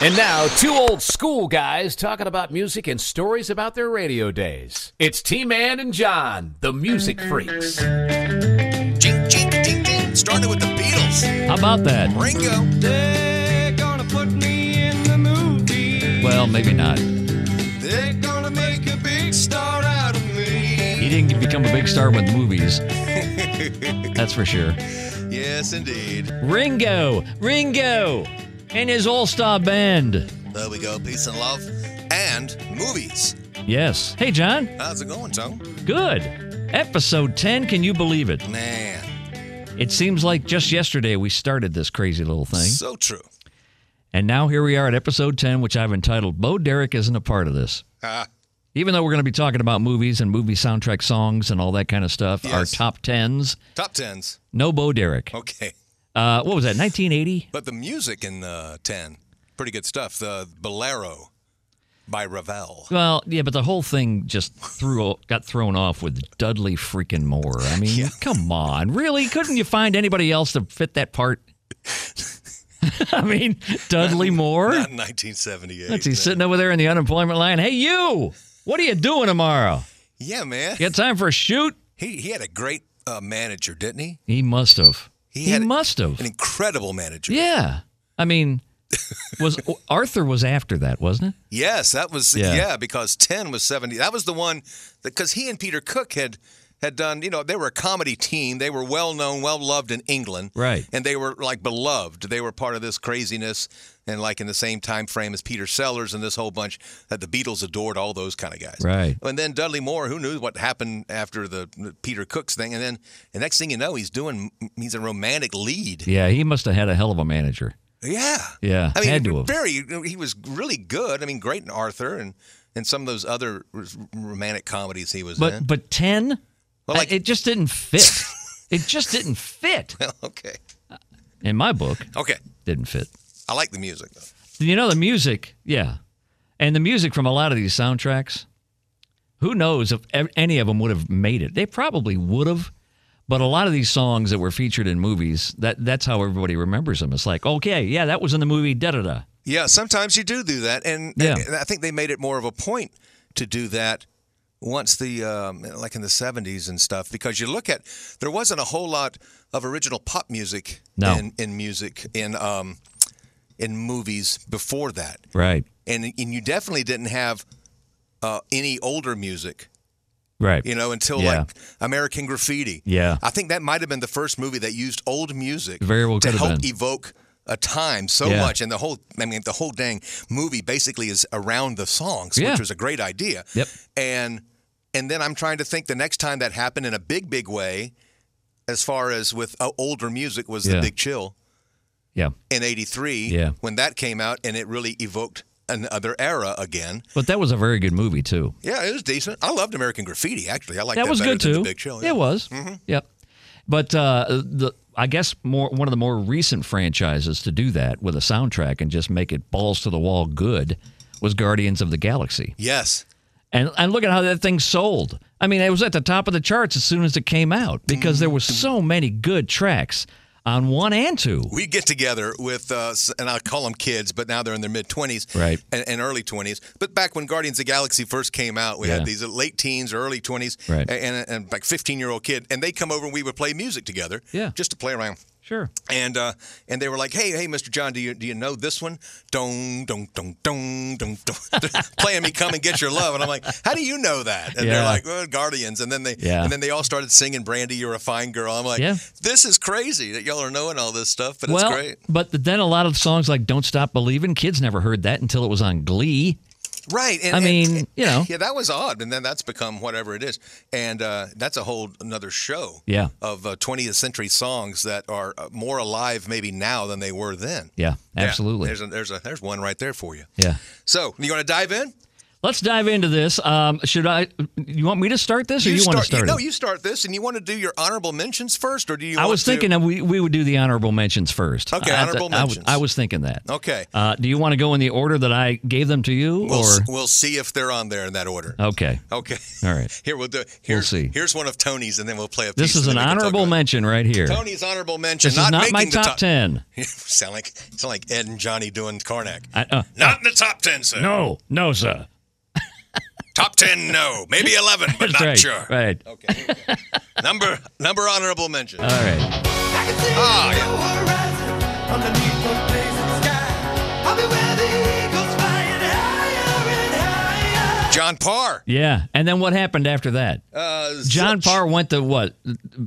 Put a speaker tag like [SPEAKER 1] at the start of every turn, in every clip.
[SPEAKER 1] And now, two old school guys talking about music and stories about their radio days. It's T Man and John, the music freaks.
[SPEAKER 2] Jing, jing, jing, jing. Started with the Beatles.
[SPEAKER 3] How about that?
[SPEAKER 2] Ringo.
[SPEAKER 4] They're gonna put me in the movie.
[SPEAKER 3] Well, maybe not. He
[SPEAKER 4] They're gonna make a big star out of me.
[SPEAKER 3] didn't become a big star with movies. That's for sure.
[SPEAKER 2] Yes, indeed.
[SPEAKER 3] Ringo, Ringo, and his all star band.
[SPEAKER 2] There we go. Peace and love. And movies.
[SPEAKER 3] Yes. Hey, John.
[SPEAKER 2] How's it going, Tom?
[SPEAKER 3] Good. Episode 10, can you believe it?
[SPEAKER 2] Man,
[SPEAKER 3] It seems like just yesterday we started this crazy little thing.
[SPEAKER 2] so true.
[SPEAKER 3] And now here we are at episode 10, which I've entitled Bo Derek Isn't a Part of This.
[SPEAKER 2] Ah,
[SPEAKER 3] Even though we're going to be talking about movies and movie soundtrack songs and all that kind of stuff, our
[SPEAKER 2] Yes.
[SPEAKER 3] top tens,
[SPEAKER 2] top tens.
[SPEAKER 3] no Bo Derek.
[SPEAKER 2] Okay.
[SPEAKER 3] Uh, what was that, 1980?
[SPEAKER 2] But the music in uh, 10, pretty good stuff. The Bolero by Ravel.
[SPEAKER 3] Well, yeah, but the whole thing just threw got thrown off with Dudley freaking Moore. I mean, come on, really? Couldn't you find anybody else to fit that part? I mean, Dudley Moore.
[SPEAKER 2] Not in 1978.
[SPEAKER 3] That's he's
[SPEAKER 2] man.
[SPEAKER 3] sitting over there in the unemployment line. Hey, you! What are you doing tomorrow?
[SPEAKER 2] Yeah, man.
[SPEAKER 3] You got time for a shoot?
[SPEAKER 2] He, he had a great uh, manager, didn't he?
[SPEAKER 3] He must have.
[SPEAKER 2] He
[SPEAKER 3] He,
[SPEAKER 2] had-
[SPEAKER 3] must have.
[SPEAKER 2] An incredible manager.
[SPEAKER 3] yeah. I mean, was Arthur was after that, wasn't it?
[SPEAKER 2] Yes, that was yeah.
[SPEAKER 3] Yeah.
[SPEAKER 2] because ten was seventy. That was the one because he and Peter Cook had had done. You know, they were a comedy team. They were well known, well loved in England,
[SPEAKER 3] Right.
[SPEAKER 2] And they were like beloved. They were part of this craziness, and like in the same time frame as Peter Sellers and this whole bunch that the Beatles adored. All those kind of guys,
[SPEAKER 3] Right.
[SPEAKER 2] And then Dudley Moore, who knew what happened after the Peter Cook's thing, and then the next thing you know, he's doing he's a romantic lead.
[SPEAKER 3] Yeah, he must have had a hell of a manager.
[SPEAKER 2] Yeah.
[SPEAKER 3] Yeah,
[SPEAKER 2] I mean,
[SPEAKER 3] had to have.
[SPEAKER 2] very. He was really good. I mean, great in Arthur and and some of those other r- romantic comedies he was
[SPEAKER 3] But
[SPEAKER 2] in.
[SPEAKER 3] but ten,
[SPEAKER 2] Well,
[SPEAKER 3] I-
[SPEAKER 2] like-
[SPEAKER 3] it just didn't fit. it just didn't fit
[SPEAKER 2] okay.
[SPEAKER 3] in my book.
[SPEAKER 2] Okay.
[SPEAKER 3] Didn't fit.
[SPEAKER 2] I like the music though.
[SPEAKER 3] You know the music, yeah, and the music from a lot of these soundtracks. Who knows if ev- any of them would have made it? They probably would have, but a lot of these songs that were featured in movies, that that's how everybody remembers them. It's like, okay, yeah, that was in the movie. Da da da.
[SPEAKER 2] Yeah. Sometimes you do do that, and,
[SPEAKER 3] Yeah.
[SPEAKER 2] and I think they made it more of a point to do that once the um, like in the 70s and stuff because you look at there wasn't a whole lot of original pop music
[SPEAKER 3] No.
[SPEAKER 2] in, in music in um in movies before that
[SPEAKER 3] Right,
[SPEAKER 2] and and you definitely didn't have uh, any older music
[SPEAKER 3] right.
[SPEAKER 2] you know, until
[SPEAKER 3] Yeah.
[SPEAKER 2] like American Graffiti.
[SPEAKER 3] Yeah.
[SPEAKER 2] I think that might have been the first movie that used old music
[SPEAKER 3] Very well
[SPEAKER 2] to
[SPEAKER 3] could have
[SPEAKER 2] help
[SPEAKER 3] been.
[SPEAKER 2] evoke a time so
[SPEAKER 3] Yeah.
[SPEAKER 2] much. And the whole, I mean, the whole dang movie basically is around the songs,
[SPEAKER 3] Yeah.
[SPEAKER 2] which was a great idea.
[SPEAKER 3] Yep.
[SPEAKER 2] And and then I'm trying to think the next time that happened in a big, big way, as far as with uh, older music, was the
[SPEAKER 3] Yeah.
[SPEAKER 2] Big Chill
[SPEAKER 3] yeah,
[SPEAKER 2] in '83.
[SPEAKER 3] Yeah.
[SPEAKER 2] When that came out, and it really evoked another era again.
[SPEAKER 3] but that was a very good movie too.
[SPEAKER 2] Yeah, it was decent. I loved American Graffiti actually. I liked that,
[SPEAKER 3] that was
[SPEAKER 2] better
[SPEAKER 3] good
[SPEAKER 2] than
[SPEAKER 3] too.
[SPEAKER 2] The Big Chill. yeah.
[SPEAKER 3] It was.
[SPEAKER 2] Mm-hmm.
[SPEAKER 3] Yep. But uh, the I guess more one of the more recent franchises to do that with a soundtrack and just make it balls to the wall good was Guardians of the Galaxy.
[SPEAKER 2] Yes.
[SPEAKER 3] And and look at how that thing sold. I mean, it was at the top of the charts as soon as it came out because there were so many good tracks on one and two.
[SPEAKER 2] we get together with, uh, s- and I call them kids, but now they're in their mid 20s
[SPEAKER 3] Right.
[SPEAKER 2] and, and early 20s. But back when Guardians of the Galaxy first came out, we had
[SPEAKER 3] Yeah.
[SPEAKER 2] these late teens, early 20s,
[SPEAKER 3] Right.
[SPEAKER 2] a- and, and like 15 year old kid. And they come over and we would play music together
[SPEAKER 3] Yeah.
[SPEAKER 2] just to play around.
[SPEAKER 3] Sure.
[SPEAKER 2] And uh, and they were like, hey, hey, Mr. John, do you do you know this one? Dong, dong, dong, dong, dong, dong. They're playing me, come and get your love, and I'm like, how do you know that? And they're
[SPEAKER 3] Yeah.
[SPEAKER 2] like, well, Guardians. And then they
[SPEAKER 3] Yeah.
[SPEAKER 2] and then they all started singing, Brandy, you're a fine girl. I'm like,
[SPEAKER 3] Yeah.
[SPEAKER 2] this is crazy that y'all are knowing all this stuff, but
[SPEAKER 3] well,
[SPEAKER 2] it's great,
[SPEAKER 3] but then a lot of songs like "Don't Stop Believing," kids never heard that until it was on Glee.
[SPEAKER 2] right? And,
[SPEAKER 3] I
[SPEAKER 2] and-
[SPEAKER 3] mean, you know.
[SPEAKER 2] yeah, that was odd, and then that's become whatever it is, and uh, that's a whole another show.
[SPEAKER 3] Yeah.
[SPEAKER 2] of uh, 20th century songs that are uh, more alive maybe now than they were then.
[SPEAKER 3] Yeah,
[SPEAKER 2] Yeah,
[SPEAKER 3] absolutely.
[SPEAKER 2] there's a, there's a there's one right there for you.
[SPEAKER 3] yeah.
[SPEAKER 2] So you want to dive in?
[SPEAKER 3] Let's dive into this. Um, should I? You want me to start this, or you, want to start?
[SPEAKER 2] No,
[SPEAKER 3] it?
[SPEAKER 2] you start this, and you want to do your honorable mentions first, or do you?
[SPEAKER 3] I
[SPEAKER 2] want
[SPEAKER 3] was
[SPEAKER 2] to-
[SPEAKER 3] thinking that we, we would do the honorable mentions first.
[SPEAKER 2] Okay,
[SPEAKER 3] I- I-
[SPEAKER 2] honorable
[SPEAKER 3] I,
[SPEAKER 2] mentions.
[SPEAKER 3] I, was thinking that.
[SPEAKER 2] Okay.
[SPEAKER 3] Uh, do you want to go in the order that I gave them to you,
[SPEAKER 2] We'll,
[SPEAKER 3] or
[SPEAKER 2] s- we'll see if they're on there in that order.
[SPEAKER 3] okay?
[SPEAKER 2] Okay.
[SPEAKER 3] All right.
[SPEAKER 2] Here we'll do. Here's,
[SPEAKER 3] see.
[SPEAKER 2] Here's one of Tony's, and then we'll play a.
[SPEAKER 3] This
[SPEAKER 2] piece,
[SPEAKER 3] is
[SPEAKER 2] and then
[SPEAKER 3] an
[SPEAKER 2] we can talk
[SPEAKER 3] honorable
[SPEAKER 2] about-
[SPEAKER 3] mention right here.
[SPEAKER 2] Tony's honorable mention.
[SPEAKER 3] this is not
[SPEAKER 2] making
[SPEAKER 3] my
[SPEAKER 2] the
[SPEAKER 3] top, ten.
[SPEAKER 2] sound like sound like Ed and Johnny doing Karnak.
[SPEAKER 3] I, uh,
[SPEAKER 2] Not in the top ten, sir.
[SPEAKER 3] no, no, sir.
[SPEAKER 2] Top ten, no. Maybe eleven, but
[SPEAKER 3] That's
[SPEAKER 2] not
[SPEAKER 3] right.
[SPEAKER 2] sure.
[SPEAKER 3] Right.
[SPEAKER 2] Okay. here we go. number number honorable mention.
[SPEAKER 3] All right.
[SPEAKER 2] Ah, yeah. John Parr.
[SPEAKER 3] Yeah. And then what happened after that?
[SPEAKER 2] Uh,
[SPEAKER 3] John
[SPEAKER 2] Zilch.
[SPEAKER 3] Parr went to what?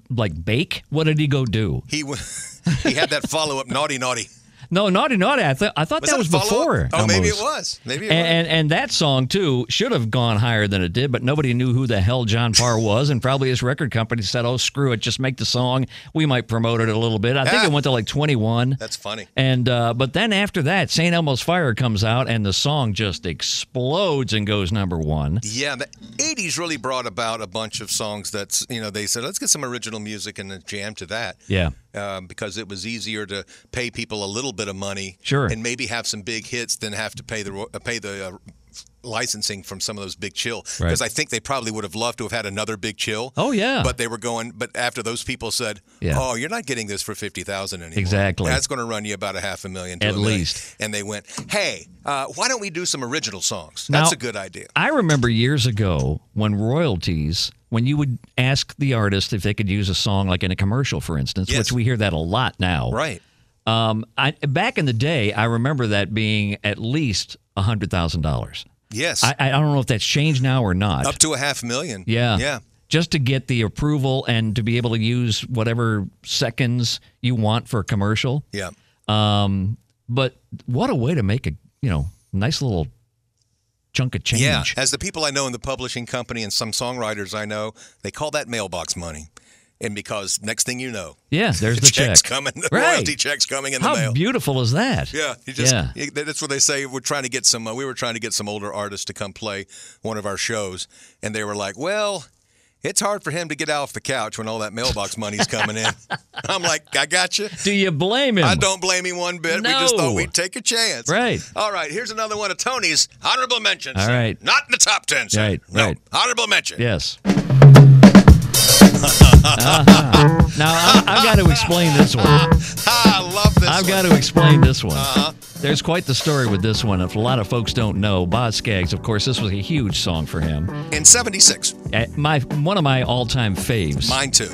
[SPEAKER 3] Like bake? What did he go do?
[SPEAKER 2] He w- he had that follow up. Naughty, naughty.
[SPEAKER 3] No, naughty, naughty. I thought I thought that was
[SPEAKER 2] a follow-up?
[SPEAKER 3] before.
[SPEAKER 2] Oh, maybe it was.
[SPEAKER 3] almost.
[SPEAKER 2] Maybe it
[SPEAKER 3] And,
[SPEAKER 2] was.
[SPEAKER 3] and and that song too should have gone higher than it did, but nobody knew who the hell John Parr was, and probably his record company said, "Oh, screw it, just make the song. We might promote it a little bit." I think
[SPEAKER 2] Yeah.
[SPEAKER 3] it went to like 21.
[SPEAKER 2] That's funny.
[SPEAKER 3] And uh, but then after that, St. Elmo's Fire comes out, and the song just explodes and goes number one.
[SPEAKER 2] Yeah, the '80s really brought about a bunch of songs that's you know they said let's get some original music and then jam to that.
[SPEAKER 3] Yeah.
[SPEAKER 2] Um, because it was easier to pay people a little bit of money,
[SPEAKER 3] Sure.
[SPEAKER 2] and maybe have some big hits than have to pay the ro- uh, pay the uh, licensing from some of those big chill. Because
[SPEAKER 3] Right.
[SPEAKER 2] I think they probably would have loved to have had another big chill.
[SPEAKER 3] Oh, yeah.
[SPEAKER 2] But they were going. But after those people said,
[SPEAKER 3] Yeah.
[SPEAKER 2] "Oh, you're not getting this for fifty thousand anymore.
[SPEAKER 3] Exactly.
[SPEAKER 2] That's going to run you about a half a million to
[SPEAKER 3] At
[SPEAKER 2] a million."
[SPEAKER 3] least.
[SPEAKER 2] And they went, "Hey, uh, why don't we do some original songs?
[SPEAKER 3] Now-
[SPEAKER 2] That's a good idea."
[SPEAKER 3] I remember years ago when royalties, when you would ask the artist if they could use a song like in a commercial, for instance,
[SPEAKER 2] Yes.
[SPEAKER 3] which we hear that a lot now.
[SPEAKER 2] Right.
[SPEAKER 3] Um, I, back in the day, I remember that being at least hundred thousand dollars.
[SPEAKER 2] Yes.
[SPEAKER 3] I, I don't know if that's changed now or not.
[SPEAKER 2] Up to a half million.
[SPEAKER 3] yeah,
[SPEAKER 2] Yeah.
[SPEAKER 3] Just to get the approval and to be able to use whatever seconds you want for a commercial.
[SPEAKER 2] Yeah.
[SPEAKER 3] Um, but what a way to make a you know nice little chunk of change.
[SPEAKER 2] Yeah. As the people I know in the publishing company and some songwriters I know, they call that mailbox money. And because next thing you know,
[SPEAKER 3] Yeah, there's the check.
[SPEAKER 2] checks coming, the
[SPEAKER 3] Right.
[SPEAKER 2] royalty checks coming in the
[SPEAKER 3] How
[SPEAKER 2] mail.
[SPEAKER 3] beautiful is that?
[SPEAKER 2] yeah, you just,
[SPEAKER 3] yeah.
[SPEAKER 2] you- that's what they say. We're trying to get some. Uh, we were trying to get some older artists to come play one of our shows, and they were like, "Well, it's hard for him to get off the couch when all that mailbox money's coming in." I'm like, "I got you."
[SPEAKER 3] Do you blame him?
[SPEAKER 2] I don't blame him one bit. We just
[SPEAKER 3] No.
[SPEAKER 2] thought we'd take a chance.
[SPEAKER 3] Right.
[SPEAKER 2] All right. Here's another one of Tony's honorable mentions.
[SPEAKER 3] All right.
[SPEAKER 2] Not in the top ten. Sir.
[SPEAKER 3] Right,
[SPEAKER 2] No.
[SPEAKER 3] right.
[SPEAKER 2] Honorable mention.
[SPEAKER 3] Yes. Uh-huh. Now I, I've got to explain this one.
[SPEAKER 2] Ah, I love this.
[SPEAKER 3] I've
[SPEAKER 2] one.
[SPEAKER 3] got to explain this one.
[SPEAKER 2] Uh-huh.
[SPEAKER 3] There's quite the story with this one. If a lot of folks don't know, Boz Skaggs, of course, this was a huge song for him.
[SPEAKER 2] in '76.
[SPEAKER 3] Uh, My one of my all-time faves,
[SPEAKER 2] Mine too.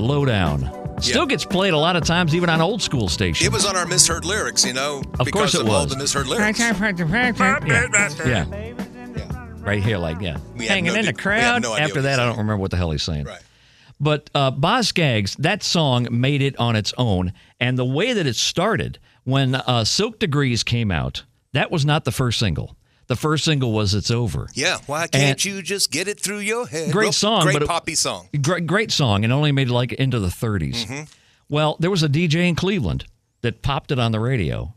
[SPEAKER 3] Lowdown. Still
[SPEAKER 2] Yeah.
[SPEAKER 3] gets played a lot of times, even on old school stations.
[SPEAKER 2] It was on our misheard lyrics, you know,
[SPEAKER 3] Of
[SPEAKER 2] because
[SPEAKER 3] course it
[SPEAKER 2] of all
[SPEAKER 3] was.
[SPEAKER 2] the misheard lyrics.
[SPEAKER 3] yeah. yeah. Right here, like yeah,
[SPEAKER 2] We had
[SPEAKER 3] hanging
[SPEAKER 2] no
[SPEAKER 3] in the
[SPEAKER 2] idea- we had
[SPEAKER 3] crowd.
[SPEAKER 2] no idea
[SPEAKER 3] After
[SPEAKER 2] what he
[SPEAKER 3] that, I
[SPEAKER 2] was
[SPEAKER 3] don't remember what the hell he's saying.
[SPEAKER 2] Right.
[SPEAKER 3] But uh, Boz Skaggs, that song made it on its own. And the way that it started, when uh, Silk Degrees came out, that was not the first single. The first single was It's Over.
[SPEAKER 2] Yeah. Why can't you just get it through your head?
[SPEAKER 3] Great
[SPEAKER 2] Real-
[SPEAKER 3] song,
[SPEAKER 2] Great
[SPEAKER 3] but it-
[SPEAKER 2] poppy song.
[SPEAKER 3] Great, great song, and only made it like into the 30s. Well, there was a DJ in Cleveland that popped it on the radio,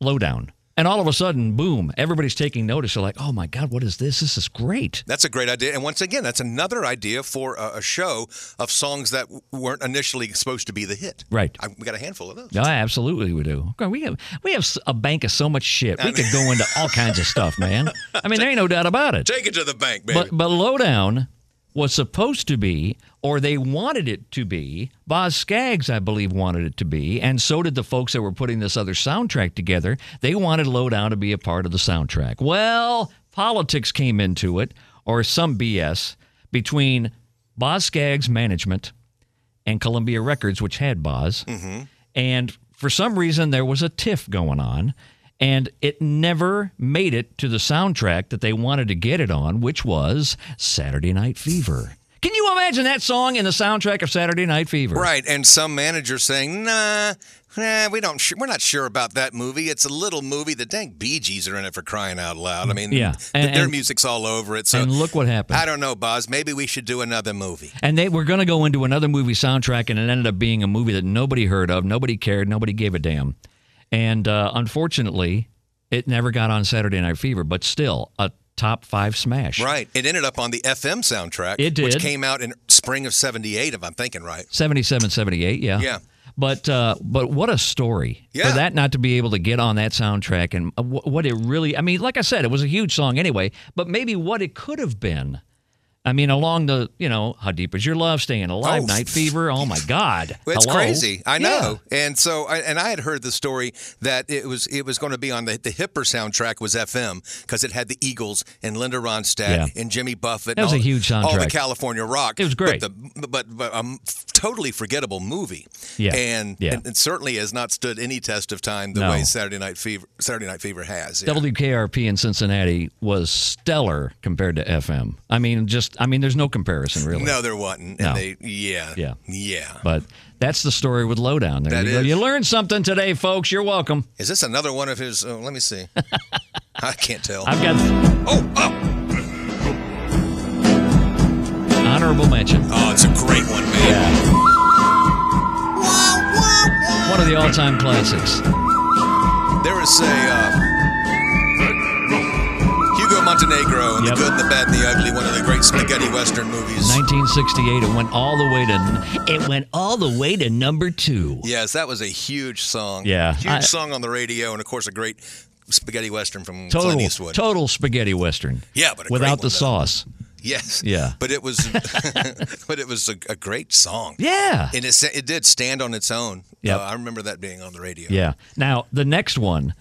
[SPEAKER 3] Lowdown. And all of a sudden, boom, everybody's taking notice. They're like, oh my God, what is this? This is great.
[SPEAKER 2] That's a great idea. And once again, that's another idea for a, a show of songs that w- weren't initially supposed to be the hit.
[SPEAKER 3] Right.
[SPEAKER 2] I, we got a handful of those.
[SPEAKER 3] Yeah, absolutely we do. God, We have we have a bank of so much shit. We could go into all kinds of stuff, man. I mean, there ain't no doubt about it.
[SPEAKER 2] Take it to the bank, baby.
[SPEAKER 3] But but Lowdown was supposed to be, or they wanted it to be. Boz Skaggs, I believe, wanted it to be, and so did the folks that were putting this other soundtrack together. They wanted Lowdown to be a part of the soundtrack. Well, politics came into it, or some BS between Boz Skaggs' management and Columbia Records, which had Boz.
[SPEAKER 2] Mm-hmm.
[SPEAKER 3] And for some reason, there was a tiff going on, and it never made it to the soundtrack that they wanted to get it on, which was Saturday Night Fever. Can you imagine that song in the soundtrack of Saturday Night Fever?
[SPEAKER 2] Right, and some manager saying, "Nah, nah, we don't. Sh- we're not sure about that movie. It's a little movie. The dang Bee Gees are in it for crying out loud. I mean,
[SPEAKER 3] Yeah,
[SPEAKER 2] th-
[SPEAKER 3] and-
[SPEAKER 2] their
[SPEAKER 3] and-
[SPEAKER 2] music's all over it. So
[SPEAKER 3] And look what happened.
[SPEAKER 2] I don't know, Boz. Maybe we should do another movie.
[SPEAKER 3] And they were going to go into another movie soundtrack, and it ended up being a movie that nobody heard of, nobody cared, nobody gave a damn. And uh, unfortunately, it never got on Saturday Night Fever, but still, a top five smash.
[SPEAKER 2] Right. It ended up on the FM soundtrack.
[SPEAKER 3] It
[SPEAKER 2] Which
[SPEAKER 3] did.
[SPEAKER 2] came out in spring of 78, if I'm thinking right.
[SPEAKER 3] 77, 78, yeah.
[SPEAKER 2] Yeah.
[SPEAKER 3] But uh, but what a story
[SPEAKER 2] Yeah.
[SPEAKER 3] for that not to be able to get on that soundtrack and uh, wh- what it really I mean like I said it was a huge song anyway but maybe what it could have been I mean along the you know how deep is your love staying alive
[SPEAKER 2] Oh.
[SPEAKER 3] night fever oh my god
[SPEAKER 2] It's
[SPEAKER 3] Hello?
[SPEAKER 2] crazy. I
[SPEAKER 3] Yeah.
[SPEAKER 2] know. And so, I, and I had heard the story that it was it was going to be on the the hipper soundtrack was FM because it had the Eagles and Linda Ronstadt
[SPEAKER 3] Yeah.
[SPEAKER 2] and Jimmy Buffett.
[SPEAKER 3] That was
[SPEAKER 2] and
[SPEAKER 3] a
[SPEAKER 2] all-
[SPEAKER 3] huge
[SPEAKER 2] All the
[SPEAKER 3] soundtrack.
[SPEAKER 2] California rock.
[SPEAKER 3] It was great.
[SPEAKER 2] But, the, but, but a m- totally forgettable movie.
[SPEAKER 3] Yeah.
[SPEAKER 2] And,
[SPEAKER 3] Yeah.
[SPEAKER 2] and it certainly has not stood any test of time the
[SPEAKER 3] No.
[SPEAKER 2] way Saturday Night Fever Saturday Night Fever has. Yeah.
[SPEAKER 3] WKRP in Cincinnati was stellar compared to FM I mean just I mean there's no comparison really
[SPEAKER 2] No, there wasn't. And
[SPEAKER 3] No.
[SPEAKER 2] they yeah.
[SPEAKER 3] Yeah.
[SPEAKER 2] Yeah.
[SPEAKER 3] but that's the story with Lowdown there
[SPEAKER 2] That
[SPEAKER 3] you, go.
[SPEAKER 2] is.
[SPEAKER 3] you learned something today folks you're welcome
[SPEAKER 2] Is this another one of his oh, let me see. I can't tell.
[SPEAKER 3] I've got
[SPEAKER 2] oh, oh,
[SPEAKER 3] honorable mention.
[SPEAKER 2] oh, it's a great one, man.
[SPEAKER 3] One of the all-time classics.
[SPEAKER 2] There is a uh, Hugo Montenegro in
[SPEAKER 3] Yep.
[SPEAKER 2] The Good, the Bad, and the Ugly, one of the great spaghetti western movies.
[SPEAKER 3] 1968. It went all the way to. It went all the way to number two.
[SPEAKER 2] yes, that was a huge song.
[SPEAKER 3] Yeah.
[SPEAKER 2] huge
[SPEAKER 3] I-
[SPEAKER 2] song on the radio, and of course a great spaghetti western from Clint
[SPEAKER 3] Total,
[SPEAKER 2] Eastwood.
[SPEAKER 3] total spaghetti western.
[SPEAKER 2] Yeah, but a great
[SPEAKER 3] without
[SPEAKER 2] one,
[SPEAKER 3] the
[SPEAKER 2] though.
[SPEAKER 3] sauce.
[SPEAKER 2] Yes.
[SPEAKER 3] Yeah.
[SPEAKER 2] But it was, but it was a, a great song.
[SPEAKER 3] Yeah.
[SPEAKER 2] And it sa- it did stand on its own.
[SPEAKER 3] Yep.
[SPEAKER 2] Uh, I remember that being on the radio.
[SPEAKER 3] Yeah. Now the next one,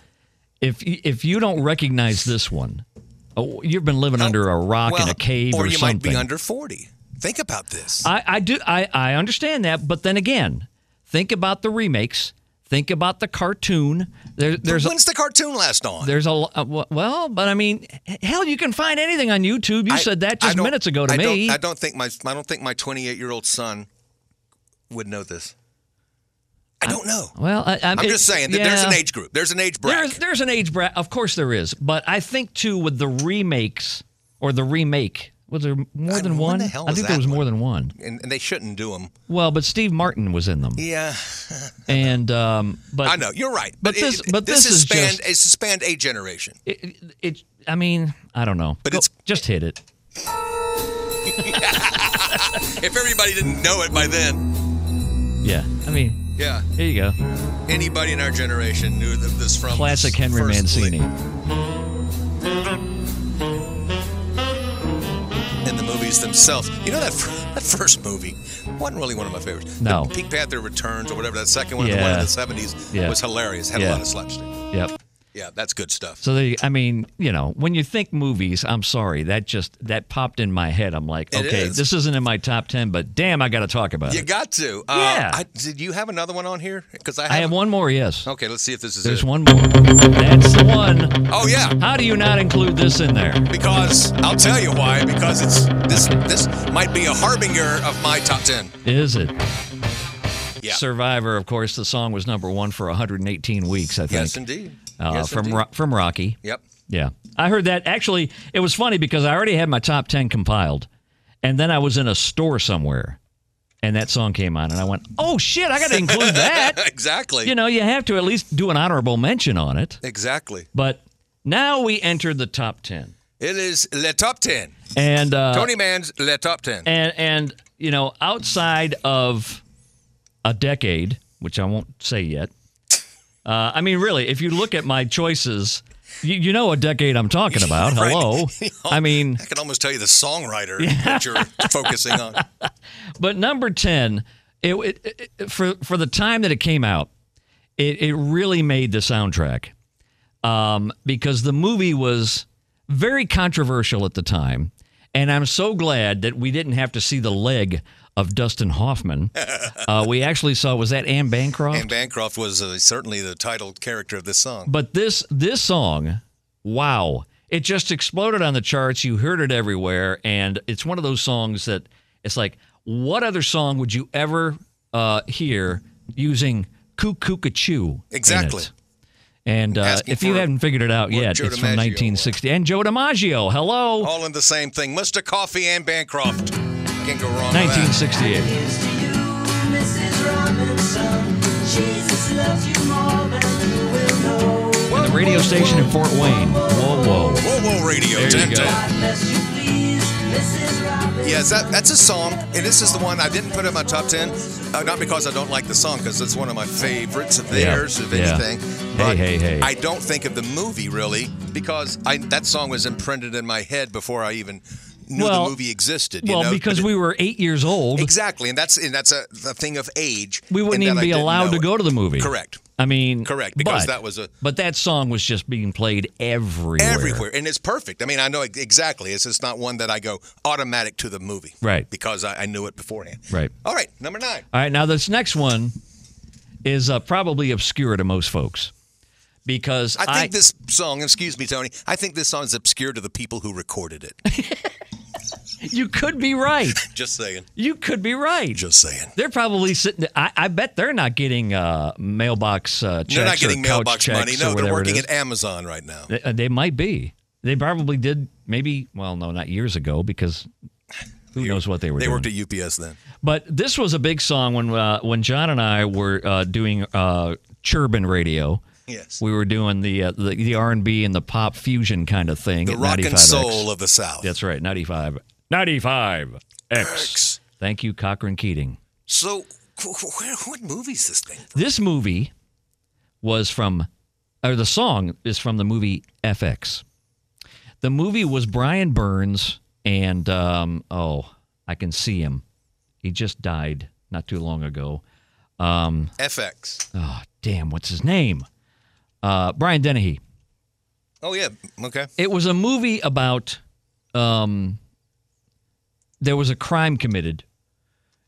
[SPEAKER 3] if y- if you don't recognize this one, oh, you've been living under a rock
[SPEAKER 2] Well,
[SPEAKER 3] in a cave or,
[SPEAKER 2] or you
[SPEAKER 3] something. Uh,
[SPEAKER 2] might be under forty. Think about this.
[SPEAKER 3] I, I do. I, I understand that, but then again, think about the remakes. Think about the cartoon. There, there's a-
[SPEAKER 2] When's the cartoon last on?
[SPEAKER 3] There's a lo- uh, w- well, but I mean, h- hell, you can find anything on YouTube. You
[SPEAKER 2] I-
[SPEAKER 3] said that
[SPEAKER 2] I
[SPEAKER 3] just
[SPEAKER 2] don't-
[SPEAKER 3] minutes ago to
[SPEAKER 2] I
[SPEAKER 3] me.
[SPEAKER 2] Don't, I don't think my I don't think my 28 year old son would know this. I don't know.
[SPEAKER 3] well, I, I'm,
[SPEAKER 2] I'm
[SPEAKER 3] it-
[SPEAKER 2] just saying that there's an
[SPEAKER 3] yeah.
[SPEAKER 2] age group. There's an age bracket.
[SPEAKER 3] There's there's an age bracket. Of course there is, but I think too with the remakes or the remake. Was there more
[SPEAKER 2] I-
[SPEAKER 3] than
[SPEAKER 2] when
[SPEAKER 3] one?
[SPEAKER 2] the hell
[SPEAKER 3] I
[SPEAKER 2] was
[SPEAKER 3] think there
[SPEAKER 2] that
[SPEAKER 3] was more
[SPEAKER 2] one?
[SPEAKER 3] than one.
[SPEAKER 2] and, and they shouldn't do them.
[SPEAKER 3] Well, but Steve Martin was in them,
[SPEAKER 2] Yeah,
[SPEAKER 3] and um, but
[SPEAKER 2] I know. You're right.
[SPEAKER 3] but
[SPEAKER 2] it-
[SPEAKER 3] this- but this
[SPEAKER 2] this
[SPEAKER 3] is
[SPEAKER 2] spanned
[SPEAKER 3] just-
[SPEAKER 2] it spanned a generation.
[SPEAKER 3] It, it, it- I mean, I don't know.
[SPEAKER 2] But
[SPEAKER 3] Go-
[SPEAKER 2] it's-
[SPEAKER 3] just hit it.
[SPEAKER 2] If everybody didn't know it by then,
[SPEAKER 3] Yeah, I mean,
[SPEAKER 2] yeah,
[SPEAKER 3] here you go.
[SPEAKER 2] anybody in our generation knew that this from
[SPEAKER 3] Classic Henry
[SPEAKER 2] first
[SPEAKER 3] Mancini.
[SPEAKER 2] lick in the movies themselves. You know that fir- that first movie wasn't really one of my favorites.
[SPEAKER 3] No.
[SPEAKER 2] The Pink Panther Returns or whatever that second one, the
[SPEAKER 3] Yeah.
[SPEAKER 2] one in the seventies,
[SPEAKER 3] Yeah.
[SPEAKER 2] was hilarious. Had
[SPEAKER 3] Yeah.
[SPEAKER 2] a lot of slapstick.
[SPEAKER 3] Yep.
[SPEAKER 2] Yeah, that's good stuff.
[SPEAKER 3] So they, I mean, you know, when you think movies, I'm sorry, that just that popped in my head. I'm like,
[SPEAKER 2] It
[SPEAKER 3] okay,
[SPEAKER 2] is.
[SPEAKER 3] this isn't in my top ten, but damn, I got to talk about
[SPEAKER 2] You
[SPEAKER 3] it.
[SPEAKER 2] got to. Uh,
[SPEAKER 3] Yeah.
[SPEAKER 2] I, did you have another one on here? Because I,
[SPEAKER 3] I have
[SPEAKER 2] haven't-
[SPEAKER 3] one more. Yes,
[SPEAKER 2] Okay, let's see if this is
[SPEAKER 3] there's
[SPEAKER 2] it.
[SPEAKER 3] one more. That's the one.
[SPEAKER 2] Oh yeah,
[SPEAKER 3] How do you not include this in there?
[SPEAKER 2] because I'll tell you why. Because it's this. This might be a harbinger of my top ten.
[SPEAKER 3] Is it
[SPEAKER 2] Yeah.
[SPEAKER 3] Survivor? Of course, the song was number one for 118 weeks. I think
[SPEAKER 2] Yes, indeed.
[SPEAKER 3] uh,
[SPEAKER 2] yes,
[SPEAKER 3] from
[SPEAKER 2] indeed.
[SPEAKER 3] Ro- from Rocky.
[SPEAKER 2] Yep.
[SPEAKER 3] Yeah. I heard that. Actually, it was funny because I already had my top 10 compiled. And then I was in a store somewhere and that song came on. And I went, oh, shit, I got to include that.
[SPEAKER 2] Exactly.
[SPEAKER 3] You know, you have to at least do an honorable mention on it.
[SPEAKER 2] Exactly.
[SPEAKER 3] But now we enter the top 10.
[SPEAKER 2] It is Le Top Ten.
[SPEAKER 3] And, uh,
[SPEAKER 2] Tony Mann's Le Top Ten.
[SPEAKER 3] and, and, you know, outside of a decade, which I won't say yet, uh, I mean, really, if you look at my choices, you, you know a decade I'm talking about.
[SPEAKER 2] Right.
[SPEAKER 3] Hello. I mean,
[SPEAKER 2] I can almost tell you the songwriter that you're focusing on.
[SPEAKER 3] But number ten, it, it, it- for for the time that it came out, it, it really made the soundtrack um, because the movie was very controversial at the time, and I'm so glad that we didn't have to see the leg of Dustin Hoffman. uh, we actually saw was that Anne Bancroft.
[SPEAKER 2] And Bancroft was uh, certainly the title character of this song.
[SPEAKER 3] But this this song, wow, it just exploded on the charts. You heard it everywhere, and it's one of those songs that it's like, what other song would you ever uh, hear using "Cuckoo
[SPEAKER 2] Exactly.
[SPEAKER 3] And uh,
[SPEAKER 2] Asking
[SPEAKER 3] if you
[SPEAKER 2] for
[SPEAKER 3] haven't figured it out
[SPEAKER 2] what
[SPEAKER 3] yet,
[SPEAKER 2] Joe
[SPEAKER 3] it's from
[SPEAKER 2] DiMaggio Oh,
[SPEAKER 3] 1960. And Joe DiMaggio, hello,
[SPEAKER 2] All in the same thing. Mr. Coffee and Bancroft. Can't go wrong with that.
[SPEAKER 3] 1968.
[SPEAKER 5] Here's to you, Mrs. Robinson. Jesus loves you more than you will know.
[SPEAKER 3] And the radio station in Fort Wayne. Whoa, whoa.
[SPEAKER 2] Whoa, whoa, Radio.
[SPEAKER 3] There you
[SPEAKER 2] Dun,
[SPEAKER 3] go.
[SPEAKER 2] dun.
[SPEAKER 5] Unless you please, Mrs. Robinson.
[SPEAKER 2] Yes, that, that's a song, and this is the one I didn't put in my top ten, uh, not because I don't like the song, because it's one of my favorites of
[SPEAKER 3] Yeah,
[SPEAKER 2] theirs, of
[SPEAKER 3] yeah.
[SPEAKER 2] anything.
[SPEAKER 3] Hey,
[SPEAKER 2] But
[SPEAKER 3] hey, hey.
[SPEAKER 2] I don't think of the movie really because I, that song was imprinted in my head before I even knew
[SPEAKER 3] Well-
[SPEAKER 2] the movie existed. You
[SPEAKER 3] Well,
[SPEAKER 2] know?
[SPEAKER 3] because
[SPEAKER 2] But
[SPEAKER 3] we were eight years old,
[SPEAKER 2] it- exactly, and that's and that's a, a thing of age.
[SPEAKER 3] we wouldn't even be allowed to go to the movie.
[SPEAKER 2] Correct.
[SPEAKER 3] I mean,
[SPEAKER 2] Correct, because
[SPEAKER 3] but-
[SPEAKER 2] that was a-
[SPEAKER 3] But that song was just being played everywhere.
[SPEAKER 2] Everywhere, and it's perfect. I mean, I know ex- exactly. It's just not one that I go automatic to the movie,
[SPEAKER 3] Right.
[SPEAKER 2] Because I, I knew it beforehand,
[SPEAKER 3] Right.
[SPEAKER 2] All right, number nine.
[SPEAKER 3] All right, now this next one is uh, probably obscure to most folks because
[SPEAKER 2] I think this song, excuse me, Tony, I think this song is obscure to the people who recorded it.
[SPEAKER 3] you could be right.
[SPEAKER 2] Just saying.
[SPEAKER 3] You could be right.
[SPEAKER 2] Just saying.
[SPEAKER 3] They're probably sitting. I, I bet they're not getting uh, mailbox uh, checks.
[SPEAKER 2] They're
[SPEAKER 3] or
[SPEAKER 2] not getting
[SPEAKER 3] couch
[SPEAKER 2] mailbox
[SPEAKER 3] checks
[SPEAKER 2] money.
[SPEAKER 3] or
[SPEAKER 2] No, they're
[SPEAKER 3] whatever it
[SPEAKER 2] working
[SPEAKER 3] is.
[SPEAKER 2] at Amazon right now.
[SPEAKER 3] They, uh, they might be. They probably did. Maybe. Well, no, not years ago because who knows what they were
[SPEAKER 2] They
[SPEAKER 3] doing.
[SPEAKER 2] worked at UPS then.
[SPEAKER 3] but this was a big song when uh, when John and I were uh, doing uh, Churban Radio.
[SPEAKER 2] Yes.
[SPEAKER 3] We were doing the uh, the, the R and B and the pop fusion kind of thing.
[SPEAKER 2] The
[SPEAKER 3] at
[SPEAKER 2] rock and
[SPEAKER 3] 95X.
[SPEAKER 2] soul of the South.
[SPEAKER 3] That's right, 95. 95 X.
[SPEAKER 2] X.
[SPEAKER 3] Thank you, Cochrane Keating.
[SPEAKER 2] So, wh- wh- where, what movie is this thing?
[SPEAKER 3] This movie was from, or the song is from the movie FX. The movie was Brian Burns and, um, oh, I can see him. He just died not too long ago.
[SPEAKER 2] FX.
[SPEAKER 3] Oh, damn, what's his name? Uh, Brian Dennehy.
[SPEAKER 2] Oh, yeah. Okay.
[SPEAKER 3] It was a movie about um, there was a crime committed,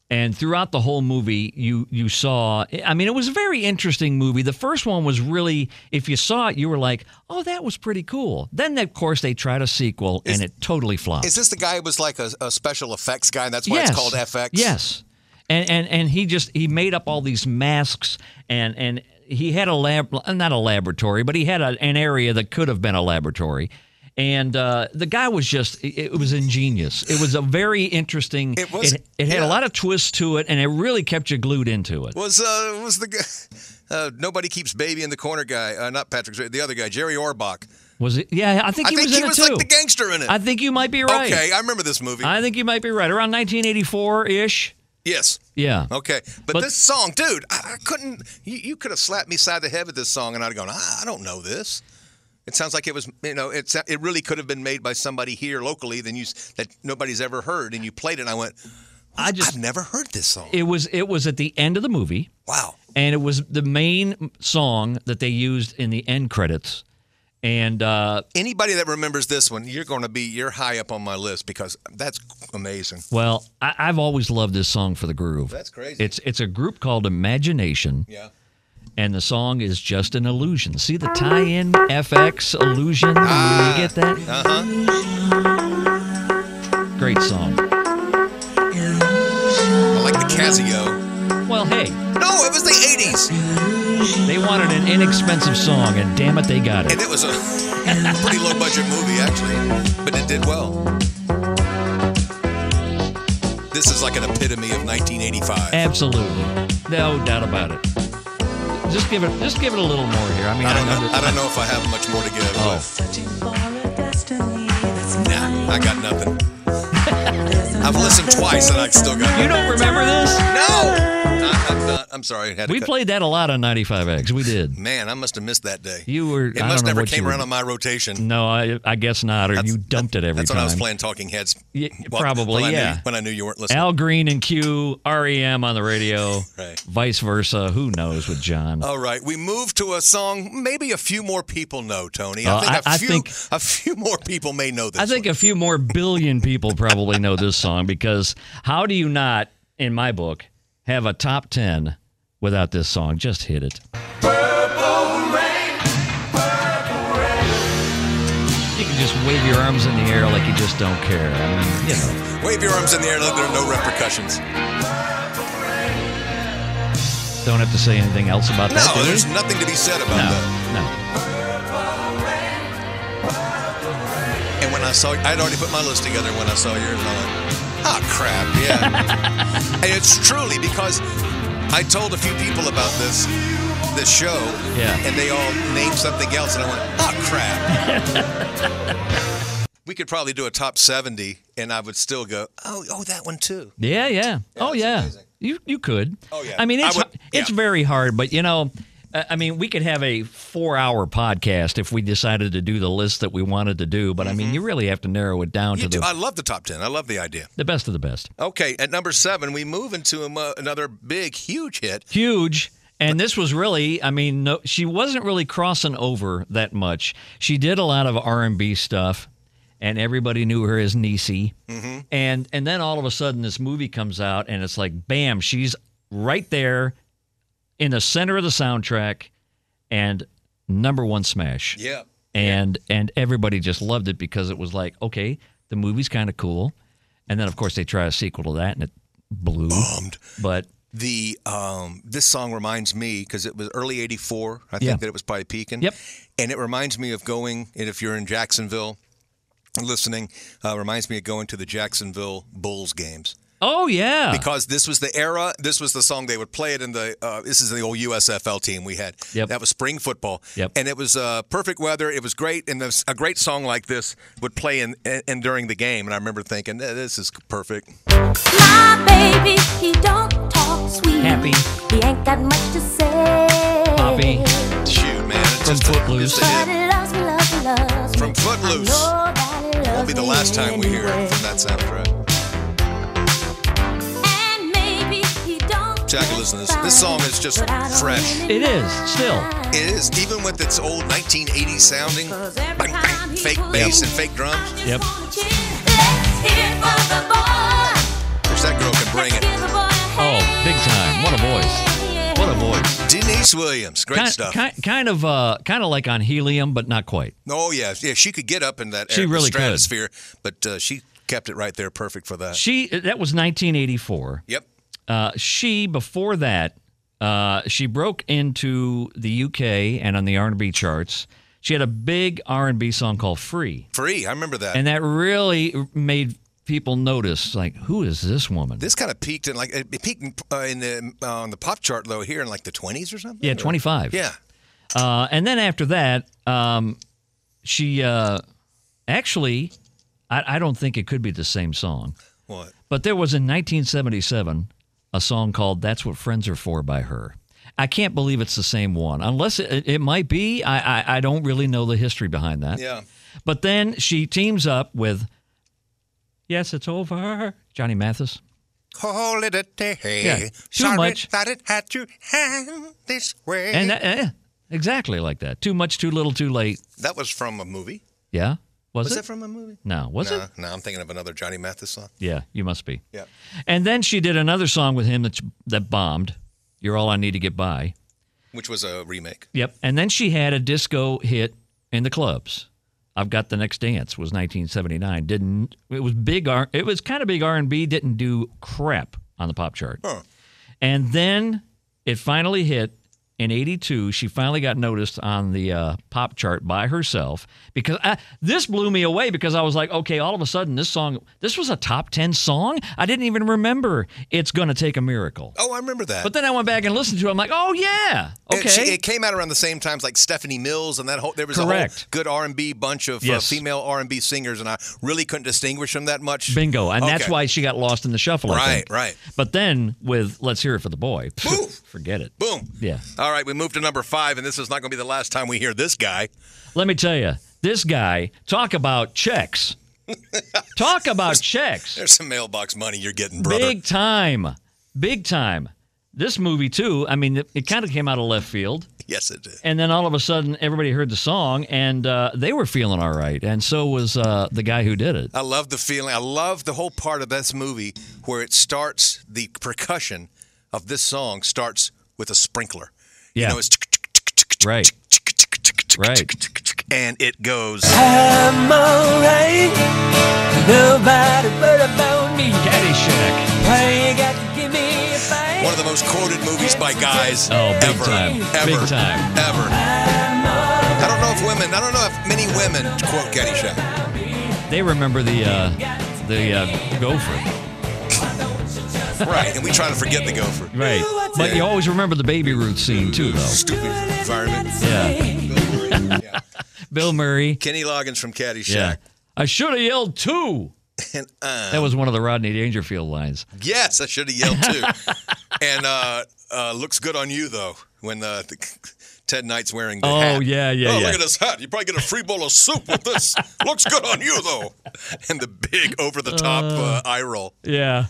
[SPEAKER 3] and throughout the whole movie, you you saw. I mean, it was a very interesting movie. The first one was really, if you saw it, you were like, "Oh, that was pretty cool." Then, of course, they tried a sequel, and it totally flopped.
[SPEAKER 2] Is this the guy who was like a, a special effects guy and that's why
[SPEAKER 3] yes.
[SPEAKER 2] it's called FX?
[SPEAKER 3] Yes, and and and he just he made up all these masks and and. He had a lab, not a laboratory, but he had a, an area that could have been a laboratory. And uh, the guy was just, it it was ingenious. It was a very interesting,
[SPEAKER 2] It was-
[SPEAKER 3] it, it had
[SPEAKER 2] yeah.
[SPEAKER 3] a lot of twists to it, and it really kept you glued into it.
[SPEAKER 2] Was uh was the guy, uh, nobody keeps baby in the corner guy? Uh, not Patrick, the other guy, Jerry Orbach.
[SPEAKER 3] Was it? Yeah, I think
[SPEAKER 2] I
[SPEAKER 3] he
[SPEAKER 2] think
[SPEAKER 3] was
[SPEAKER 2] he
[SPEAKER 3] in
[SPEAKER 2] was
[SPEAKER 3] it too.
[SPEAKER 2] like the gangster in it.
[SPEAKER 3] I think you might be right.
[SPEAKER 2] Okay, I remember this movie.
[SPEAKER 3] I think you might be right. Around 1984 ish.
[SPEAKER 2] yes.
[SPEAKER 3] Yeah.
[SPEAKER 2] Okay, but,
[SPEAKER 3] But-
[SPEAKER 2] this song, dude, I, I couldn't. You, you could have slapped me side the head with this song, and I'd have gone, "Ah, I, I don't know this. It sounds like it was, you know, it's it really could have been made by somebody here locally than you s- that nobody's ever heard, and you played it, and I went,
[SPEAKER 3] I just,
[SPEAKER 2] I've never heard this song.
[SPEAKER 3] it was, it was at the end of the movie.
[SPEAKER 2] wow.
[SPEAKER 3] and it was the main song that they used in the end credits. And uh,
[SPEAKER 2] Anybody that remembers this one, you're going to be you're high up on my list because that's amazing.
[SPEAKER 3] well, I, I've always loved this song for the groove.
[SPEAKER 2] That's crazy.
[SPEAKER 3] It's it's a group called Imagination,
[SPEAKER 2] Yeah.
[SPEAKER 3] and the song is just an illusion. See the tie-in FX illusion.
[SPEAKER 2] Ah.
[SPEAKER 3] you get that? Uh
[SPEAKER 2] Uh-huh.
[SPEAKER 3] huh. Great song.
[SPEAKER 2] I like the Casio.
[SPEAKER 3] Well, hey,
[SPEAKER 2] No, it was the 80s,
[SPEAKER 3] they wanted an inexpensive song, and damn it, they got
[SPEAKER 2] and
[SPEAKER 3] it.
[SPEAKER 2] it was a pretty low budget movie actually, but it did well. This is like an epitome of 1985.
[SPEAKER 3] Absolutely, no doubt about it. Just give it, just give it a little more here. I mean,
[SPEAKER 2] I don't
[SPEAKER 3] know
[SPEAKER 2] know. I
[SPEAKER 3] that-
[SPEAKER 2] don't know if I have much more to give.
[SPEAKER 3] Oh.
[SPEAKER 5] Searching for a destiny that's
[SPEAKER 2] but Nah, I
[SPEAKER 5] mine.
[SPEAKER 2] got nothing. I've listened twice and I still got nothing.
[SPEAKER 3] You don't remember this?
[SPEAKER 2] No, I, I'm not. I'm sorry. I had to
[SPEAKER 3] We
[SPEAKER 2] cut.
[SPEAKER 3] played that a lot on 95X. We did.
[SPEAKER 2] Man, I must have missed that day.
[SPEAKER 3] You were.
[SPEAKER 2] It
[SPEAKER 3] I
[SPEAKER 2] must
[SPEAKER 3] don't know
[SPEAKER 2] never
[SPEAKER 3] what you
[SPEAKER 2] came
[SPEAKER 3] were-
[SPEAKER 2] around on my rotation.
[SPEAKER 3] No, I, I guess not. Or you dumped it every
[SPEAKER 2] That's
[SPEAKER 3] time.
[SPEAKER 2] when I was playing Talking Heads.
[SPEAKER 3] Ye-
[SPEAKER 2] Well,
[SPEAKER 3] probably,
[SPEAKER 2] when I knew-
[SPEAKER 3] yeah.
[SPEAKER 2] when I knew you weren't listening.
[SPEAKER 3] Al Green and Q, REM on the radio,
[SPEAKER 2] Right. Oh,
[SPEAKER 3] vice versa. Who knows with John?
[SPEAKER 2] All right, we move to a song. Maybe a few more people know Tony.
[SPEAKER 3] Uh,
[SPEAKER 2] I think a
[SPEAKER 3] I- I
[SPEAKER 2] few.
[SPEAKER 3] think-
[SPEAKER 2] a few more people may know this.
[SPEAKER 3] I think
[SPEAKER 2] one.
[SPEAKER 3] a few more billion people probably know this song because how do you not, in my book, have a top 10 without this song? Just hit it. You can just wave your arms in the air like you just don't care. I mean, you know.
[SPEAKER 2] Wave your arms in the air. Let there are no repercussions.
[SPEAKER 3] Don't have to say anything else about that.
[SPEAKER 2] No,
[SPEAKER 3] do we?
[SPEAKER 2] there's nothing to be said about that.
[SPEAKER 3] no,
[SPEAKER 2] And when I saw, I'd already put my list together when I saw yours. And I'm like, oh crap, yeah. and it's truly because I told a few people about this this show,
[SPEAKER 3] Yeah.
[SPEAKER 2] and they all named something else, and I went, oh "Ah, crap. we could probably do a top 70 and I would still go, oh, oh, that one too.
[SPEAKER 3] Yeah, yeah. oh,
[SPEAKER 2] that's
[SPEAKER 3] yeah.
[SPEAKER 2] amazing.
[SPEAKER 3] You you could.
[SPEAKER 2] Oh, yeah.
[SPEAKER 3] I mean,
[SPEAKER 2] I
[SPEAKER 3] it's
[SPEAKER 2] would-
[SPEAKER 3] it's
[SPEAKER 2] yeah.
[SPEAKER 3] very hard, but you know, uh, I mean, we could have a four-hour podcast if we decided to do the list that we wanted to do. But I mean, you really have to narrow it down
[SPEAKER 2] Mm-hmm. You
[SPEAKER 3] to
[SPEAKER 2] do.
[SPEAKER 3] the,
[SPEAKER 2] I love the top 10. I love the idea.
[SPEAKER 3] the best of the best.
[SPEAKER 2] Okay, at number seven, we move into a, mo- another big, huge hit.
[SPEAKER 3] Huge. And this was really, I mean, no, she wasn't really crossing over that much. She did a lot of R and B stuff, and everybody knew her as Niecy. And and then all of a sudden, this movie comes out, and it's like, bam, she's right there in the center of the soundtrack, and number one smash.
[SPEAKER 2] Yeah.
[SPEAKER 3] And and everybody just loved it because it was like, okay, the movie's kind of cool. And then of course they try a sequel to that, and it blew.
[SPEAKER 2] Bummed.
[SPEAKER 3] But
[SPEAKER 2] the um, this song reminds me because it was early '84. I think
[SPEAKER 3] Yeah.
[SPEAKER 2] that it was probably peaking.
[SPEAKER 3] Yep.
[SPEAKER 2] And it reminds me of going. And if you're in Jacksonville, and listening, uh, reminds me of going to the Jacksonville Bulls games
[SPEAKER 3] oh yeah,
[SPEAKER 2] because this was the era. This was the song they would play it in the. Uh, this is the old USFL team we had.
[SPEAKER 3] Yep.
[SPEAKER 2] That was spring football.
[SPEAKER 3] Yep.
[SPEAKER 2] And it was uh, perfect weather. It was great, and this, a great song like this would play in, in, in during the game. And I remember thinking, "Eh, this is perfect.
[SPEAKER 6] My baby, he don't talk sweet.
[SPEAKER 3] Happy.
[SPEAKER 6] He ain't got much to say.
[SPEAKER 3] Poppy.
[SPEAKER 2] Shoot, man! It's
[SPEAKER 3] From
[SPEAKER 2] just a-
[SPEAKER 3] Footloose.
[SPEAKER 2] just a
[SPEAKER 6] But
[SPEAKER 2] hit.
[SPEAKER 6] he loves me, loves me, loves me.
[SPEAKER 2] From Footloose.
[SPEAKER 6] I know that he loves
[SPEAKER 2] Won't be the
[SPEAKER 6] me
[SPEAKER 2] last time we hear
[SPEAKER 6] anyway.
[SPEAKER 2] it from that soundtrack.
[SPEAKER 6] And maybe he don't
[SPEAKER 2] Jack,
[SPEAKER 6] get
[SPEAKER 2] listen to this. This song is just
[SPEAKER 6] but I don't
[SPEAKER 2] fresh.
[SPEAKER 6] really
[SPEAKER 3] It is still.
[SPEAKER 6] mind.
[SPEAKER 2] It is, even with its old 1980s sounding, bang, bang, fake bass and fake drums.
[SPEAKER 3] Yep.
[SPEAKER 2] Which that girl can bring it.
[SPEAKER 3] Oh, big time. What a voice. What a voice.
[SPEAKER 2] Denise Williams, great
[SPEAKER 3] Kind,
[SPEAKER 2] stuff.
[SPEAKER 3] kind, kind of uh, kind of like on helium, but not quite.
[SPEAKER 2] oh yeah, yeah, she could get up in that
[SPEAKER 3] She
[SPEAKER 2] air,
[SPEAKER 3] really could.
[SPEAKER 2] stratosphere, but uh, she kept it right there, perfect for that.
[SPEAKER 3] She that was 1984.
[SPEAKER 2] Yep.
[SPEAKER 3] Uh, she before that, uh, she broke into the UK and on the R&B charts. She had a big R&B song called "Free,"
[SPEAKER 2] Free, I remember that.
[SPEAKER 3] and that really made people notice. Like, who is this woman?
[SPEAKER 2] this kind of peaked in like it peaked in, uh, in the uh, on the pop chart though here in like the 20s or something.
[SPEAKER 3] yeah, 25.
[SPEAKER 2] Yeah.
[SPEAKER 3] Uh, and then after that, um, she uh, actually, I, I don't think it could be the same song,
[SPEAKER 2] What?
[SPEAKER 3] but there was in 1977 a song called That's What Friends Are For by her. I can't believe it's the same one, unless it, it might be. I, I, I don't really know the history behind that.
[SPEAKER 2] Yeah.
[SPEAKER 3] But then she teams up with, Yes, It's Over, Johnny Mathis.
[SPEAKER 2] Call it a day.
[SPEAKER 3] Yeah, too
[SPEAKER 2] Sorry
[SPEAKER 3] much.
[SPEAKER 2] that it had to end this way.
[SPEAKER 3] And that, eh, exactly like that. Too much, too little, too late.
[SPEAKER 2] That was from a movie.
[SPEAKER 3] Yeah. Was,
[SPEAKER 2] Was
[SPEAKER 3] it?
[SPEAKER 2] that from a movie?
[SPEAKER 3] no, was
[SPEAKER 2] no,
[SPEAKER 3] it?
[SPEAKER 2] no, I'm thinking of another Johnny Mathis song.
[SPEAKER 3] Yeah, you must be.
[SPEAKER 2] Yeah.
[SPEAKER 3] And then she did another song with him that that bombed. You're all I need to get by.
[SPEAKER 2] Which was a remake.
[SPEAKER 3] Yep. And then she had a disco hit in the clubs. I've got the next dance was 1979. Didn't it was big R. It was kind of big R and B. Didn't do crap on the pop chart.
[SPEAKER 2] Huh.
[SPEAKER 3] And then it finally hit in 82. She finally got noticed on the uh, pop chart by herself because I, this blew me away because I was like, okay, all of a sudden this song, this was a top 10 song. I didn't even remember It's Gonna Take a Miracle.
[SPEAKER 2] Oh, I remember that.
[SPEAKER 3] But then I went back and listened to it. I'm like, oh, yeah. Okay.
[SPEAKER 2] It, she- it came out around the same times like Stephanie Mills and that whole there was a whole
[SPEAKER 3] Correct.
[SPEAKER 2] good R&B bunch of
[SPEAKER 3] Yes.
[SPEAKER 2] uh, female R&B singers and I really couldn't distinguish them that much.
[SPEAKER 3] Bingo. And that's
[SPEAKER 2] Okay.
[SPEAKER 3] why she got lost in the shuffle. I
[SPEAKER 2] Right,
[SPEAKER 3] think.
[SPEAKER 2] right.
[SPEAKER 3] But then with Let's Hear It for the Boy,
[SPEAKER 2] Woo!
[SPEAKER 3] forget it.
[SPEAKER 2] Boom.
[SPEAKER 3] Yeah.
[SPEAKER 2] All right, we move to number 5 and this is not going to be the last time we hear this guy.
[SPEAKER 3] Let me tell you, this guy, talk about checks. talk about checks.
[SPEAKER 2] There's some mailbox money you're getting, brother.
[SPEAKER 3] Big time. Big time. This movie, too, I mean, it, it kind of came out of left field.
[SPEAKER 2] Yes it is.
[SPEAKER 3] And then all of a sudden, everybody heard the song and uh, they were feeling all right. And so was uh, the guy who did it.
[SPEAKER 2] I love the feeling. I love the whole part of this movie where it starts the percussion of this song starts with a sprinkler.
[SPEAKER 3] Yeah.
[SPEAKER 2] You know, it's
[SPEAKER 3] Right. Right.
[SPEAKER 2] and it goes.
[SPEAKER 7] I'm alright. Nobody but about me.
[SPEAKER 3] Caddyshack.
[SPEAKER 7] Why you got to give me a fight?
[SPEAKER 2] One of the most quoted movies by guys
[SPEAKER 3] Oh, big
[SPEAKER 2] ever,
[SPEAKER 3] time.
[SPEAKER 2] ever,
[SPEAKER 3] Big time.
[SPEAKER 2] ever. I don't know if women. I don't know if many women quote Caddyshack.
[SPEAKER 3] They remember the uh, the uh, gopher.
[SPEAKER 2] Right, and we try to forget the gopher.
[SPEAKER 3] Right. But you always remember the baby root scene, too, though.
[SPEAKER 2] Stupid environment.
[SPEAKER 3] Yeah.
[SPEAKER 2] Yeah.
[SPEAKER 3] Bill Murray.
[SPEAKER 2] Kenny Loggins from Caddyshack.
[SPEAKER 3] Yeah. I should have yelled too.
[SPEAKER 2] And uh,
[SPEAKER 3] That was one of the Rodney Dangerfield lines.
[SPEAKER 2] yes, I should have yelled too. and uh, uh, looks good on you though when uh, the, Ted Knight's wearing the
[SPEAKER 3] Oh,
[SPEAKER 2] hat.
[SPEAKER 3] yeah, yeah,
[SPEAKER 2] Oh,
[SPEAKER 3] yeah.
[SPEAKER 2] look at his hat. You probably get a free bowl of soup with this. looks good on you though. And the big over the top uh, eye roll.
[SPEAKER 3] Yeah.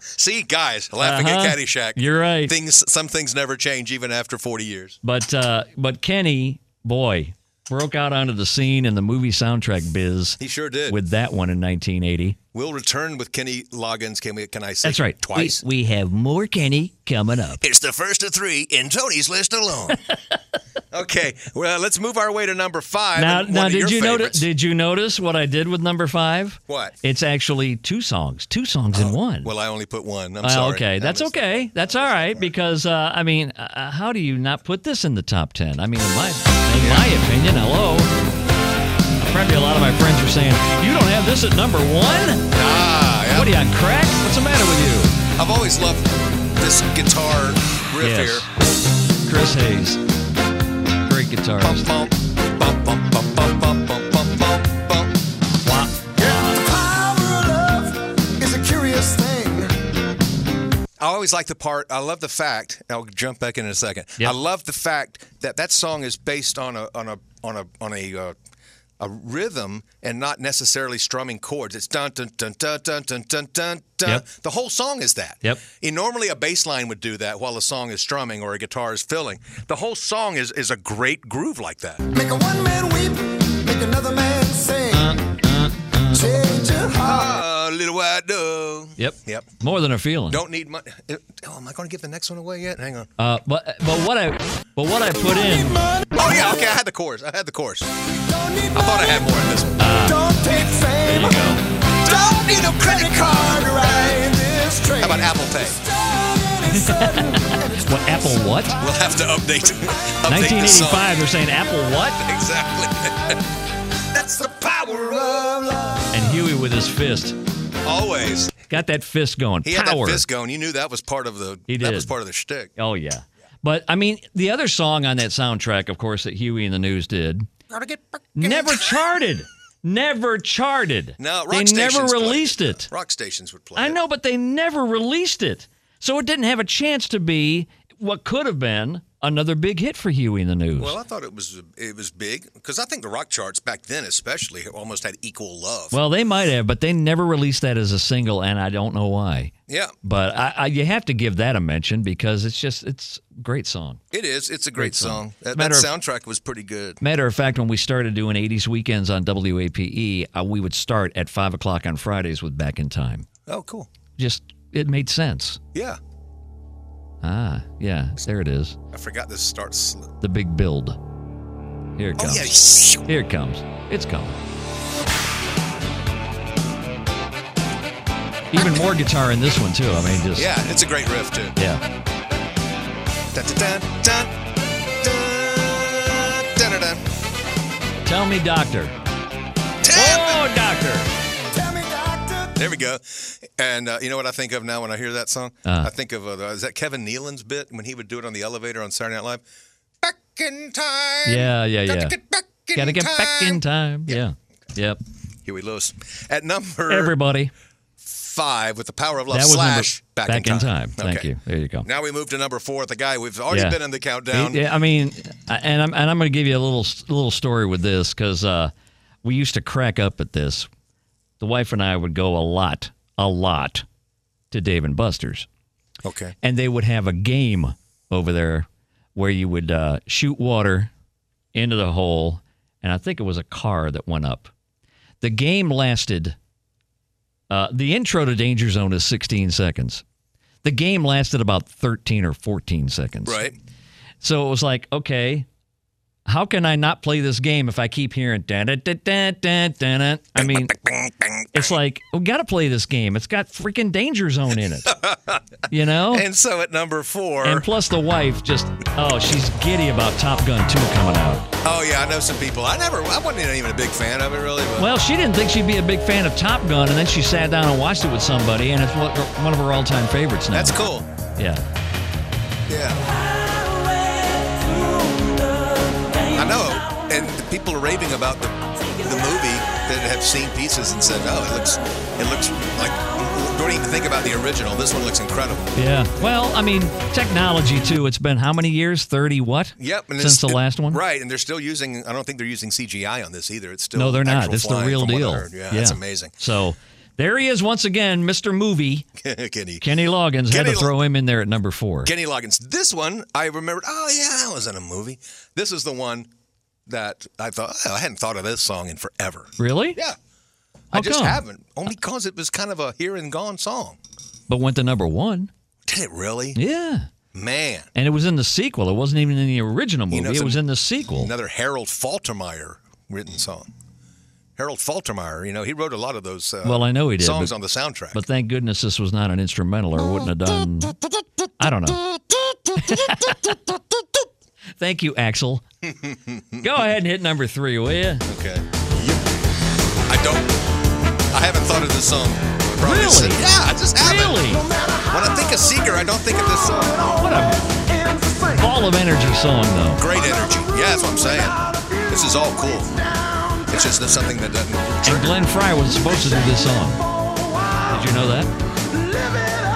[SPEAKER 2] See, guys, laughing
[SPEAKER 3] Uh-huh.
[SPEAKER 2] at Caddyshack.
[SPEAKER 3] You're right.
[SPEAKER 2] Things, some things never change even after 40 years.
[SPEAKER 3] But uh, but Kenny, boy, broke out onto the scene in the movie soundtrack biz
[SPEAKER 2] He sure did.
[SPEAKER 3] with that one in 1980.
[SPEAKER 2] we'll return with Kenny Loggins. Can we? Can I say
[SPEAKER 3] That's right.
[SPEAKER 2] Twice.
[SPEAKER 3] We, we have more Kenny coming up.
[SPEAKER 2] It's the first of three in Tony's list alone. okay, well, let's move our way to number five.
[SPEAKER 3] Now,
[SPEAKER 2] and
[SPEAKER 3] now
[SPEAKER 2] one of
[SPEAKER 3] did
[SPEAKER 2] your
[SPEAKER 3] you
[SPEAKER 2] favorites.
[SPEAKER 3] notice? Did you notice what I did with number five?
[SPEAKER 2] What? Oh,
[SPEAKER 3] It's actually two songs, two songs in one.
[SPEAKER 2] Well, I only put one. I'm
[SPEAKER 3] Uh,
[SPEAKER 2] sorry.
[SPEAKER 3] okay,
[SPEAKER 2] I
[SPEAKER 3] that's
[SPEAKER 2] missed-
[SPEAKER 3] okay. That's all right because uh, I mean, uh, how do you not put this in the top ten? I mean, in my in my opinion, hello. Probably a lot of my friends are saying you don't have this at number one.
[SPEAKER 2] Ah, yeah.
[SPEAKER 3] What are you on crack? What's the matter with
[SPEAKER 2] I've always loved this guitar
[SPEAKER 3] you?
[SPEAKER 2] riff here.
[SPEAKER 3] Chris Hayes,
[SPEAKER 2] Bum,
[SPEAKER 3] great guitarist.
[SPEAKER 2] bum, bum, bum, bum, bum, bum, bum, bum, bum, bum. I always like the part. I love the fact. I'll jump back in in a second.
[SPEAKER 3] Yep.
[SPEAKER 2] I love the fact that that song is based on a on a on a on a uh, a rhythm and not necessarily strumming chords. It's dun dun dun dun dun dun dun dun. dun.
[SPEAKER 3] Yep.
[SPEAKER 2] The whole song is that.
[SPEAKER 3] Yep.
[SPEAKER 2] And normally a bass line would do that while a song is strumming or a guitar is filling. The whole song is is a great groove like that.
[SPEAKER 8] Make a one man weep, make another man sing. Change your heart.
[SPEAKER 2] Uh, little white dog.
[SPEAKER 3] Yep.
[SPEAKER 2] Yep.
[SPEAKER 3] More than a feeling.
[SPEAKER 2] Don't need much. Oh, am I going to give the next one away yet? Hang on.
[SPEAKER 3] Uh, but but what I but what I put in.
[SPEAKER 2] Oh yeah. Okay. I had the chorus. I had the chorus. I thought I had more in this one.
[SPEAKER 8] Don't take
[SPEAKER 3] There
[SPEAKER 8] fame.
[SPEAKER 3] you go.
[SPEAKER 2] Don't need no credit card.
[SPEAKER 8] Hard ride this train.
[SPEAKER 2] How about Apple Pay?
[SPEAKER 3] What Apple? What?
[SPEAKER 2] We'll have to update. update the song.
[SPEAKER 3] 1985. They're saying Apple what?
[SPEAKER 2] Exactly. That's the power of
[SPEAKER 3] And Huey with his fist
[SPEAKER 2] always.
[SPEAKER 3] got that fist going.
[SPEAKER 2] He had
[SPEAKER 3] Power.
[SPEAKER 2] that fist going. You knew that was part of the.
[SPEAKER 3] He
[SPEAKER 2] That was
[SPEAKER 3] did.
[SPEAKER 2] part of the shtick.
[SPEAKER 3] Oh yeah. But I mean, the other song on that soundtrack, of course, that Huey and the News did, never charted. Never charted.
[SPEAKER 2] No, rock
[SPEAKER 3] they never
[SPEAKER 2] stations played
[SPEAKER 3] released it.
[SPEAKER 2] Rock stations would play.
[SPEAKER 3] I
[SPEAKER 2] it.
[SPEAKER 3] know, but they never released it, so it didn't have a chance to be what could have been another big hit for Huey and the News.
[SPEAKER 2] Well, I thought it was it was big because I think the rock charts back then, especially, almost had equal love.
[SPEAKER 3] Well, they might have, but they never released that as a single, and I don't know why.
[SPEAKER 2] yeah,
[SPEAKER 3] But I, I, you have to give that a mention because it's just it's a great song.
[SPEAKER 2] it is. It's a great, song. That, that
[SPEAKER 3] Matter of-
[SPEAKER 2] soundtrack was pretty good.
[SPEAKER 3] Matter of fact, when we started doing '80s weekends on WAPe, uh, we would start at five o'clock on Fridays with Back in Time.
[SPEAKER 2] Oh, cool.
[SPEAKER 3] Just it made sense.
[SPEAKER 2] Yeah,
[SPEAKER 3] Ah, yeah, there it is.
[SPEAKER 2] I forgot this starts. slow.
[SPEAKER 3] The big build. Here it
[SPEAKER 2] Oh
[SPEAKER 3] comes.
[SPEAKER 2] yeah,
[SPEAKER 3] Here it comes. It's coming. Even more guitar in this one too. I mean, just
[SPEAKER 2] yeah. It's a great riff too.
[SPEAKER 3] yeah.
[SPEAKER 2] Dun, dun, dun, dun, dun, dun, dun, dun.
[SPEAKER 3] Tell me, Doctor.
[SPEAKER 2] Tap
[SPEAKER 3] Oh, Doctor.
[SPEAKER 8] Tell me, doctor.
[SPEAKER 2] it. There we go. And uh, you know what I think of now when I hear that song? I think of uh, the- is that Kevin Nealon's bit when he would do it on the elevator on Saturday Night Live? Back in time.
[SPEAKER 3] Yeah, yeah,
[SPEAKER 2] Gotta
[SPEAKER 3] yeah.
[SPEAKER 2] get back in
[SPEAKER 3] Gotta get
[SPEAKER 2] time.
[SPEAKER 3] back in time. Yeah. Yep.
[SPEAKER 2] Huey Lewis. At number
[SPEAKER 3] Everybody.
[SPEAKER 2] five with the power of love
[SPEAKER 3] That was number-
[SPEAKER 2] slash back,
[SPEAKER 3] Back in Time.
[SPEAKER 2] Okay.
[SPEAKER 3] Thank you. There you go.
[SPEAKER 2] Now we move to number four, the guy we've already
[SPEAKER 3] Yeah.
[SPEAKER 2] been in the countdown.
[SPEAKER 3] Yeah, I mean, I- and I'm and I'm going to give you a little little story with this because uh, we used to crack up at this. The wife and I would go a lot, a lot, to Dave and Buster's,
[SPEAKER 2] Okay.
[SPEAKER 3] and they would have a game over there where you would uh, shoot water into the hole, and I think it was a car that went up. The game lasted. Uh, the intro to Danger Zone is 16 seconds. The game lasted about 13 or 14 seconds.
[SPEAKER 2] Right.
[SPEAKER 3] So it was like, okay, how can I not play this game if I keep hearing da da da da da da? I mean, it's like we got to play this game. It's got freaking danger zone in it, you know.
[SPEAKER 2] And so at number four,
[SPEAKER 3] And plus, the wife just oh, she's giddy about Top Gun 2 coming out.
[SPEAKER 2] oh yeah, I know some people. I never, I wasn't even a big fan of it really. But
[SPEAKER 3] Well, she didn't think she'd be a big fan of Top Gun, and then she sat down and watched it with somebody, and it's one one of her all-time favorites now.
[SPEAKER 2] that's cool.
[SPEAKER 3] yeah.
[SPEAKER 2] Yeah, I know. And the people are raving about the the movie that have seen pieces and said, "Oh, it looks, it looks like." Don't even think about the original. This one looks incredible.
[SPEAKER 3] Yeah. Well, I mean, technology too. It's been how many years? Thirty what?
[SPEAKER 2] Yep. and
[SPEAKER 3] Since
[SPEAKER 2] it's-
[SPEAKER 3] the last one.
[SPEAKER 2] Right, and they're still using. I don't think they're using CGI on this either. It's still
[SPEAKER 3] No, they're not.
[SPEAKER 2] actual
[SPEAKER 3] It's the
[SPEAKER 2] flying
[SPEAKER 3] real
[SPEAKER 2] from what I
[SPEAKER 3] deal.
[SPEAKER 2] heard. Yeah, that's amazing.
[SPEAKER 3] So there he is once again, Mr. Movie.
[SPEAKER 2] Kenny.
[SPEAKER 3] Kenny Loggins had
[SPEAKER 2] Kenny
[SPEAKER 3] to
[SPEAKER 2] Lo-
[SPEAKER 3] throw him in there at number four.
[SPEAKER 2] Kenny Loggins. This one I remembered. Oh yeah, that was in a movie. This is the one that I thought oh, I hadn't thought of this song in forever.
[SPEAKER 3] really?
[SPEAKER 2] Yeah, I
[SPEAKER 3] How
[SPEAKER 2] just
[SPEAKER 3] come?
[SPEAKER 2] haven't. Only because it was kind of a here and gone song.
[SPEAKER 3] But went to number one.
[SPEAKER 2] Did it really?
[SPEAKER 3] Yeah.
[SPEAKER 2] Man,
[SPEAKER 3] And it was in the sequel. It wasn't even in the original movie.
[SPEAKER 2] know,
[SPEAKER 3] it
[SPEAKER 2] some-
[SPEAKER 3] was in the sequel.
[SPEAKER 2] another Harold Faltermeyer written song. Harold Faltermeyer, you know, he wrote a lot of those. Uh,
[SPEAKER 3] Well, I know he did,
[SPEAKER 2] songs
[SPEAKER 3] but-
[SPEAKER 2] on the soundtrack.
[SPEAKER 3] But thank goodness this was not an instrumental, or it wouldn't have done. I don't know. thank you, Axel. Go ahead and hit number three, will you?
[SPEAKER 2] Okay. I don't. I haven't thought of this song. Probably
[SPEAKER 3] Really?
[SPEAKER 2] since- yeah, I just haven't.
[SPEAKER 3] Really?
[SPEAKER 2] When I think of Seeker, I don't think of this song.
[SPEAKER 3] What a ball of energy song, though.
[SPEAKER 2] Great energy. Yeah, that's what I'm saying. This is all cool. It's just that something that doesn't.
[SPEAKER 3] And Glenn Fry was supposed to do this song. Did you know that?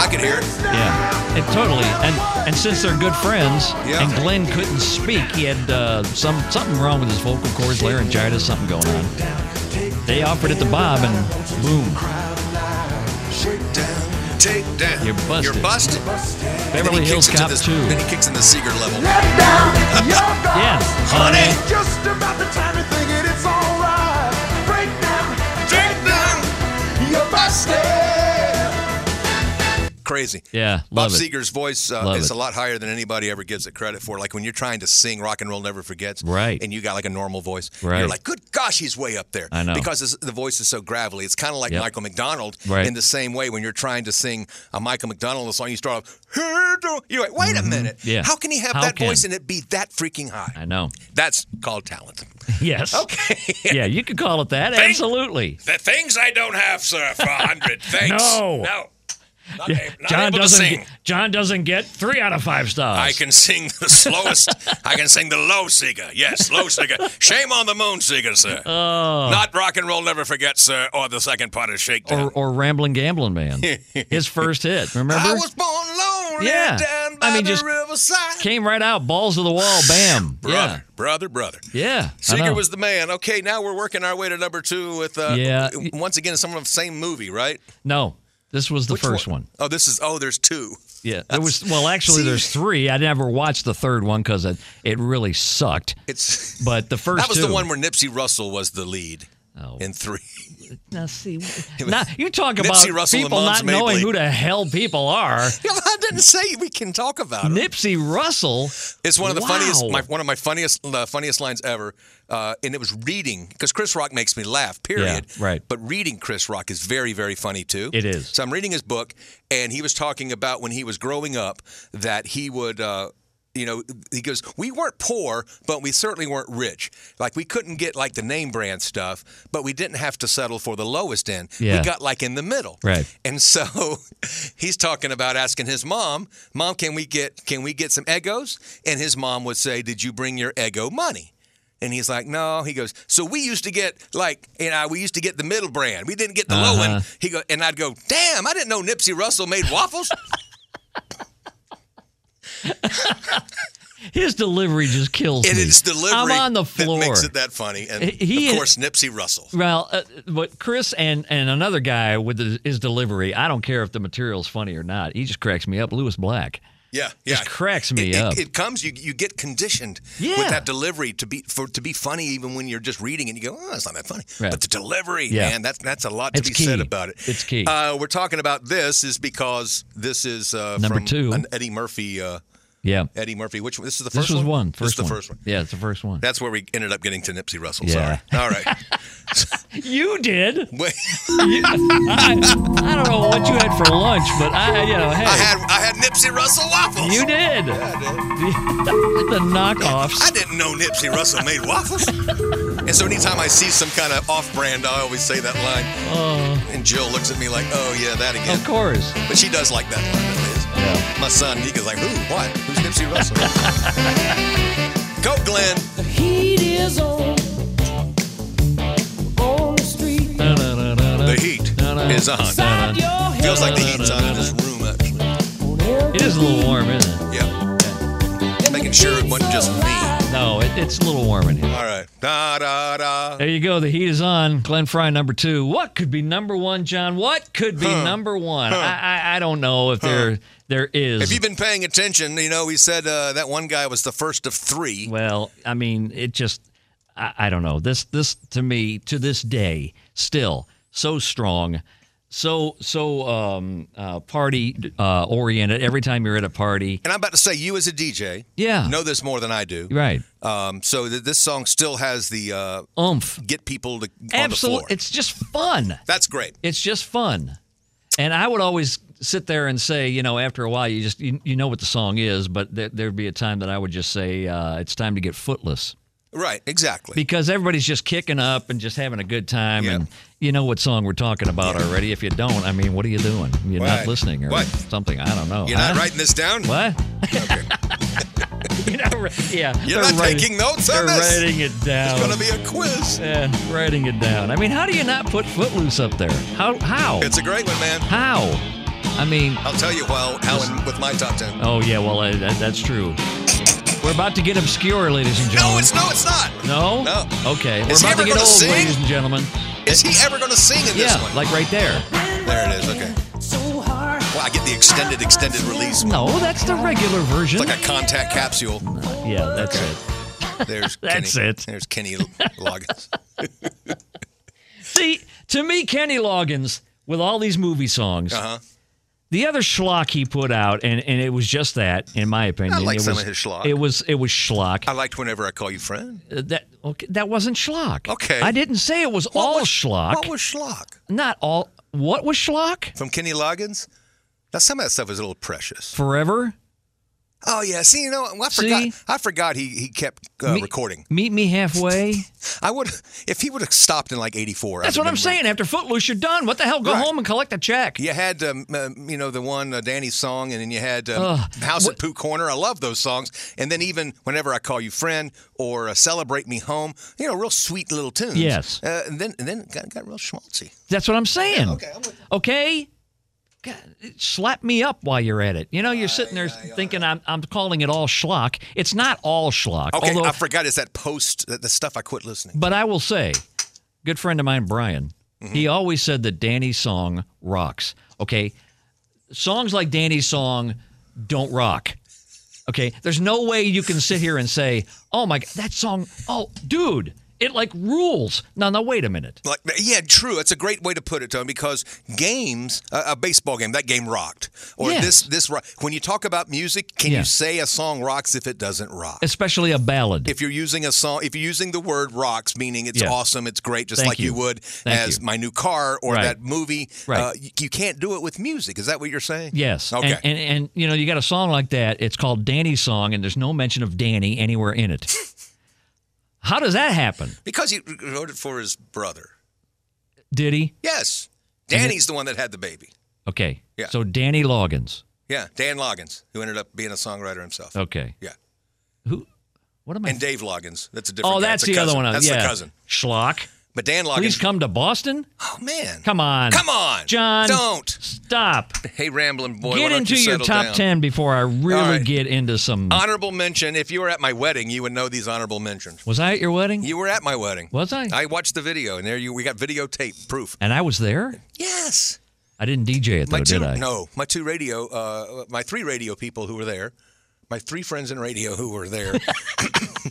[SPEAKER 2] I could hear it.
[SPEAKER 3] Yeah, it totally. And and since they're good friends,
[SPEAKER 2] Yeah.
[SPEAKER 3] and Glenn couldn't speak, he had uh, some something wrong with his vocal cords, laryngitis, something going on. They offered it to Bob, and boom.
[SPEAKER 2] Shake down, take down.
[SPEAKER 3] You're busted.
[SPEAKER 2] You're busted. then
[SPEAKER 3] Beverly
[SPEAKER 2] he
[SPEAKER 3] Hills
[SPEAKER 2] kicks into
[SPEAKER 3] Cop
[SPEAKER 2] this,
[SPEAKER 3] 2.
[SPEAKER 2] Then he kicks in the Seeger level.
[SPEAKER 3] Yeah, honey.
[SPEAKER 4] Just about the time you think it, it's alright. Break down,
[SPEAKER 2] Take down.
[SPEAKER 4] you're busted.
[SPEAKER 2] Crazy.
[SPEAKER 3] Yeah,
[SPEAKER 2] Bob
[SPEAKER 3] love it.
[SPEAKER 2] Seger's voice uh,
[SPEAKER 3] Love
[SPEAKER 2] is
[SPEAKER 3] it.
[SPEAKER 2] a lot higher than anybody ever gives it credit for. Like when you're trying to sing "Rock and Roll Never Forgets,"
[SPEAKER 3] Right.
[SPEAKER 2] And you got like a normal voice,
[SPEAKER 3] Right.
[SPEAKER 2] You're like, "Good gosh, he's way up there."
[SPEAKER 3] I know.
[SPEAKER 2] because it's, the voice is so gravelly. It's kind of like
[SPEAKER 3] Yep.
[SPEAKER 2] Michael McDonald.
[SPEAKER 3] Right.
[SPEAKER 2] In the same way, when you're trying to sing a Michael McDonald song, you start off, "Hey, do-" you're like, "Wait a minute,
[SPEAKER 3] Mm-hmm. Yeah.
[SPEAKER 2] How can he have
[SPEAKER 3] How
[SPEAKER 2] that
[SPEAKER 3] can-
[SPEAKER 2] voice and it be that freaking high?"
[SPEAKER 3] I know.
[SPEAKER 2] That's called talent.
[SPEAKER 3] Yes.
[SPEAKER 2] Okay.
[SPEAKER 3] Yeah, you could call it that. Absolutely.
[SPEAKER 2] the things I don't have, sir, for a hundred. Thanks.
[SPEAKER 3] No.
[SPEAKER 2] No. Not, a- not
[SPEAKER 3] John
[SPEAKER 2] able to
[SPEAKER 3] doesn't.
[SPEAKER 2] sing.
[SPEAKER 3] Get, John doesn't get three out of five stars.
[SPEAKER 2] I can sing the slowest. I can sing the low seeker. Yes, low seeker. Shame on the moon seeker, sir.
[SPEAKER 3] Oh.
[SPEAKER 2] Not rock and roll never forget, sir, or the second part of Shakedown.
[SPEAKER 3] Or, or rambling gambling man. His first hit. Remember?
[SPEAKER 2] I was born lonely
[SPEAKER 3] Yeah.
[SPEAKER 2] down by
[SPEAKER 3] I mean,
[SPEAKER 2] the
[SPEAKER 3] just-
[SPEAKER 2] riverside.
[SPEAKER 3] Came right out. Balls to the wall. Bam.
[SPEAKER 2] Brother, brother, brother.
[SPEAKER 3] Yeah. Yeah. I
[SPEAKER 2] Seeger
[SPEAKER 3] know.
[SPEAKER 2] was the man. Okay, now we're working our way to number two with, uh,
[SPEAKER 3] Yeah.
[SPEAKER 2] once again, some of the same movie, right?
[SPEAKER 3] No. This was the first one.
[SPEAKER 2] Oh, this is, oh, there's two.
[SPEAKER 3] Yeah. There was well actually
[SPEAKER 2] See-
[SPEAKER 3] there's three. I never watched the third one cuz it, it really sucked.
[SPEAKER 2] It's.
[SPEAKER 3] But the first
[SPEAKER 2] That was
[SPEAKER 3] two,
[SPEAKER 2] the one where Nipsey Russell was the lead
[SPEAKER 3] Oh.
[SPEAKER 2] in three.
[SPEAKER 3] Now see, now you talk
[SPEAKER 2] Nipsey
[SPEAKER 3] about
[SPEAKER 2] Russell and
[SPEAKER 3] people
[SPEAKER 2] Mons
[SPEAKER 3] not knowing
[SPEAKER 2] Mabley.
[SPEAKER 3] who the hell people are.
[SPEAKER 2] I didn't say we can talk about it.
[SPEAKER 3] Nipsey Russell.
[SPEAKER 2] It's one of the
[SPEAKER 3] Wow.
[SPEAKER 2] funniest, my, one of my funniest, uh, funniest lines ever. Uh, and it was reading because Chris Rock makes me laugh. Period.
[SPEAKER 3] Yeah, right.
[SPEAKER 2] But reading Chris Rock is very, very funny too.
[SPEAKER 3] It is.
[SPEAKER 2] So I'm reading his book, and he was talking about when he was growing up that he would. Uh, you know, he goes, We weren't poor, but we certainly weren't rich. Like, we couldn't get like the name brand stuff, but we didn't have to settle for the lowest end.
[SPEAKER 3] Yeah.
[SPEAKER 2] We got like in the middle.
[SPEAKER 3] Right.
[SPEAKER 2] And so he's talking about asking his mom, "Mom, can we get can we get some egos?" And his mom would say, "Did you bring your ego money?" And he's like, "No." He goes, "So we used to get like, and I we used to get the middle brand. We didn't get the low end."
[SPEAKER 3] Uh-huh.
[SPEAKER 2] He go, and I'd go, "Damn, I didn't know Nipsey Russell made waffles."
[SPEAKER 3] His delivery just kills
[SPEAKER 2] and
[SPEAKER 3] me.
[SPEAKER 2] it's delivery
[SPEAKER 3] I'm on the floor.
[SPEAKER 2] that makes it that funny. And
[SPEAKER 3] He-
[SPEAKER 2] of course, Nipsey Russell.
[SPEAKER 3] well, uh, but Chris and, and another guy with his, his delivery, I don't care if the material's funny or not. He just cracks me up. Lewis Black.
[SPEAKER 2] Yeah, yeah.
[SPEAKER 3] cracks me
[SPEAKER 2] It- it-
[SPEAKER 3] up.
[SPEAKER 2] It, comes. You you get conditioned
[SPEAKER 3] Yeah.
[SPEAKER 2] with that delivery to be for to be funny, even when you're just reading it. You go, oh, it's not that funny.
[SPEAKER 3] Right.
[SPEAKER 2] But the delivery,
[SPEAKER 3] Yeah.
[SPEAKER 2] man, that's that's a lot to
[SPEAKER 3] It's
[SPEAKER 2] be said
[SPEAKER 3] key.
[SPEAKER 2] about it.
[SPEAKER 3] It's key.
[SPEAKER 2] Uh, we're talking about this is because this is uh,
[SPEAKER 3] Number
[SPEAKER 2] from
[SPEAKER 3] two.
[SPEAKER 2] an Eddie Murphy. Uh,
[SPEAKER 3] Yeah.
[SPEAKER 2] Eddie Murphy. Which one? This is the
[SPEAKER 3] This
[SPEAKER 2] first
[SPEAKER 3] was
[SPEAKER 2] one.
[SPEAKER 3] one.
[SPEAKER 2] This is
[SPEAKER 3] First
[SPEAKER 2] the
[SPEAKER 3] one.
[SPEAKER 2] first one.
[SPEAKER 3] Yeah, it's the first one.
[SPEAKER 2] That's where we ended up getting to Nipsey Russell.
[SPEAKER 3] Yeah.
[SPEAKER 2] Sorry. All right.
[SPEAKER 3] you did.
[SPEAKER 2] Wait,
[SPEAKER 3] You- I, I don't know what you had for lunch, but I, you know, hey,
[SPEAKER 2] I had I had Nipsey Russell waffles.
[SPEAKER 3] you did. the knockoffs.
[SPEAKER 2] I didn't know Nipsey Russell made waffles. and so anytime I see some kind of off brand, I always say that line. And Jill looks at me like, oh, yeah, that again.
[SPEAKER 3] Of course.
[SPEAKER 2] But she does like that line. that is. My son, he goes like, who? What? Who's Nipsey Russell? Go, Glenn.
[SPEAKER 7] Heat is on on the street.
[SPEAKER 2] is on.
[SPEAKER 7] Inside your head.
[SPEAKER 2] Feels like the heat's on in this room, actually.
[SPEAKER 3] It is a little warm, isn't it?
[SPEAKER 2] Yeah. Making sure it wasn't just me.
[SPEAKER 3] No, it, it's a little warm in here.
[SPEAKER 2] All right. Da da da.
[SPEAKER 3] There you go. The heat is on. Glenn Fry, number two. What could be number one, John? What could be number one? I, I I don't know if there there is.
[SPEAKER 2] If you've been paying attention, you know, we said uh, that one guy was the first of three.
[SPEAKER 3] Well, I mean, it just I, I don't know. This this to me to this day still so strong, so so um uh party uh oriented every time you're at a party.
[SPEAKER 2] And I'm about to say, you as a DJ
[SPEAKER 3] Yeah.
[SPEAKER 2] know this more than I do.
[SPEAKER 3] Right.
[SPEAKER 2] Um, so th- this song still has the uh,
[SPEAKER 3] Oomph.
[SPEAKER 2] get people to on the
[SPEAKER 3] Absolutely.
[SPEAKER 2] floor.
[SPEAKER 3] It's just fun.
[SPEAKER 2] That's great.
[SPEAKER 3] It's just fun. And I would always sit there and say, you know, after a while you just you, you know what the song is, but there, there'd be a time that I would just say uh it's time to get footless.
[SPEAKER 2] Right. Exactly.
[SPEAKER 3] because everybody's just kicking up and just having a good time
[SPEAKER 2] Yeah.
[SPEAKER 3] and you know what song we're talking about already if you don't i mean what are you doing you're
[SPEAKER 2] What?
[SPEAKER 3] not listening or
[SPEAKER 2] What?
[SPEAKER 3] something i don't know
[SPEAKER 2] You're not
[SPEAKER 3] Huh?
[SPEAKER 2] writing this down.
[SPEAKER 3] what you're not, ri- yeah
[SPEAKER 2] You're
[SPEAKER 3] they're
[SPEAKER 2] not
[SPEAKER 3] writing-
[SPEAKER 2] taking notes on
[SPEAKER 3] they're
[SPEAKER 2] this?
[SPEAKER 3] writing it down
[SPEAKER 2] It's gonna be a quiz.
[SPEAKER 3] yeah, writing it down i mean how do you not put footloose up there how how
[SPEAKER 2] It's a great one, man.
[SPEAKER 3] how i mean
[SPEAKER 2] I'll tell you while how in, with my top ten.
[SPEAKER 3] oh yeah well uh, that, that's true we're about to get obscure ladies and gentlemen
[SPEAKER 2] No, it's no, it's not.
[SPEAKER 3] no
[SPEAKER 2] No.
[SPEAKER 3] okay
[SPEAKER 2] Is he
[SPEAKER 3] we're about
[SPEAKER 2] ever
[SPEAKER 3] to get
[SPEAKER 2] gonna
[SPEAKER 3] old
[SPEAKER 2] sing?
[SPEAKER 3] ladies and gentlemen
[SPEAKER 2] Is he ever gonna sing in this
[SPEAKER 3] yeah
[SPEAKER 2] one?
[SPEAKER 3] like right there
[SPEAKER 2] there it is. Okay. Well, I get the extended, extended release. One.
[SPEAKER 3] No, that's the regular version.
[SPEAKER 2] It's like a contact capsule.
[SPEAKER 3] yeah, that's it.
[SPEAKER 2] There's
[SPEAKER 3] That's
[SPEAKER 2] Kenny.
[SPEAKER 3] it.
[SPEAKER 2] There's Kenny Loggins.
[SPEAKER 3] See, to me, Kenny Loggins with all these movie songs,
[SPEAKER 2] Uh huh.
[SPEAKER 3] the other schlock he put out, and, and it was just that, in my opinion.
[SPEAKER 2] like
[SPEAKER 3] it
[SPEAKER 2] some
[SPEAKER 3] was,
[SPEAKER 2] of his schlock.
[SPEAKER 3] It was it was schlock.
[SPEAKER 2] I liked whenever I call you friend.
[SPEAKER 3] Uh, that okay, that wasn't schlock.
[SPEAKER 2] Okay.
[SPEAKER 3] I didn't say it was
[SPEAKER 2] What
[SPEAKER 3] all
[SPEAKER 2] was-
[SPEAKER 3] schlock.
[SPEAKER 2] What was schlock
[SPEAKER 3] Not all. What was schlock?
[SPEAKER 2] from Kenny Loggins? Now some of that stuff is a little precious.
[SPEAKER 3] Forever.
[SPEAKER 2] Oh yeah, see, you know, I
[SPEAKER 3] See?
[SPEAKER 2] forgot. I forgot he he kept uh,
[SPEAKER 3] Meet-
[SPEAKER 2] recording.
[SPEAKER 3] Meet me halfway.
[SPEAKER 2] I would if he would have stopped in like '84.
[SPEAKER 3] That's what I'm saying. After Footloose, you're done. What the hell? Go
[SPEAKER 2] Right.
[SPEAKER 3] home and collect a check.
[SPEAKER 2] You had, um, uh, you know, the one uh, Danny's song, and then you had um,
[SPEAKER 3] Ugh.
[SPEAKER 2] House at Pooh Corner. I love those songs. And then even whenever I call you friend or uh, celebrate me home, you know, real sweet little tunes.
[SPEAKER 3] Yes.
[SPEAKER 2] Uh, and then and then it got, got real schmaltzy.
[SPEAKER 3] That's what I'm saying.
[SPEAKER 2] okay, I'm with
[SPEAKER 3] okay. God, slap me up while you're at it. You know, you're sitting there thinking I'm, I'm calling it all schlock. It's not all schlock.
[SPEAKER 2] Okay,
[SPEAKER 3] although,
[SPEAKER 2] I forgot it's that post the, the stuff I quit listening.
[SPEAKER 3] but I will say, good friend of mine, Brian,
[SPEAKER 2] Mm-hmm.
[SPEAKER 3] he always said that Danny's song rocks. Okay. Songs like Danny's song don't rock. Okay. There's no way you can sit here and say, oh my God, that song, oh, dude, it like rules. No, no, wait a minute.
[SPEAKER 2] Like yeah, true. That's a great way to put it, Tony. Because games, uh, a baseball game, that game rocked. Or
[SPEAKER 3] Yes.
[SPEAKER 2] this this rock. When you talk about music, can
[SPEAKER 3] Yeah.
[SPEAKER 2] you say a song rocks if it doesn't rock?
[SPEAKER 3] Especially a ballad.
[SPEAKER 2] if you're using a song, if you're using the word rocks, meaning it's
[SPEAKER 3] Yeah.
[SPEAKER 2] awesome, it's great, just
[SPEAKER 3] Thank
[SPEAKER 2] like you,
[SPEAKER 3] you.
[SPEAKER 2] would
[SPEAKER 3] Thank
[SPEAKER 2] as
[SPEAKER 3] you.
[SPEAKER 2] my new car or
[SPEAKER 3] Right.
[SPEAKER 2] that movie.
[SPEAKER 3] Right.
[SPEAKER 2] Uh, you, you can't do it with music. Is that what you're saying?
[SPEAKER 3] Yes.
[SPEAKER 2] Okay.
[SPEAKER 3] And, and and you know, you got a song like that. It's called Danny's song, and there's no mention of Danny anywhere in it. How does that happen?
[SPEAKER 2] because he wrote it for his brother.
[SPEAKER 3] Did he?
[SPEAKER 2] Yes. Danny's the one that had the baby.
[SPEAKER 3] Okay.
[SPEAKER 2] Yeah.
[SPEAKER 3] So Danny Loggins.
[SPEAKER 2] Yeah. Dan Loggins, who ended up being a songwriter himself.
[SPEAKER 3] Okay.
[SPEAKER 2] Yeah.
[SPEAKER 3] Who? What am I?
[SPEAKER 2] And Dave Loggins. That's a different
[SPEAKER 3] oh,
[SPEAKER 2] guy.
[SPEAKER 3] that's
[SPEAKER 2] It's a
[SPEAKER 3] the other
[SPEAKER 2] cousin.
[SPEAKER 3] one. I-
[SPEAKER 2] That's
[SPEAKER 3] yeah.
[SPEAKER 2] the cousin.
[SPEAKER 3] Schlock.
[SPEAKER 2] But Dan Loggins.
[SPEAKER 3] Please come to Boston.
[SPEAKER 2] Oh, man.
[SPEAKER 3] Come on.
[SPEAKER 2] Come on.
[SPEAKER 3] John.
[SPEAKER 2] Don't.
[SPEAKER 3] Stop.
[SPEAKER 2] Hey, rambling boy. why
[SPEAKER 3] get
[SPEAKER 2] don't
[SPEAKER 3] into
[SPEAKER 2] you
[SPEAKER 3] your
[SPEAKER 2] settle
[SPEAKER 3] top
[SPEAKER 2] down?
[SPEAKER 3] ten before I really
[SPEAKER 2] right.
[SPEAKER 3] get into some.
[SPEAKER 2] Honorable mention. If you were at my wedding, you would know these honorable mentions.
[SPEAKER 3] was I at your wedding?
[SPEAKER 2] You were at my wedding.
[SPEAKER 3] Was I?
[SPEAKER 2] I watched the video, and there you we got videotape proof.
[SPEAKER 3] and I was there.
[SPEAKER 2] Yes.
[SPEAKER 3] I didn't DJ it though,
[SPEAKER 2] My two
[SPEAKER 3] did I?
[SPEAKER 2] no, my two radio, uh, my three radio people who were there, my three friends in radio who were there.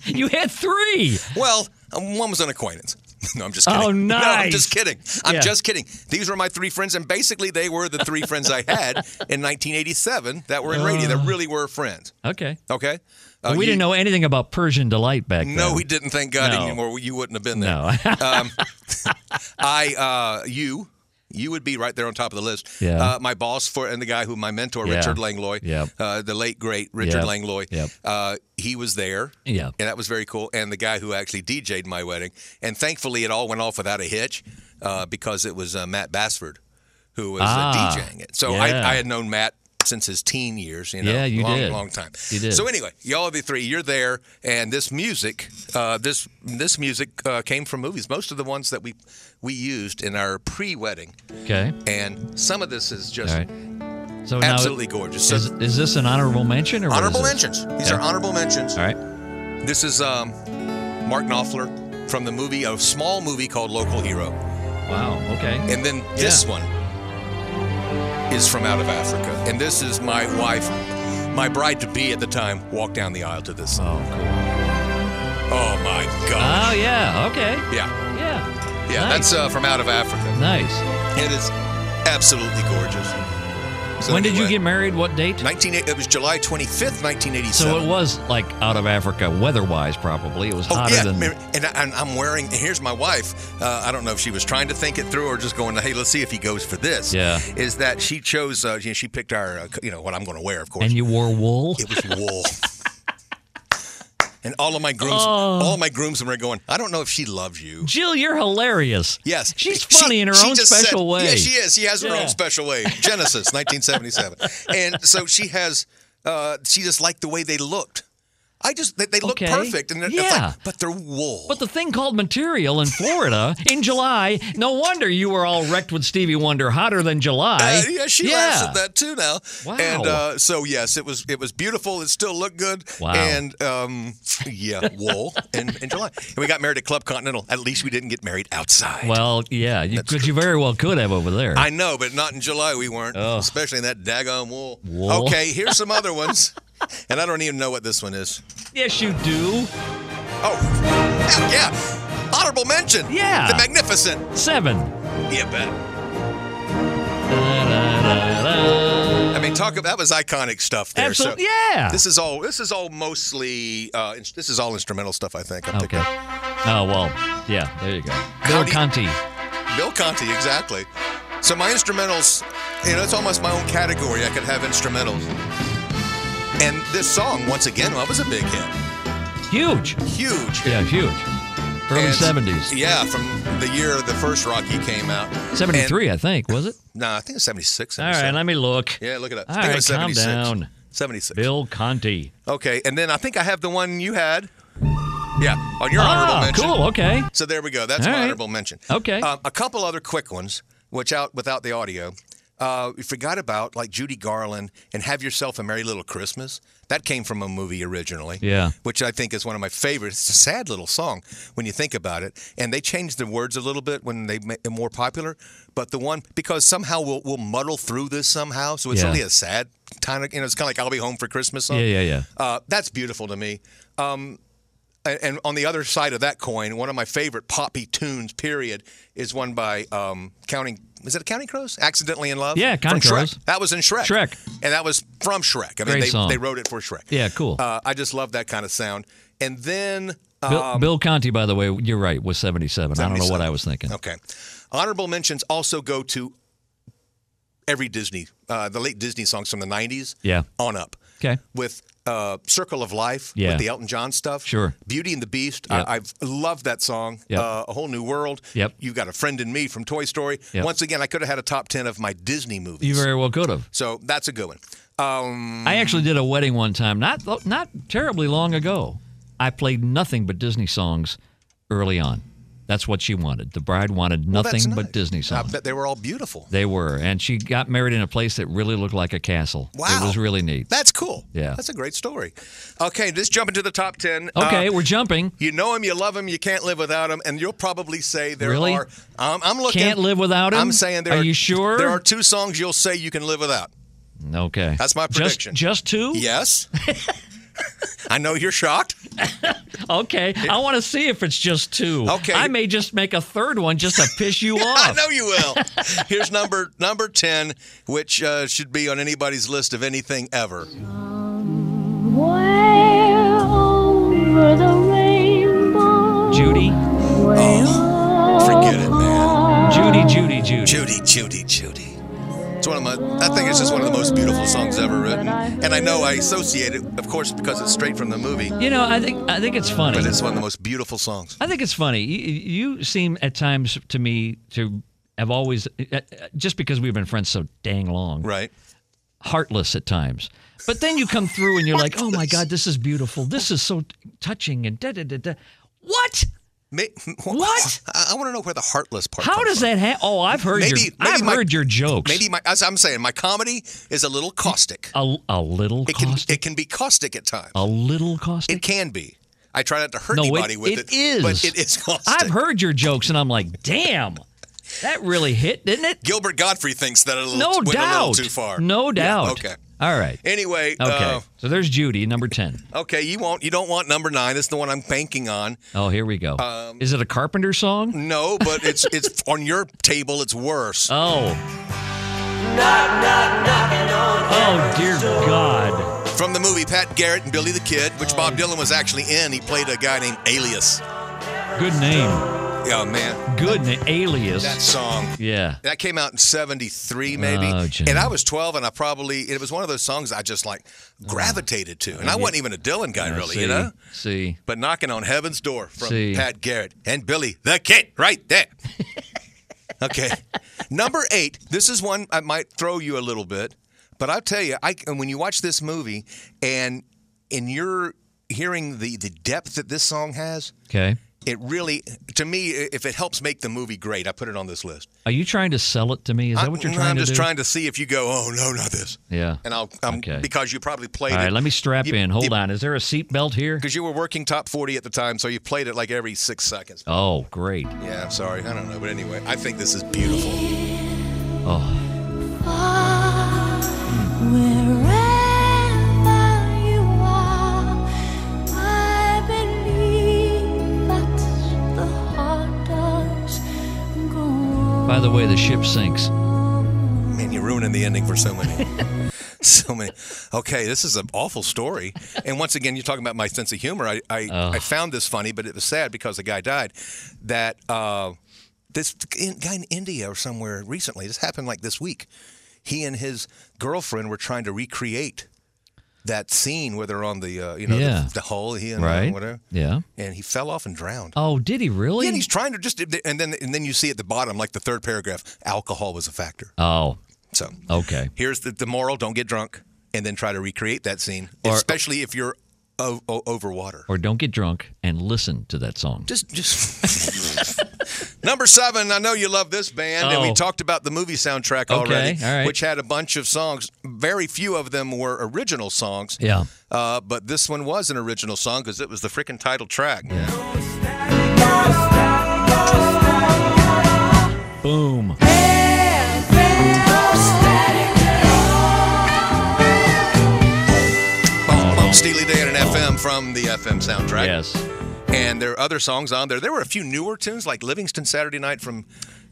[SPEAKER 3] You had three.
[SPEAKER 2] well, um, one was an acquaintance. No, I'm just kidding.
[SPEAKER 3] Oh,
[SPEAKER 2] No, I'm just
[SPEAKER 3] nice.
[SPEAKER 2] kidding. I'm
[SPEAKER 3] Yeah.
[SPEAKER 2] just kidding. These were my three friends, and basically they were the three friends I had in 1987 that were in radio that really were friends.
[SPEAKER 3] Okay.
[SPEAKER 2] Okay. Uh,
[SPEAKER 3] Uh. we
[SPEAKER 2] you-
[SPEAKER 3] didn't know anything about Persian delight back then.
[SPEAKER 2] No, we didn't. Thank God,
[SPEAKER 3] No.
[SPEAKER 2] anymore. You wouldn't have been there.
[SPEAKER 3] No.
[SPEAKER 2] Um, I, uh, you, you would be right there on top of the list.
[SPEAKER 3] Yeah.
[SPEAKER 2] Uh, my boss for and the guy who my mentor,
[SPEAKER 3] Yeah.
[SPEAKER 2] Richard Langlois.
[SPEAKER 3] Yep.
[SPEAKER 2] Uh, the late great Richard
[SPEAKER 3] Yep.
[SPEAKER 2] Langlois.
[SPEAKER 3] Yep.
[SPEAKER 2] Uh, he was there.
[SPEAKER 3] Yeah.
[SPEAKER 2] And that was very cool. And the guy who actually DJ'd my wedding, and thankfully it all went off without a hitch, uh, because it was uh, Matt Bassford, who was
[SPEAKER 3] Ah,
[SPEAKER 2] uh, DJing it. So
[SPEAKER 3] yeah.
[SPEAKER 2] I, I had known Matt since his teen years. You know,
[SPEAKER 3] Yeah, you
[SPEAKER 2] long,
[SPEAKER 3] did.
[SPEAKER 2] long time.
[SPEAKER 3] You did.
[SPEAKER 2] So anyway, y'all be three. You're there, and this music, uh, this this music uh, came from movies. Most of the ones that we we used in our pre-wedding,
[SPEAKER 3] Okay.
[SPEAKER 2] and some of this is just
[SPEAKER 3] All right. So now-
[SPEAKER 2] absolutely gorgeous. So
[SPEAKER 3] Is, is this an honorable mention or what is
[SPEAKER 2] honorable
[SPEAKER 3] this?
[SPEAKER 2] mentions. These
[SPEAKER 3] Okay.
[SPEAKER 2] are honorable mentions.
[SPEAKER 3] All right.
[SPEAKER 2] This is um, Mark Knopfler from the movie, a small movie called Local Hero.
[SPEAKER 3] Wow. Okay.
[SPEAKER 2] And then this
[SPEAKER 3] Yeah.
[SPEAKER 2] one is from out of Africa. And this is my wife, my bride to be at the time, walked down the aisle to this. song.
[SPEAKER 3] Oh, cool.
[SPEAKER 2] Oh my
[SPEAKER 3] Oh
[SPEAKER 2] gosh.
[SPEAKER 3] yeah. Okay.
[SPEAKER 2] yeah.
[SPEAKER 3] Yeah.
[SPEAKER 2] Yeah,
[SPEAKER 3] Nice.
[SPEAKER 2] that's uh, from out of Africa.
[SPEAKER 3] Nice.
[SPEAKER 2] It is absolutely gorgeous. So
[SPEAKER 3] when did you
[SPEAKER 2] anyway,
[SPEAKER 3] get married? What date?
[SPEAKER 2] 19, it was July 25th, 1987.
[SPEAKER 3] So it was like out of Africa, weather-wise, probably. It was
[SPEAKER 2] Oh
[SPEAKER 3] hotter
[SPEAKER 2] yeah,
[SPEAKER 3] than.
[SPEAKER 2] Mary- and I, and I'm wearing. And here's my wife. Uh, I don't know if she was trying to think it through or just going, "Hey, let's see if he goes for this."
[SPEAKER 3] Yeah.
[SPEAKER 2] is that she chose? Uh, you know, she picked our. Uh, c- you know what I'm going to wear, of course.
[SPEAKER 3] and you wore wool.
[SPEAKER 2] it was wool. and all of my grooms,
[SPEAKER 3] Oh.
[SPEAKER 2] all my groomsmen were going. I don't know if she loves you.
[SPEAKER 3] Jill, you're hilarious.
[SPEAKER 2] Yes,
[SPEAKER 3] She's
[SPEAKER 2] She-
[SPEAKER 3] funny in her
[SPEAKER 2] she
[SPEAKER 3] own
[SPEAKER 2] just said-
[SPEAKER 3] special way.
[SPEAKER 2] Yeah, she is. She has her
[SPEAKER 3] Yeah.
[SPEAKER 2] own special way. Genesis, 1977, and so she has. Uh, she just liked the way they looked. I just they, they look
[SPEAKER 3] Okay.
[SPEAKER 2] perfect, and they're- it's like,
[SPEAKER 3] Yeah.
[SPEAKER 2] but they're wool.
[SPEAKER 3] But the thing called material in Florida in July, no wonder you were all wrecked with Stevie Wonder, hotter than July.
[SPEAKER 2] Uh, yeah, she laughs at that too now.
[SPEAKER 3] Wow.
[SPEAKER 2] And uh, so yes, it was it was beautiful. It still looked good.
[SPEAKER 3] Wow.
[SPEAKER 2] And um, yeah, wool in, in July. And we got married at Club Continental. At least we didn't get married outside.
[SPEAKER 3] Well, yeah, you, could, you very well could have over there.
[SPEAKER 2] I know, but not in July we weren't,
[SPEAKER 3] Oh.
[SPEAKER 2] especially in that daggone wool.
[SPEAKER 3] Wool.
[SPEAKER 2] Okay, here's some other ones. And I don't even know what this one is.
[SPEAKER 3] yes, you do.
[SPEAKER 2] Oh, heck yeah. Honorable mention.
[SPEAKER 3] Yeah.
[SPEAKER 2] The Magnificent.
[SPEAKER 3] Seven.
[SPEAKER 2] Yeah, bet.
[SPEAKER 3] Da-da-da-da.
[SPEAKER 2] I mean, talk about that was iconic stuff there. so-
[SPEAKER 3] Absolutely. yeah.
[SPEAKER 2] This is all. This is all mostly. Uh, ins- this is all instrumental stuff. I think. I
[SPEAKER 3] okay.
[SPEAKER 2] Think.
[SPEAKER 3] Oh, well, yeah, there you go. Bill
[SPEAKER 2] do you-
[SPEAKER 3] Conti.
[SPEAKER 2] Bill Conti, exactly. So my instrumentals, you know, it's almost my own category. I could have instrumentals. And this song, once again, well, it was a big hit,
[SPEAKER 3] Huge.
[SPEAKER 2] huge. hit.
[SPEAKER 3] Yeah, huge. Early
[SPEAKER 2] And-
[SPEAKER 3] 70s.
[SPEAKER 2] Yeah, from the year the first Rocky came out.
[SPEAKER 3] 73, I think, was it?
[SPEAKER 2] No, I think it's 76.
[SPEAKER 3] All right,
[SPEAKER 2] 77.
[SPEAKER 3] let me look.
[SPEAKER 2] yeah, look it up.
[SPEAKER 3] All
[SPEAKER 2] I think
[SPEAKER 3] right,
[SPEAKER 2] it was
[SPEAKER 3] calm
[SPEAKER 2] 76.
[SPEAKER 3] down.
[SPEAKER 2] 76.
[SPEAKER 3] Bill Conti.
[SPEAKER 2] Okay, and then I think I have the one you had. Yeah, on your honorable
[SPEAKER 3] Ah,
[SPEAKER 2] mention.
[SPEAKER 3] cool. Okay.
[SPEAKER 2] So there we go. That's
[SPEAKER 3] All
[SPEAKER 2] my
[SPEAKER 3] right.
[SPEAKER 2] honorable mention.
[SPEAKER 3] Okay.
[SPEAKER 2] Um, a couple other quick ones, which out without the audio. Uh, we forgot about like Judy Garland and "Have Yourself a Merry Little Christmas." That came from a movie originally.
[SPEAKER 3] Yeah.
[SPEAKER 2] Which I think is one of my favorites. It's a sad little song when you think about it, and they changed the words a little bit when they made it more popular. But the one because somehow we'll, we'll muddle through this somehow, so it's
[SPEAKER 3] Yeah.
[SPEAKER 2] really a sad kind of you know it's kind of like "I'll Be Home for Christmas" song.
[SPEAKER 3] Yeah, yeah, yeah.
[SPEAKER 2] Uh, that's beautiful to me. Um, and, and on the other side of that coin, one of my favorite poppy tunes, period, is one by um, Counting. Is it Counting Crows? Accidentally in Love?
[SPEAKER 3] Yeah, Counting
[SPEAKER 2] From Shrek.
[SPEAKER 3] Crows.
[SPEAKER 2] That was in Shrek.
[SPEAKER 3] Shrek.
[SPEAKER 2] And that was from Shrek. I mean,
[SPEAKER 3] Great
[SPEAKER 2] they,
[SPEAKER 3] song.
[SPEAKER 2] they wrote it for Shrek.
[SPEAKER 3] Yeah, cool.
[SPEAKER 2] Uh, I just love that kind of sound. And then, uh,
[SPEAKER 3] Bill, Bill Conti, by the way, you're right, was 77. I don't know what
[SPEAKER 2] 77.
[SPEAKER 3] I was thinking.
[SPEAKER 2] okay. Honorable mentions also go to every Disney, uh, the late Disney songs from the 90s.
[SPEAKER 3] Yeah.
[SPEAKER 2] On up.
[SPEAKER 3] Okay.
[SPEAKER 2] with uh, Circle of Life,
[SPEAKER 3] Yeah.
[SPEAKER 2] with the Elton John stuff.
[SPEAKER 3] Sure.
[SPEAKER 2] Beauty and the Beast.
[SPEAKER 3] Yep.
[SPEAKER 2] I, I've loved that song.
[SPEAKER 3] Yep.
[SPEAKER 2] Uh, a Whole New World.
[SPEAKER 3] Yep.
[SPEAKER 2] You've Got a Friend in Me from Toy Story.
[SPEAKER 3] Yep.
[SPEAKER 2] Once again, I could have had a top 10 of my Disney movies.
[SPEAKER 3] You very well could have.
[SPEAKER 2] so that's a good one. Um,
[SPEAKER 3] I actually did a wedding one time, not lo- not terribly long ago. I played nothing but Disney songs early on. That's what she wanted. The bride wanted
[SPEAKER 2] well, that's
[SPEAKER 3] nothing but
[SPEAKER 2] nice.
[SPEAKER 3] Disney
[SPEAKER 2] I
[SPEAKER 3] songs.
[SPEAKER 2] bet they were all beautiful.
[SPEAKER 3] They were, and she got married in a place that really looked like a castle.
[SPEAKER 2] Wow.
[SPEAKER 3] It was really neat.
[SPEAKER 2] That's cool.
[SPEAKER 3] Yeah.
[SPEAKER 2] That's a great story. Okay, just jumping to the top 10. Uh,
[SPEAKER 3] Okay, we're jumping.
[SPEAKER 2] you know him, you love him, you can't live without him, and you'll probably say there
[SPEAKER 3] Really?
[SPEAKER 2] are. Um, I'm looking.
[SPEAKER 3] Can't live without him?
[SPEAKER 2] I'm saying there
[SPEAKER 3] Are
[SPEAKER 2] are.
[SPEAKER 3] you sure?
[SPEAKER 2] There are two songs you'll say you can live without.
[SPEAKER 3] Okay.
[SPEAKER 2] That's my
[SPEAKER 3] Just-
[SPEAKER 2] prediction.
[SPEAKER 3] Just, two?
[SPEAKER 2] Yes. I know you're shocked.
[SPEAKER 3] Okay. I want to see if it's just two.
[SPEAKER 2] Okay.
[SPEAKER 3] I may just make a third one just to piss you off.
[SPEAKER 2] I know you will. Here's number number 10, which uh, should be on anybody's list of anything ever.
[SPEAKER 6] over the rainbow.
[SPEAKER 3] Judy,
[SPEAKER 2] Forget it, man.
[SPEAKER 3] Judy, Judy, Judy.
[SPEAKER 2] Judy, Judy, Judy. It's one of my I think it's just one of the most beautiful songs ever written. And I know I associate it, of course, because it's straight from the movie,
[SPEAKER 3] You know, I think I think it's funny.
[SPEAKER 2] but it's one of the most beautiful songs.
[SPEAKER 3] I think it's funny. You, you seem at times to eh, me to have always, just because we've been friends so dang long,
[SPEAKER 2] Right.
[SPEAKER 3] heartless at times. But then you come through and you're like, oh my God, this is beautiful. This is so touching and da da da da. What?
[SPEAKER 2] Ma-
[SPEAKER 3] What?
[SPEAKER 2] I, want to know where the heartless part.
[SPEAKER 3] How
[SPEAKER 2] comes
[SPEAKER 3] does
[SPEAKER 2] from.
[SPEAKER 3] that happen? Oh, I've heard your,
[SPEAKER 2] Maybe- maybe
[SPEAKER 3] I've
[SPEAKER 2] my-
[SPEAKER 3] heard your jokes.
[SPEAKER 2] Maybe my, as I'm saying, my comedy is a little caustic.
[SPEAKER 3] a, a little
[SPEAKER 2] It can
[SPEAKER 3] caustic.
[SPEAKER 2] it can be caustic at times.
[SPEAKER 3] a little caustic.
[SPEAKER 2] It can be. I try not to hurt
[SPEAKER 3] No, it-
[SPEAKER 2] anybody with
[SPEAKER 3] it
[SPEAKER 2] it.
[SPEAKER 3] is.
[SPEAKER 2] But it is caustic.
[SPEAKER 3] I've heard your jokes and I'm like, damn, that really hit, didn't it?
[SPEAKER 2] Gilbert Godfrey thinks that a little,
[SPEAKER 3] No
[SPEAKER 2] went a little
[SPEAKER 3] doubt.
[SPEAKER 2] too far.
[SPEAKER 3] No
[SPEAKER 2] Yeah,
[SPEAKER 3] doubt.
[SPEAKER 2] okay. Uh,
[SPEAKER 3] All right.
[SPEAKER 2] Anyway,
[SPEAKER 3] Okay. so there's Judy, number 10.
[SPEAKER 2] uh, okay, you won't you don't want number nine. That's the one I'm banking on.
[SPEAKER 3] Oh, here we go.
[SPEAKER 2] um,
[SPEAKER 3] Is it a Carpenter song?
[SPEAKER 2] No, but it's it's on your table. It's worse.
[SPEAKER 3] Oh. Oh, dear God.
[SPEAKER 2] From the movie Pat Garrett and Billy the Kid, which
[SPEAKER 3] Oh.
[SPEAKER 2] Bob Dylan was actually in. He played a guy named Alias.
[SPEAKER 3] Good name.
[SPEAKER 2] Yeah, man,
[SPEAKER 3] Good name. Alias.
[SPEAKER 2] that song.
[SPEAKER 3] yeah.
[SPEAKER 2] That came out in 73, maybe.
[SPEAKER 3] Oh, Jimmy.
[SPEAKER 2] and I was 12, and I probably, it was one of those songs I just like gravitated to. And I wasn't even a Dylan guy, really,
[SPEAKER 3] see,
[SPEAKER 2] you know?
[SPEAKER 3] See.
[SPEAKER 2] But Knocking on Heaven's Door from
[SPEAKER 3] See.
[SPEAKER 2] Pat Garrett and Billy the Kid right there. okay. Number eight, this is one I might throw you a little bit, but I'll tell you, I, and when you watch this movie and, and you're hearing the, the depth that this song has,
[SPEAKER 3] Okay.
[SPEAKER 2] it really, to me, if it helps make the movie great, I put it on this list.
[SPEAKER 3] Are you trying to sell it to me? Is that
[SPEAKER 2] I'm-
[SPEAKER 3] what you're
[SPEAKER 2] no,
[SPEAKER 3] trying
[SPEAKER 2] I'm
[SPEAKER 3] to
[SPEAKER 2] just
[SPEAKER 3] do?
[SPEAKER 2] trying to see if you go, oh no, not this.
[SPEAKER 3] Yeah.
[SPEAKER 2] And I'll um,
[SPEAKER 3] Okay.
[SPEAKER 2] because you probably played
[SPEAKER 3] All
[SPEAKER 2] it.
[SPEAKER 3] right, let me strap
[SPEAKER 2] you-
[SPEAKER 3] in. Hold
[SPEAKER 2] you-
[SPEAKER 3] on. Is there a seatbelt here?
[SPEAKER 2] because you were working top 40 at the time, so you played it like every six seconds.
[SPEAKER 3] Oh, great.
[SPEAKER 2] Yeah, I'm sorry, I don't know, but anyway, I think this is beautiful.
[SPEAKER 3] Oh,
[SPEAKER 6] Far, wherever you are, I believe that the heart does go on.
[SPEAKER 3] by the way, the ship sinks.
[SPEAKER 2] Man, you're ruining the ending for so many. So many. Okay, this is an awful story. And once again, you're talking about my sense of humor. I I, I found this funny, but it was sad because the guy died. That uh, this guy in India or somewhere recently, this happened like this week. He and his girlfriend were trying to recreate that scene where they're on the uh, you know
[SPEAKER 3] Yeah.
[SPEAKER 2] the, the hull, he and uh,
[SPEAKER 3] Right?
[SPEAKER 2] whatever,
[SPEAKER 3] Yeah.
[SPEAKER 2] and he fell off and drowned.
[SPEAKER 3] Oh, did he really?
[SPEAKER 2] Yeah, and he's trying to just and then and then you see at the bottom like the third paragraph, alcohol was a factor.
[SPEAKER 3] oh,
[SPEAKER 2] So
[SPEAKER 3] okay.
[SPEAKER 2] here's the, the moral don't get drunk and then try to recreate that scene
[SPEAKER 3] Or-
[SPEAKER 2] especially if you're o- o- over water
[SPEAKER 3] Or don't get drunk and listen to that song.
[SPEAKER 2] just just number seven i know you love this band and
[SPEAKER 3] Oh.
[SPEAKER 2] we talked about the movie soundtrack
[SPEAKER 3] Okay,
[SPEAKER 2] already
[SPEAKER 3] all right.
[SPEAKER 2] which had a bunch of songs very few of them were original songs
[SPEAKER 3] Yeah.
[SPEAKER 2] uh, but this one was an original song because it was the freaking title track
[SPEAKER 3] Boom.
[SPEAKER 2] Bump, Bump, Oh. steely dan and fm from the fm soundtrack
[SPEAKER 3] Yes.
[SPEAKER 2] and there are other songs on there there were a few newer tunes like livingston saturday night from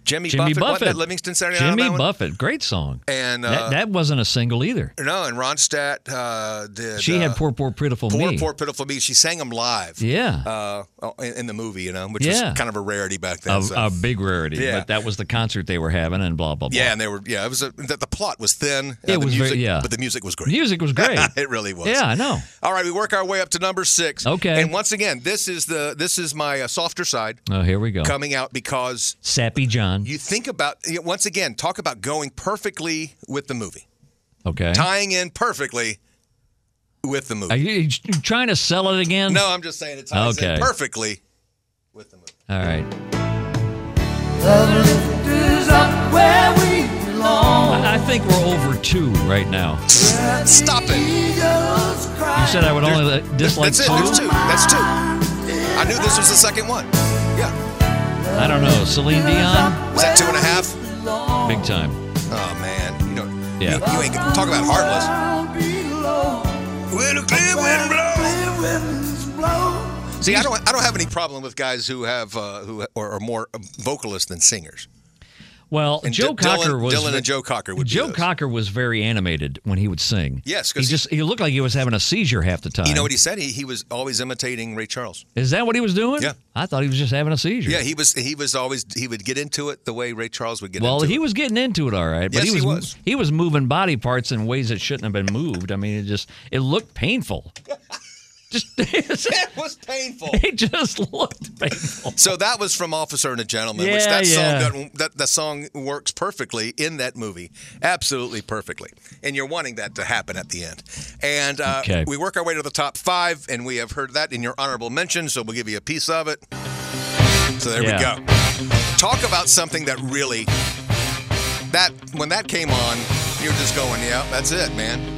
[SPEAKER 2] Jimmy,
[SPEAKER 3] Jimmy
[SPEAKER 2] Buffett, Wasn't
[SPEAKER 3] Buffett.
[SPEAKER 2] that Livingston Saturday Night on
[SPEAKER 3] Jimmy
[SPEAKER 2] that one?
[SPEAKER 3] Buffett. Great song.
[SPEAKER 2] And uh,
[SPEAKER 3] that, that wasn't a single either.
[SPEAKER 2] no, and Ronstadt uh, did.
[SPEAKER 3] She
[SPEAKER 2] uh,
[SPEAKER 3] had Poor, Poor, Pitiful
[SPEAKER 2] poor,
[SPEAKER 3] Me.
[SPEAKER 2] poor, pitiful me. She sang them live.
[SPEAKER 3] yeah.
[SPEAKER 2] Uh, in, in the movie, you know, which
[SPEAKER 3] Yeah.
[SPEAKER 2] was kind of a rarity back then.
[SPEAKER 3] a,
[SPEAKER 2] so.
[SPEAKER 3] a big rarity.
[SPEAKER 2] Yeah.
[SPEAKER 3] But that was the concert they were having and blah, blah, blah.
[SPEAKER 2] yeah, and they were. Yeah, it was. A, the, the plot was thin. uh,
[SPEAKER 3] It
[SPEAKER 2] the
[SPEAKER 3] was very-
[SPEAKER 2] music,
[SPEAKER 3] yeah.
[SPEAKER 2] but the music was great.
[SPEAKER 3] Music was great.
[SPEAKER 2] it really was.
[SPEAKER 3] yeah, I know.
[SPEAKER 2] All right, we work our way up to number six.
[SPEAKER 3] Okay.
[SPEAKER 2] And once again, this is the this is my uh, softer side
[SPEAKER 3] Oh, here we go.
[SPEAKER 2] coming out because
[SPEAKER 3] Sappy John.
[SPEAKER 2] you think about you know, once again talk about going perfectly with the movie,
[SPEAKER 3] Okay.
[SPEAKER 2] tying in perfectly with the movie.
[SPEAKER 3] Are you, you trying to sell it again?
[SPEAKER 2] No, I'm just saying it ties
[SPEAKER 3] Okay.
[SPEAKER 2] in perfectly with the movie.
[SPEAKER 3] All right. I I think we're over two right now.
[SPEAKER 2] Stop it.
[SPEAKER 3] You said I would only dislike
[SPEAKER 2] That's
[SPEAKER 3] two.
[SPEAKER 2] it. There's two. That's two. I knew this was the second one. Yeah.
[SPEAKER 3] I don't know. Celine Dion,
[SPEAKER 2] Was that two and a half?
[SPEAKER 3] big time.
[SPEAKER 2] Oh man. You know.
[SPEAKER 3] Yeah.
[SPEAKER 2] You, you ain't gonna talk about heartless. When a clear wind blows. See, I don't. I don't have any problem with guys who have uh, who are, are more vocalists than singers.
[SPEAKER 3] Well,
[SPEAKER 2] And
[SPEAKER 3] Joe
[SPEAKER 2] D- Dylan-
[SPEAKER 3] Cocker was
[SPEAKER 2] Dylan and Joe Cocker would. be
[SPEAKER 3] Joe
[SPEAKER 2] those.
[SPEAKER 3] Cocker was very animated when he would sing.
[SPEAKER 2] Yes,
[SPEAKER 3] he
[SPEAKER 2] 'cause-
[SPEAKER 3] just he looked like he was having a seizure half the time.
[SPEAKER 2] You know what he said? He, he was always imitating Ray Charles.
[SPEAKER 3] Is that what he was doing?
[SPEAKER 2] Yeah.
[SPEAKER 3] I thought he was just having a seizure.
[SPEAKER 2] Yeah, he was. He was always. He would get into it the way Ray Charles would get
[SPEAKER 3] well,
[SPEAKER 2] into it.
[SPEAKER 3] he was getting into it all right, but
[SPEAKER 2] Yes,
[SPEAKER 3] he
[SPEAKER 2] he
[SPEAKER 3] was
[SPEAKER 2] was.
[SPEAKER 3] he was moving body parts in ways that shouldn't have been moved. I mean, it just it looked painful. Just
[SPEAKER 2] That was painful.
[SPEAKER 3] he just looked painful.
[SPEAKER 2] So that was from Officer and a Gentleman, which
[SPEAKER 3] Yeah,
[SPEAKER 2] that
[SPEAKER 3] yeah.
[SPEAKER 2] song doesn't- that that song works perfectly in that movie, absolutely perfectly. And you're wanting that to happen at the end. And uh,
[SPEAKER 3] Okay.
[SPEAKER 2] we work our way to the top five, and we have heard that in your honorable mention, so we'll give you a piece of it. So there
[SPEAKER 3] Yeah.
[SPEAKER 2] we go. Talk about something that really that when that came on, you're just going, yeah, that's it, man.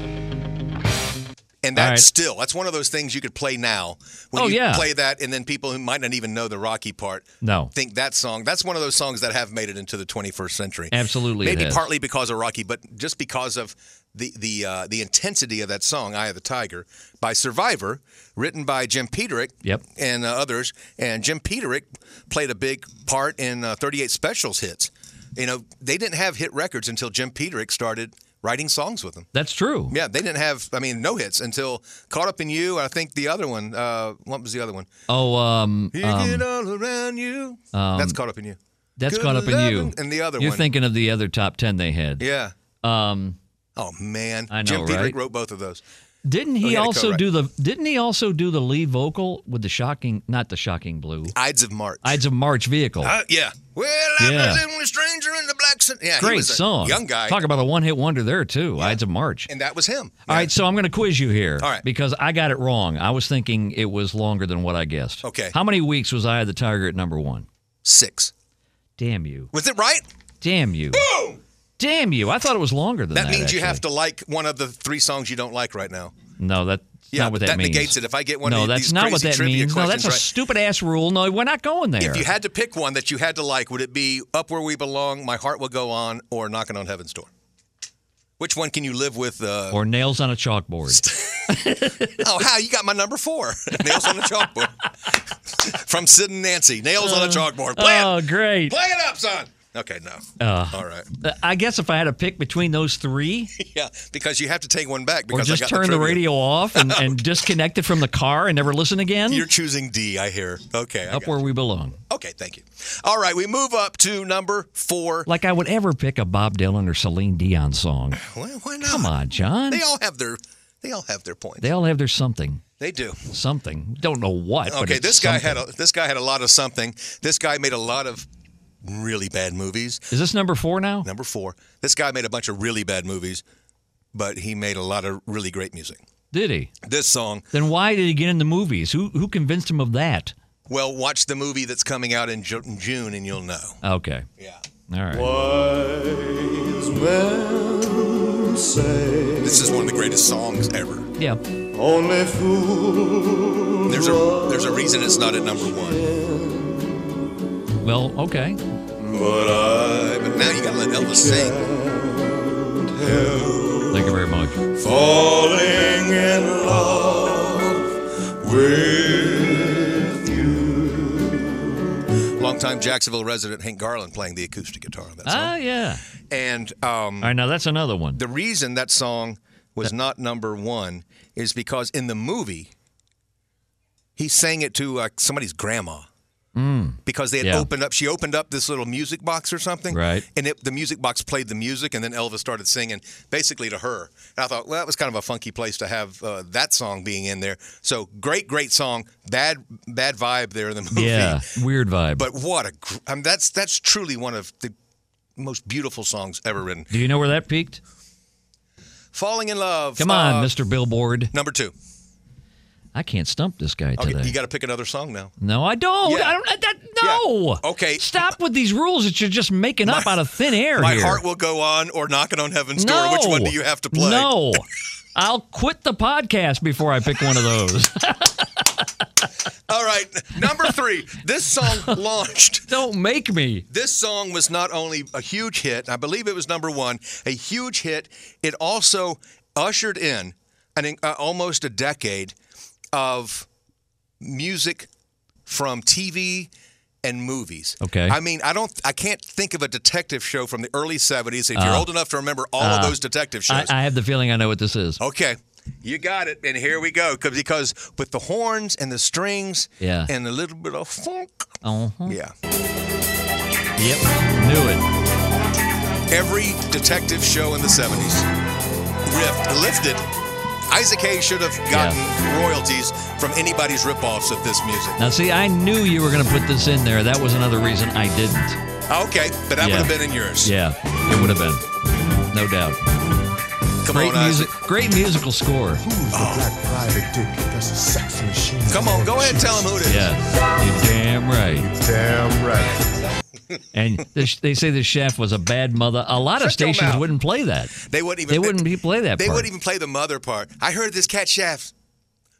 [SPEAKER 2] And
[SPEAKER 3] All
[SPEAKER 2] that's
[SPEAKER 3] right.
[SPEAKER 2] still that's one of those things you could play now. When
[SPEAKER 3] Oh,
[SPEAKER 2] you
[SPEAKER 3] yeah.
[SPEAKER 2] play that, and then people who might not even know the Rocky part
[SPEAKER 3] No.
[SPEAKER 2] think that song. That's one of those songs that have made it into the 21st century.
[SPEAKER 3] Absolutely it
[SPEAKER 2] maybe
[SPEAKER 3] has.
[SPEAKER 2] partly because of Rocky, but just because of the the uh, the intensity of that song, "Eye of the Tiger," by Survivor, written by Jim Peterick
[SPEAKER 3] Yep.
[SPEAKER 2] and uh, others. And Jim Peterick played a big part in uh, 38 Specials hits. You know, they didn't have hit records until Jim Peterick started writing songs with them.
[SPEAKER 3] That's true.
[SPEAKER 2] Yeah, they didn't have, I mean, no hits until Caught Up in You. and I think the other one, uh, what was the other one?
[SPEAKER 3] Oh, um,
[SPEAKER 2] You get all around you. That's Caught Up in You.
[SPEAKER 3] that's
[SPEAKER 2] Good
[SPEAKER 3] caught up in you.
[SPEAKER 2] lovin'. And the other
[SPEAKER 3] You're
[SPEAKER 2] one.
[SPEAKER 3] thinking of the other top ten they had.
[SPEAKER 2] Yeah.
[SPEAKER 3] Um,
[SPEAKER 2] Oh man,
[SPEAKER 3] I know,
[SPEAKER 2] Jim Peterick
[SPEAKER 3] right?
[SPEAKER 2] wrote both of those.
[SPEAKER 3] didn't
[SPEAKER 2] he
[SPEAKER 3] he
[SPEAKER 2] had it
[SPEAKER 3] also
[SPEAKER 2] co-write.
[SPEAKER 3] do the? Didn't he also do the lead vocal with the shocking? Not the shocking blue.
[SPEAKER 2] Ides of March.
[SPEAKER 3] Ides of March vehicle.
[SPEAKER 2] Uh, yeah. Well, I'm
[SPEAKER 3] Yeah.
[SPEAKER 2] the only stranger in the black. Sun. Yeah, he
[SPEAKER 3] Great
[SPEAKER 2] was a
[SPEAKER 3] song.
[SPEAKER 2] Young guy.
[SPEAKER 3] Talk about a one-hit wonder there too. Ides of March.
[SPEAKER 2] and that was him.
[SPEAKER 3] All right, so I'm going to quiz you here.
[SPEAKER 2] All right.
[SPEAKER 3] Because I got it wrong. I was thinking it was longer than what I guessed.
[SPEAKER 2] Okay.
[SPEAKER 3] How many weeks was I the Tiger at number one?
[SPEAKER 2] Six.
[SPEAKER 3] Damn you.
[SPEAKER 2] Was it right?
[SPEAKER 3] Damn you.
[SPEAKER 2] Boom.
[SPEAKER 3] Damn you. I thought it was longer than
[SPEAKER 2] That,
[SPEAKER 3] that.
[SPEAKER 2] means you have
[SPEAKER 3] actually.
[SPEAKER 2] to like one of the three songs you don't like right now.
[SPEAKER 3] No, that's
[SPEAKER 2] Yeah,
[SPEAKER 3] not what
[SPEAKER 2] that
[SPEAKER 3] that, means.
[SPEAKER 2] negates it. If I get one of
[SPEAKER 3] no,
[SPEAKER 2] the-
[SPEAKER 3] that's
[SPEAKER 2] these
[SPEAKER 3] not
[SPEAKER 2] crazy
[SPEAKER 3] what that
[SPEAKER 2] trivia
[SPEAKER 3] means. No,
[SPEAKER 2] questions
[SPEAKER 3] that's a
[SPEAKER 2] right-
[SPEAKER 3] stupid ass rule. No, we're not going there.
[SPEAKER 2] If you had to pick one that you had to like, would it be Up Where We Belong, My Heart Will Go On, or Knocking on Heaven's Door? Which one can you live with? Uh,
[SPEAKER 3] or nails on a chalkboard.
[SPEAKER 2] oh, how you got my number four? Nails on a chalkboard. From Sid and Nancy. Nails on a chalkboard. Play it.
[SPEAKER 3] Uh, oh, great. Uh,
[SPEAKER 2] Play it up, son. Okay, no. All right.
[SPEAKER 3] I guess if I had to pick between those three,
[SPEAKER 2] Yeah, because you have to take one back
[SPEAKER 3] or
[SPEAKER 2] because I
[SPEAKER 3] just
[SPEAKER 2] got the
[SPEAKER 3] turn the,
[SPEAKER 2] trivia.
[SPEAKER 3] radio off and, and disconnect it from the car and never listen again,
[SPEAKER 2] You're choosing D, I hear. Okay. I
[SPEAKER 3] up
[SPEAKER 2] got
[SPEAKER 3] where we belong.
[SPEAKER 2] you. Okay, thank you. All right, we move up to number four.
[SPEAKER 3] Like I would ever pick a Bob Dylan or Celine Dion song.
[SPEAKER 2] Well, why not?
[SPEAKER 3] Come on, John.
[SPEAKER 2] They all have their they all have their points.
[SPEAKER 3] They all have their something.
[SPEAKER 2] They do.
[SPEAKER 3] Something. Don't know what. but
[SPEAKER 2] Okay,
[SPEAKER 3] it's
[SPEAKER 2] this guy
[SPEAKER 3] something.
[SPEAKER 2] had a this guy had a lot of something. This guy made a lot of really bad movies.
[SPEAKER 3] Is this number four now?
[SPEAKER 2] Number four. This guy made a bunch of really bad movies, but he made a lot of really great music.
[SPEAKER 3] Did he?
[SPEAKER 2] This song
[SPEAKER 3] Then why did he get in the movies? Who who convinced him of that?
[SPEAKER 2] Well, watch the movie that's coming out in, Ju- in June, and you'll know.
[SPEAKER 3] Okay.
[SPEAKER 2] Yeah.
[SPEAKER 3] All right.
[SPEAKER 8] Wise men say
[SPEAKER 2] This is one of the greatest songs ever.
[SPEAKER 3] Yeah.
[SPEAKER 8] only fools
[SPEAKER 2] There's a there's a reason it's not at number one.
[SPEAKER 3] Well, okay.
[SPEAKER 2] But I. But now you gotta let Elvis sing.
[SPEAKER 3] Thank you very much.
[SPEAKER 8] falling in love with
[SPEAKER 2] Longtime Jacksonville resident Hank Garland playing the acoustic guitar on that
[SPEAKER 3] Ah,
[SPEAKER 2] song.
[SPEAKER 3] yeah.
[SPEAKER 2] And um,
[SPEAKER 3] All right, now that's another one.
[SPEAKER 2] the reason that song was not number one is because in the movie, he sang it to uh, somebody's grandma. Because they had
[SPEAKER 3] Mm. yeah.
[SPEAKER 2] opened up, she opened up this little music box or something,
[SPEAKER 3] Right.
[SPEAKER 2] And it, the music box played the music, and then Elvis started singing basically to her. And I thought, well, that was kind of a funky place to have uh, that song being in there. So great, great song, bad, bad vibe there in the movie.
[SPEAKER 3] yeah. Weird vibe.
[SPEAKER 2] But what a, gr- I mean, that's that's truly one of the most beautiful songs ever written.
[SPEAKER 3] Do you know where that peaked?
[SPEAKER 2] Falling in love.
[SPEAKER 3] Come on,
[SPEAKER 2] uh,
[SPEAKER 3] Mr. Billboard.
[SPEAKER 2] Number two.
[SPEAKER 3] I can't stump this guy
[SPEAKER 2] Okay,
[SPEAKER 3] today.
[SPEAKER 2] you got to pick another song now.
[SPEAKER 3] no, I don't.
[SPEAKER 2] Yeah.
[SPEAKER 3] I don't. I- That, no.
[SPEAKER 2] Yeah. Okay.
[SPEAKER 3] Stop with these rules that you're just making up out of thin air
[SPEAKER 2] My
[SPEAKER 3] here.
[SPEAKER 2] heart will go on or knocking on heaven's
[SPEAKER 3] no.
[SPEAKER 2] door. Which one do you have to play?
[SPEAKER 3] No. I'll quit the podcast before I pick one of those.
[SPEAKER 2] All right, number three. This song launched.
[SPEAKER 3] don't make me.
[SPEAKER 2] This song was not only a huge hit. I believe it was number one, a huge hit. It also ushered in an uh, almost a decade of music from TV and movies.
[SPEAKER 3] Okay.
[SPEAKER 2] I mean, I don't, I can't think of a detective show from the early '70s. If you're old enough to remember all of those detective
[SPEAKER 3] Uh, I,
[SPEAKER 2] shows,
[SPEAKER 3] I have the feeling I know what this is.
[SPEAKER 2] Okay. You got it. And here we go. 'Cause- Because with the horns and the strings
[SPEAKER 3] Yeah.
[SPEAKER 2] and a little bit of funk.
[SPEAKER 3] Uh-huh.
[SPEAKER 2] Yeah.
[SPEAKER 3] Yep. Knew it.
[SPEAKER 2] Every detective show in the 70s riffed, lifted Isaac Hayes should have gotten royalties from anybody's ripoffs of this music.
[SPEAKER 3] Now, see, I knew you were going to put this in there. That was another reason I didn't.
[SPEAKER 2] Okay, but that
[SPEAKER 3] Yeah.
[SPEAKER 2] would have been in yours.
[SPEAKER 3] Yeah, it would have been. No doubt.
[SPEAKER 2] Come
[SPEAKER 3] Great
[SPEAKER 2] on, Isaac.
[SPEAKER 3] music. Great musical score.
[SPEAKER 8] Who's the black private dick? That's a sex machine.
[SPEAKER 2] Come on, go ahead and tell him who it is.
[SPEAKER 3] Yeah. You're damn right.
[SPEAKER 8] Damn right.
[SPEAKER 3] And the, sh- they say the chef was a bad mother. A lot of
[SPEAKER 2] Shut your
[SPEAKER 3] stations
[SPEAKER 2] mouth.
[SPEAKER 3] wouldn't play that.
[SPEAKER 2] They wouldn't even.
[SPEAKER 3] They wouldn't be- play that
[SPEAKER 2] They
[SPEAKER 3] part.
[SPEAKER 2] wouldn't even play the mother part. I heard this cat shaft.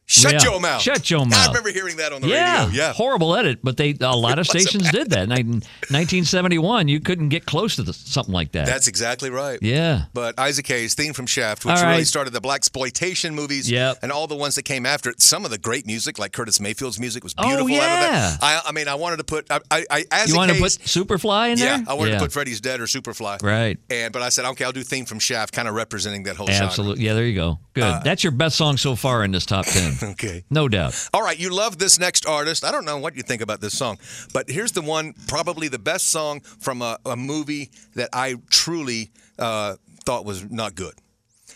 [SPEAKER 2] Shut
[SPEAKER 3] Yeah.
[SPEAKER 2] your mouth.
[SPEAKER 3] Shut your
[SPEAKER 2] I
[SPEAKER 3] mouth.
[SPEAKER 2] remember hearing that on the
[SPEAKER 3] yeah,
[SPEAKER 2] radio. Yeah.
[SPEAKER 3] horrible edit, but they a lot of stations did that. In 1971, you couldn't get close to the, something like that.
[SPEAKER 2] That's exactly right.
[SPEAKER 3] yeah,
[SPEAKER 2] But Isaac Hayes' theme from Shaft, which
[SPEAKER 3] All
[SPEAKER 2] really
[SPEAKER 3] right.
[SPEAKER 2] started the black exploitation movies
[SPEAKER 3] Yep.
[SPEAKER 2] and all the ones that came after it. Some of the great music, like Curtis Mayfield's music, was
[SPEAKER 3] Oh,
[SPEAKER 2] beautiful out of
[SPEAKER 3] yeah.
[SPEAKER 2] that. I, I mean, I wanted to put I, I, I Isaac
[SPEAKER 3] you want to put
[SPEAKER 2] Hayes.
[SPEAKER 3] Superfly in
[SPEAKER 2] yeah,
[SPEAKER 3] there?
[SPEAKER 2] I wanted to put Freddy's Dead or Superfly.
[SPEAKER 3] Right.
[SPEAKER 2] And but I said, okay, I'll do theme from Shaft, kind of representing that whole genre.
[SPEAKER 3] Absolutely. Yeah, there you go. Good.
[SPEAKER 2] Uh,
[SPEAKER 3] That's your best song so far in this top ten,
[SPEAKER 2] Okay.
[SPEAKER 3] no doubt.
[SPEAKER 2] All right, you love this next artist. I don't know what you think about this song, but here's the one, probably the best song from a, a movie that I truly uh, thought was not good.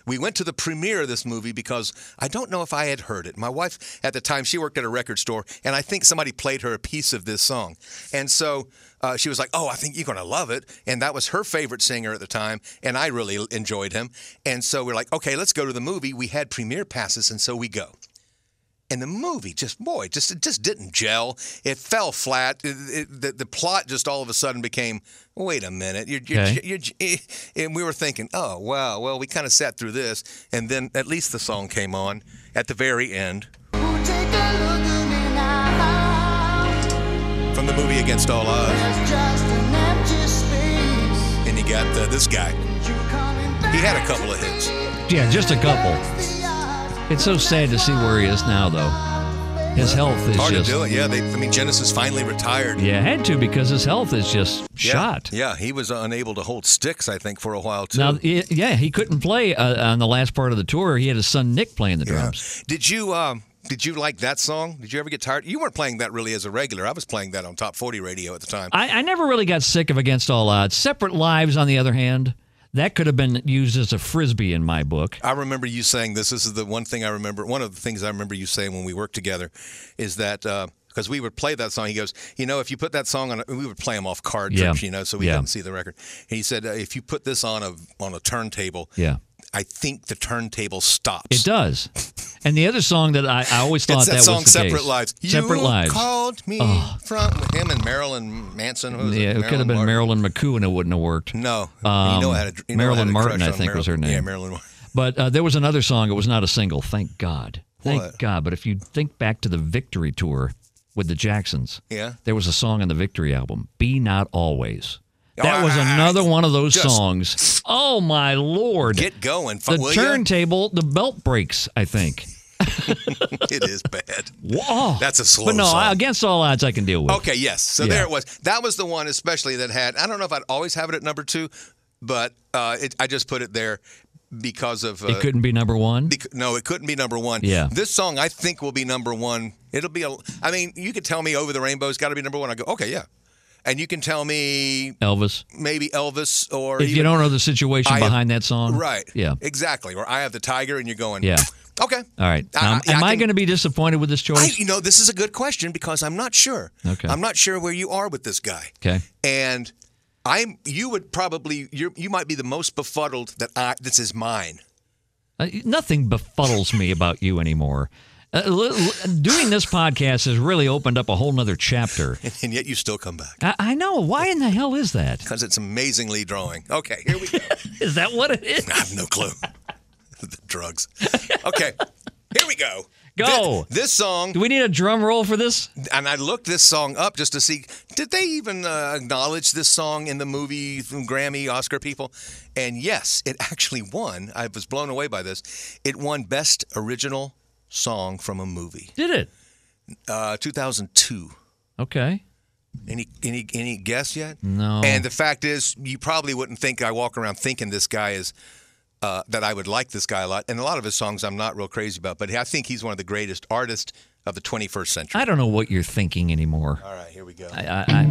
[SPEAKER 2] We went to the premiere of this movie because I don't know if I had heard it. My wife at the time, she worked at a record store, and I think somebody played her a piece of this song. And so uh, she was like, Oh, I think you're going to love it. And that was her favorite singer at the time, and I really enjoyed him. And so we're like, Okay, let's go to the movie. We had premiere passes, and so we go and the movie just boy just it just didn't gel it fell flat It- it- the, the plot just all of a sudden became wait a minute you're, you're,
[SPEAKER 3] Okay.
[SPEAKER 2] you're, eh," and we were thinking oh wow well we kind of sat through this and then at least the song came on at the very end from the movie against all odds and you got uh, this guy he had a couple of hits
[SPEAKER 3] Yeah, just a couple. It's so sad to see where he is now, though. His health is
[SPEAKER 2] hard
[SPEAKER 3] just
[SPEAKER 2] to do it yeah they, i mean genesis finally retired
[SPEAKER 3] yeah had to because his health is just
[SPEAKER 2] Yeah.
[SPEAKER 3] shot.
[SPEAKER 2] yeah he was unable to hold sticks i think for a while too
[SPEAKER 3] Now, y- yeah, he couldn't play uh, on the last part of the tour. He had his son Nick playing the drums.
[SPEAKER 2] Did you um did you like that song? Did you ever get tired? You weren't playing that really as a regular. I was playing that on Top 40 radio at the time.
[SPEAKER 3] I, I never really got sick of Against All Odds. Separate Lives, on the other hand, that could have been used as a frisbee in my book.
[SPEAKER 2] I remember you saying this. This is the one thing I remember. One of the things I remember you saying when we worked together is that because we would play that song. He goes, you know, if you put that song on, a, we would play them off card
[SPEAKER 3] Yeah.
[SPEAKER 2] trips, you know, so we
[SPEAKER 3] Yeah.
[SPEAKER 2] couldn't see the record. And he said, uh, if you put this on a on a turntable,
[SPEAKER 3] Yeah.
[SPEAKER 2] I think the turntable stops.
[SPEAKER 3] It does. And the other song that I, I always thought
[SPEAKER 2] It's that,
[SPEAKER 3] that
[SPEAKER 2] song,
[SPEAKER 3] was the
[SPEAKER 2] Separate
[SPEAKER 3] case.
[SPEAKER 2] Lives.
[SPEAKER 3] Separate
[SPEAKER 2] you
[SPEAKER 3] Lives.
[SPEAKER 2] called me from him and Marilyn Manson. Who was
[SPEAKER 3] yeah, it could have been
[SPEAKER 2] Martin?
[SPEAKER 3] Marilyn McCoo and it wouldn't have worked.
[SPEAKER 2] No,
[SPEAKER 3] Um,
[SPEAKER 2] you know I had a, you know I
[SPEAKER 3] Marilyn
[SPEAKER 2] had a
[SPEAKER 3] Martin,
[SPEAKER 2] crush
[SPEAKER 3] I
[SPEAKER 2] on
[SPEAKER 3] think, was her
[SPEAKER 2] Marilyn- Yeah,
[SPEAKER 3] name.
[SPEAKER 2] Marilyn. Martin.
[SPEAKER 3] But uh, there was another song. It was not a single. Thank God. Thank
[SPEAKER 2] What?
[SPEAKER 3] God. But if you think back to the Victory tour with the Jacksons,
[SPEAKER 2] Yeah.
[SPEAKER 3] there was a song on the Victory album, "Be Not Always." That
[SPEAKER 2] Oh,
[SPEAKER 3] was
[SPEAKER 2] I- I-
[SPEAKER 3] another one of those
[SPEAKER 2] just-
[SPEAKER 3] songs. Oh my lord!
[SPEAKER 2] Get going, fu-
[SPEAKER 3] the
[SPEAKER 2] will ya?
[SPEAKER 3] turntable, the belt breaks. I think.
[SPEAKER 2] It is bad.
[SPEAKER 3] Whoa.
[SPEAKER 2] That's a slow
[SPEAKER 3] But no,
[SPEAKER 2] song.
[SPEAKER 3] I- against all odds, I can deal with.
[SPEAKER 2] Okay, yes. So
[SPEAKER 3] Yeah.
[SPEAKER 2] there it was. That was the one, especially that had. I don't know if I'd always have it at number two, but uh, it, I just put it there because of. Uh,
[SPEAKER 3] It couldn't be number one.
[SPEAKER 2] bec- no, it couldn't be number one.
[SPEAKER 3] Yeah.
[SPEAKER 2] This song, I think, will be number one. It'll be a. I mean, you could tell me "Over the Rainbow's" got to be number one. I go, okay, yeah. And you can tell me
[SPEAKER 3] Elvis.
[SPEAKER 2] maybe Elvis or
[SPEAKER 3] If you
[SPEAKER 2] even-
[SPEAKER 3] don't know the situation
[SPEAKER 2] I have-
[SPEAKER 3] behind that song,
[SPEAKER 2] right,
[SPEAKER 3] Um, Yeah.
[SPEAKER 2] exactly. Or I have the tiger, and you're going,
[SPEAKER 3] Yeah.
[SPEAKER 2] okay,
[SPEAKER 3] All right.
[SPEAKER 2] I-
[SPEAKER 3] Now,
[SPEAKER 2] I-
[SPEAKER 3] am
[SPEAKER 2] I
[SPEAKER 3] I,
[SPEAKER 2] can-
[SPEAKER 3] going to be disappointed with this
[SPEAKER 2] I,
[SPEAKER 3] choice?
[SPEAKER 2] you know, this is a good question because I'm not sure.
[SPEAKER 3] Okay.
[SPEAKER 2] I'm not sure where you are with this guy.
[SPEAKER 3] Okay.
[SPEAKER 2] And I'm. You would probably. You you might be the most befuddled that I. This is mine.
[SPEAKER 3] Uh, nothing befuddles me about you anymore. Uh, l- l- doing this podcast has really opened up a whole nother chapter.
[SPEAKER 2] And yet you still come back
[SPEAKER 3] I, I know. Why in the hell is that?
[SPEAKER 2] because it's amazingly drawing. Okay, here we go.
[SPEAKER 3] Is that what it is?
[SPEAKER 2] I have no clue. the drugs. Okay, here we go.
[SPEAKER 3] Go.
[SPEAKER 2] Thi- This, song,
[SPEAKER 3] Do we need a drum roll for this?
[SPEAKER 2] and I looked this song up just to see did they even uh, acknowledge this song in the movie Grammy Oscar people? And yes, it actually won. I was blown away by this. It won Best Original Song from a Movie,
[SPEAKER 3] Did it?
[SPEAKER 2] uh, 2002.
[SPEAKER 3] Okay.
[SPEAKER 2] Any any any guess yet?
[SPEAKER 3] No.
[SPEAKER 2] And the fact is, you probably wouldn't think I walk around thinking this guy is uh, that I would like this guy a lot. And a lot of his songs I'm not real crazy about, but I think he's one of the greatest artists of the 21st century.
[SPEAKER 3] I don't know what you're thinking anymore.
[SPEAKER 2] All right, here we go.
[SPEAKER 3] I, I, I,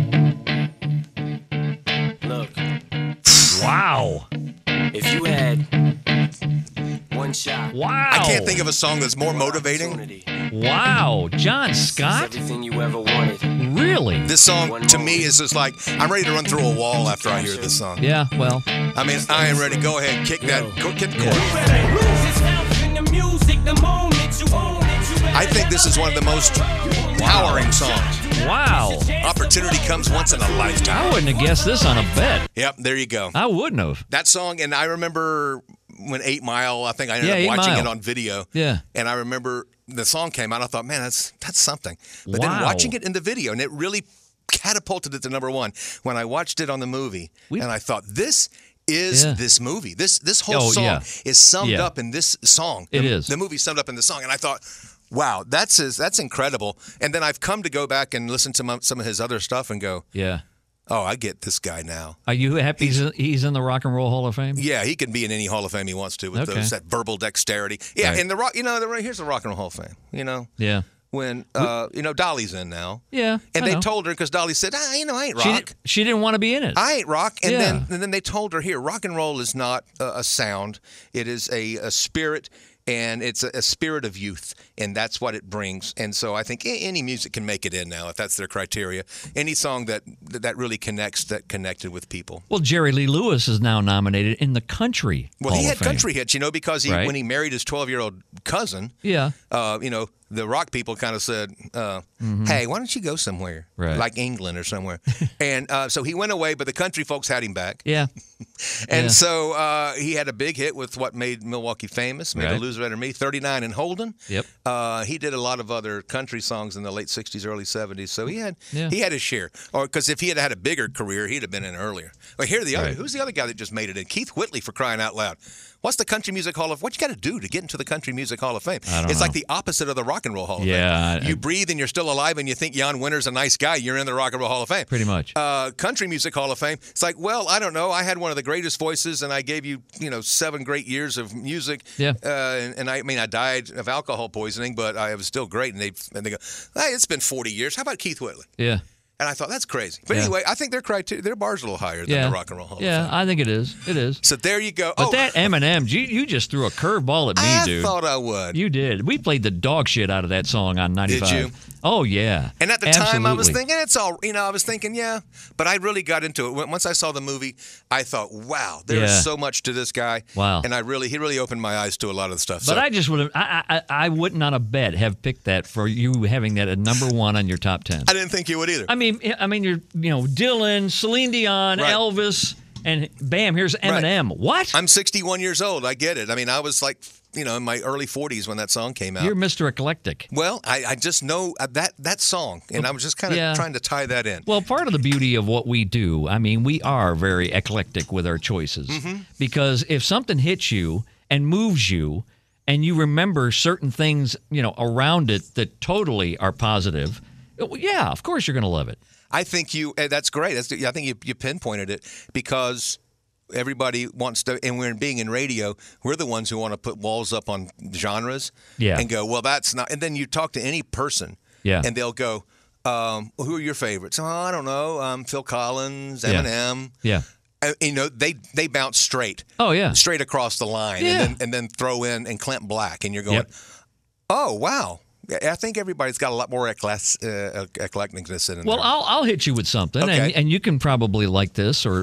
[SPEAKER 7] Look,
[SPEAKER 3] wow.
[SPEAKER 7] if you had one shot
[SPEAKER 3] Wow.
[SPEAKER 2] I can't think of a song that's more motivating.
[SPEAKER 3] Wow. John Scott?
[SPEAKER 7] Everything you ever wanted.
[SPEAKER 3] Really?
[SPEAKER 2] This song to me is just like I'm ready to run through a wall after I hear this song.
[SPEAKER 3] Yeah, well,
[SPEAKER 2] I mean, I am ready. Go ahead, kick that, go, kick the chord.
[SPEAKER 7] I
[SPEAKER 2] I think this is one of the most powering songs.
[SPEAKER 3] wow.
[SPEAKER 2] Opportunity comes once in a lifetime.
[SPEAKER 3] I wouldn't have guessed this on a bet.
[SPEAKER 2] Yep, there you go.
[SPEAKER 3] I wouldn't have.
[SPEAKER 2] That song, and I remember when Eight Mile, I think I
[SPEAKER 3] Yeah,
[SPEAKER 2] ended
[SPEAKER 3] Eight
[SPEAKER 2] up watching
[SPEAKER 3] Mile.
[SPEAKER 2] it on video.
[SPEAKER 3] Yeah.
[SPEAKER 2] And I remember the song came out. I thought, man, that's that's something. But then
[SPEAKER 3] Wow.
[SPEAKER 2] watching it in the video, and it really catapulted it to number one. When I watched it on the movie,
[SPEAKER 3] We-
[SPEAKER 2] and I thought, this is
[SPEAKER 3] Yeah.
[SPEAKER 2] this movie. This this whole
[SPEAKER 3] Oh,
[SPEAKER 2] song
[SPEAKER 3] yeah.
[SPEAKER 2] is summed
[SPEAKER 3] Yeah.
[SPEAKER 2] up in this song.
[SPEAKER 3] It
[SPEAKER 2] It is
[SPEAKER 3] is.
[SPEAKER 2] the movie summed up in the song, and I thought. Wow, that's his, that's incredible. And then I've come to go back and listen to my, some of his other stuff and go,
[SPEAKER 3] Yeah.
[SPEAKER 2] oh, I get this guy now.
[SPEAKER 3] Are you happy he's, he's in the Rock and Roll Hall of Fame?
[SPEAKER 2] Yeah, he can be in any Hall of Fame he wants to with
[SPEAKER 3] Okay.
[SPEAKER 2] those that verbal dexterity. Yeah,
[SPEAKER 3] Right.
[SPEAKER 2] and the rock, you know, the, here's the Rock and Roll Hall of Fame. You know,
[SPEAKER 3] Yeah.
[SPEAKER 2] when uh, you know Dolly's in now,
[SPEAKER 3] Yeah.
[SPEAKER 2] and
[SPEAKER 3] I
[SPEAKER 2] they
[SPEAKER 3] know.
[SPEAKER 2] told her because Dolly said, ah, you know, I ain't
[SPEAKER 3] she,
[SPEAKER 2] rock.
[SPEAKER 3] di- she didn't want to be in it.
[SPEAKER 2] I ain't rock, and then
[SPEAKER 3] Yeah.
[SPEAKER 2] and then they told her here, rock and roll is not a, a sound; it is a, a spirit, and it's a, a spirit of youth, and that's what it brings. And so I think a- any music can make it in now if that's their criteria. Any song that that really connects, that connected with people.
[SPEAKER 3] well, Jerry Lee Lewis is now nominated in the country.
[SPEAKER 2] Well, he
[SPEAKER 3] Hall
[SPEAKER 2] had
[SPEAKER 3] of Fame.
[SPEAKER 2] country hits, you know, because he,
[SPEAKER 3] Right.
[SPEAKER 2] when he married his 12 year old cousin,
[SPEAKER 3] Yeah.
[SPEAKER 2] uh, you know, the rock people kind of said, uh, hey, why don't you go somewhere?
[SPEAKER 3] Mm-hmm. Right.
[SPEAKER 2] Like England or somewhere. and uh, so he went away, but the country folks had him back.
[SPEAKER 3] Yeah.
[SPEAKER 2] And
[SPEAKER 3] Yeah.
[SPEAKER 2] so uh, he had a big hit with what made Milwaukee famous, made
[SPEAKER 3] Right.
[SPEAKER 2] a loser out of me, 39 and Holden.
[SPEAKER 3] Yep.
[SPEAKER 2] Uh, he did a lot of other country songs in the late 60s, early 70s. So he had
[SPEAKER 3] Yeah.
[SPEAKER 2] he had his share. Or because if he had had a bigger career, he'd have been in earlier. But here the other
[SPEAKER 3] Right.
[SPEAKER 2] who's the other guy that just made it in? Keith Whitley for crying out loud. What's the Country Music Hall of? What you got to do to get into the Country Music Hall of Fame?
[SPEAKER 3] I don't
[SPEAKER 2] it's like
[SPEAKER 3] know.
[SPEAKER 2] the opposite of the Rock and Roll Hall of
[SPEAKER 3] Yeah,
[SPEAKER 2] Fame.
[SPEAKER 3] I-
[SPEAKER 2] you breathe and you're still alive, and you think Jan Winter's a nice guy. You're in the Rock and Roll Hall of Fame
[SPEAKER 3] Pretty much.
[SPEAKER 2] uh, Country Music Hall of Fame. It's like, well, I don't know. I had one of the greatest voices, and I gave you, you know, seven great years of music.
[SPEAKER 3] Yeah.
[SPEAKER 2] Uh, and, and I, I mean, I died of alcohol poisoning, but I was still great. And they and they go, hey, it's been 40 years. How about Keith Whitley?
[SPEAKER 3] yeah.
[SPEAKER 2] And I thought that's crazy. But
[SPEAKER 3] Yeah.
[SPEAKER 2] anyway, I think their criteria, their bar's a little higher than
[SPEAKER 3] Yeah.
[SPEAKER 2] the Rock and Roll Hall of
[SPEAKER 3] Yeah,
[SPEAKER 2] Fame.
[SPEAKER 3] I think it is. It is.
[SPEAKER 2] So there you go.
[SPEAKER 3] But
[SPEAKER 2] oh,
[SPEAKER 3] that Eminem, you, you just threw a curveball at me,
[SPEAKER 2] I
[SPEAKER 3] dude.
[SPEAKER 2] thought I would.
[SPEAKER 3] You did. We played the dog shit out of that song on 95.
[SPEAKER 2] you?
[SPEAKER 3] Oh, yeah.
[SPEAKER 2] And at the time, I was
[SPEAKER 3] Absolutely.
[SPEAKER 2] thinking it's all you know. I was thinking, yeah, but I really got into it When- once I saw the movie. I thought, wow, there's
[SPEAKER 3] Yeah.
[SPEAKER 2] so much to this guy.
[SPEAKER 3] Wow.
[SPEAKER 2] and I really, he really opened my eyes to a lot of the stuff.
[SPEAKER 3] But
[SPEAKER 2] so,
[SPEAKER 3] I just would have, I, I, I would not a bet have picked that for you having that at number one on your top 10.
[SPEAKER 2] I didn't think you would either.
[SPEAKER 3] I mean, I mean, you're, you know, Dylan, Celine Dion,
[SPEAKER 2] Right. uh,
[SPEAKER 3] oh,
[SPEAKER 2] eh, "Um, "Oh,
[SPEAKER 3] Oh,
[SPEAKER 2] "Oh, eh,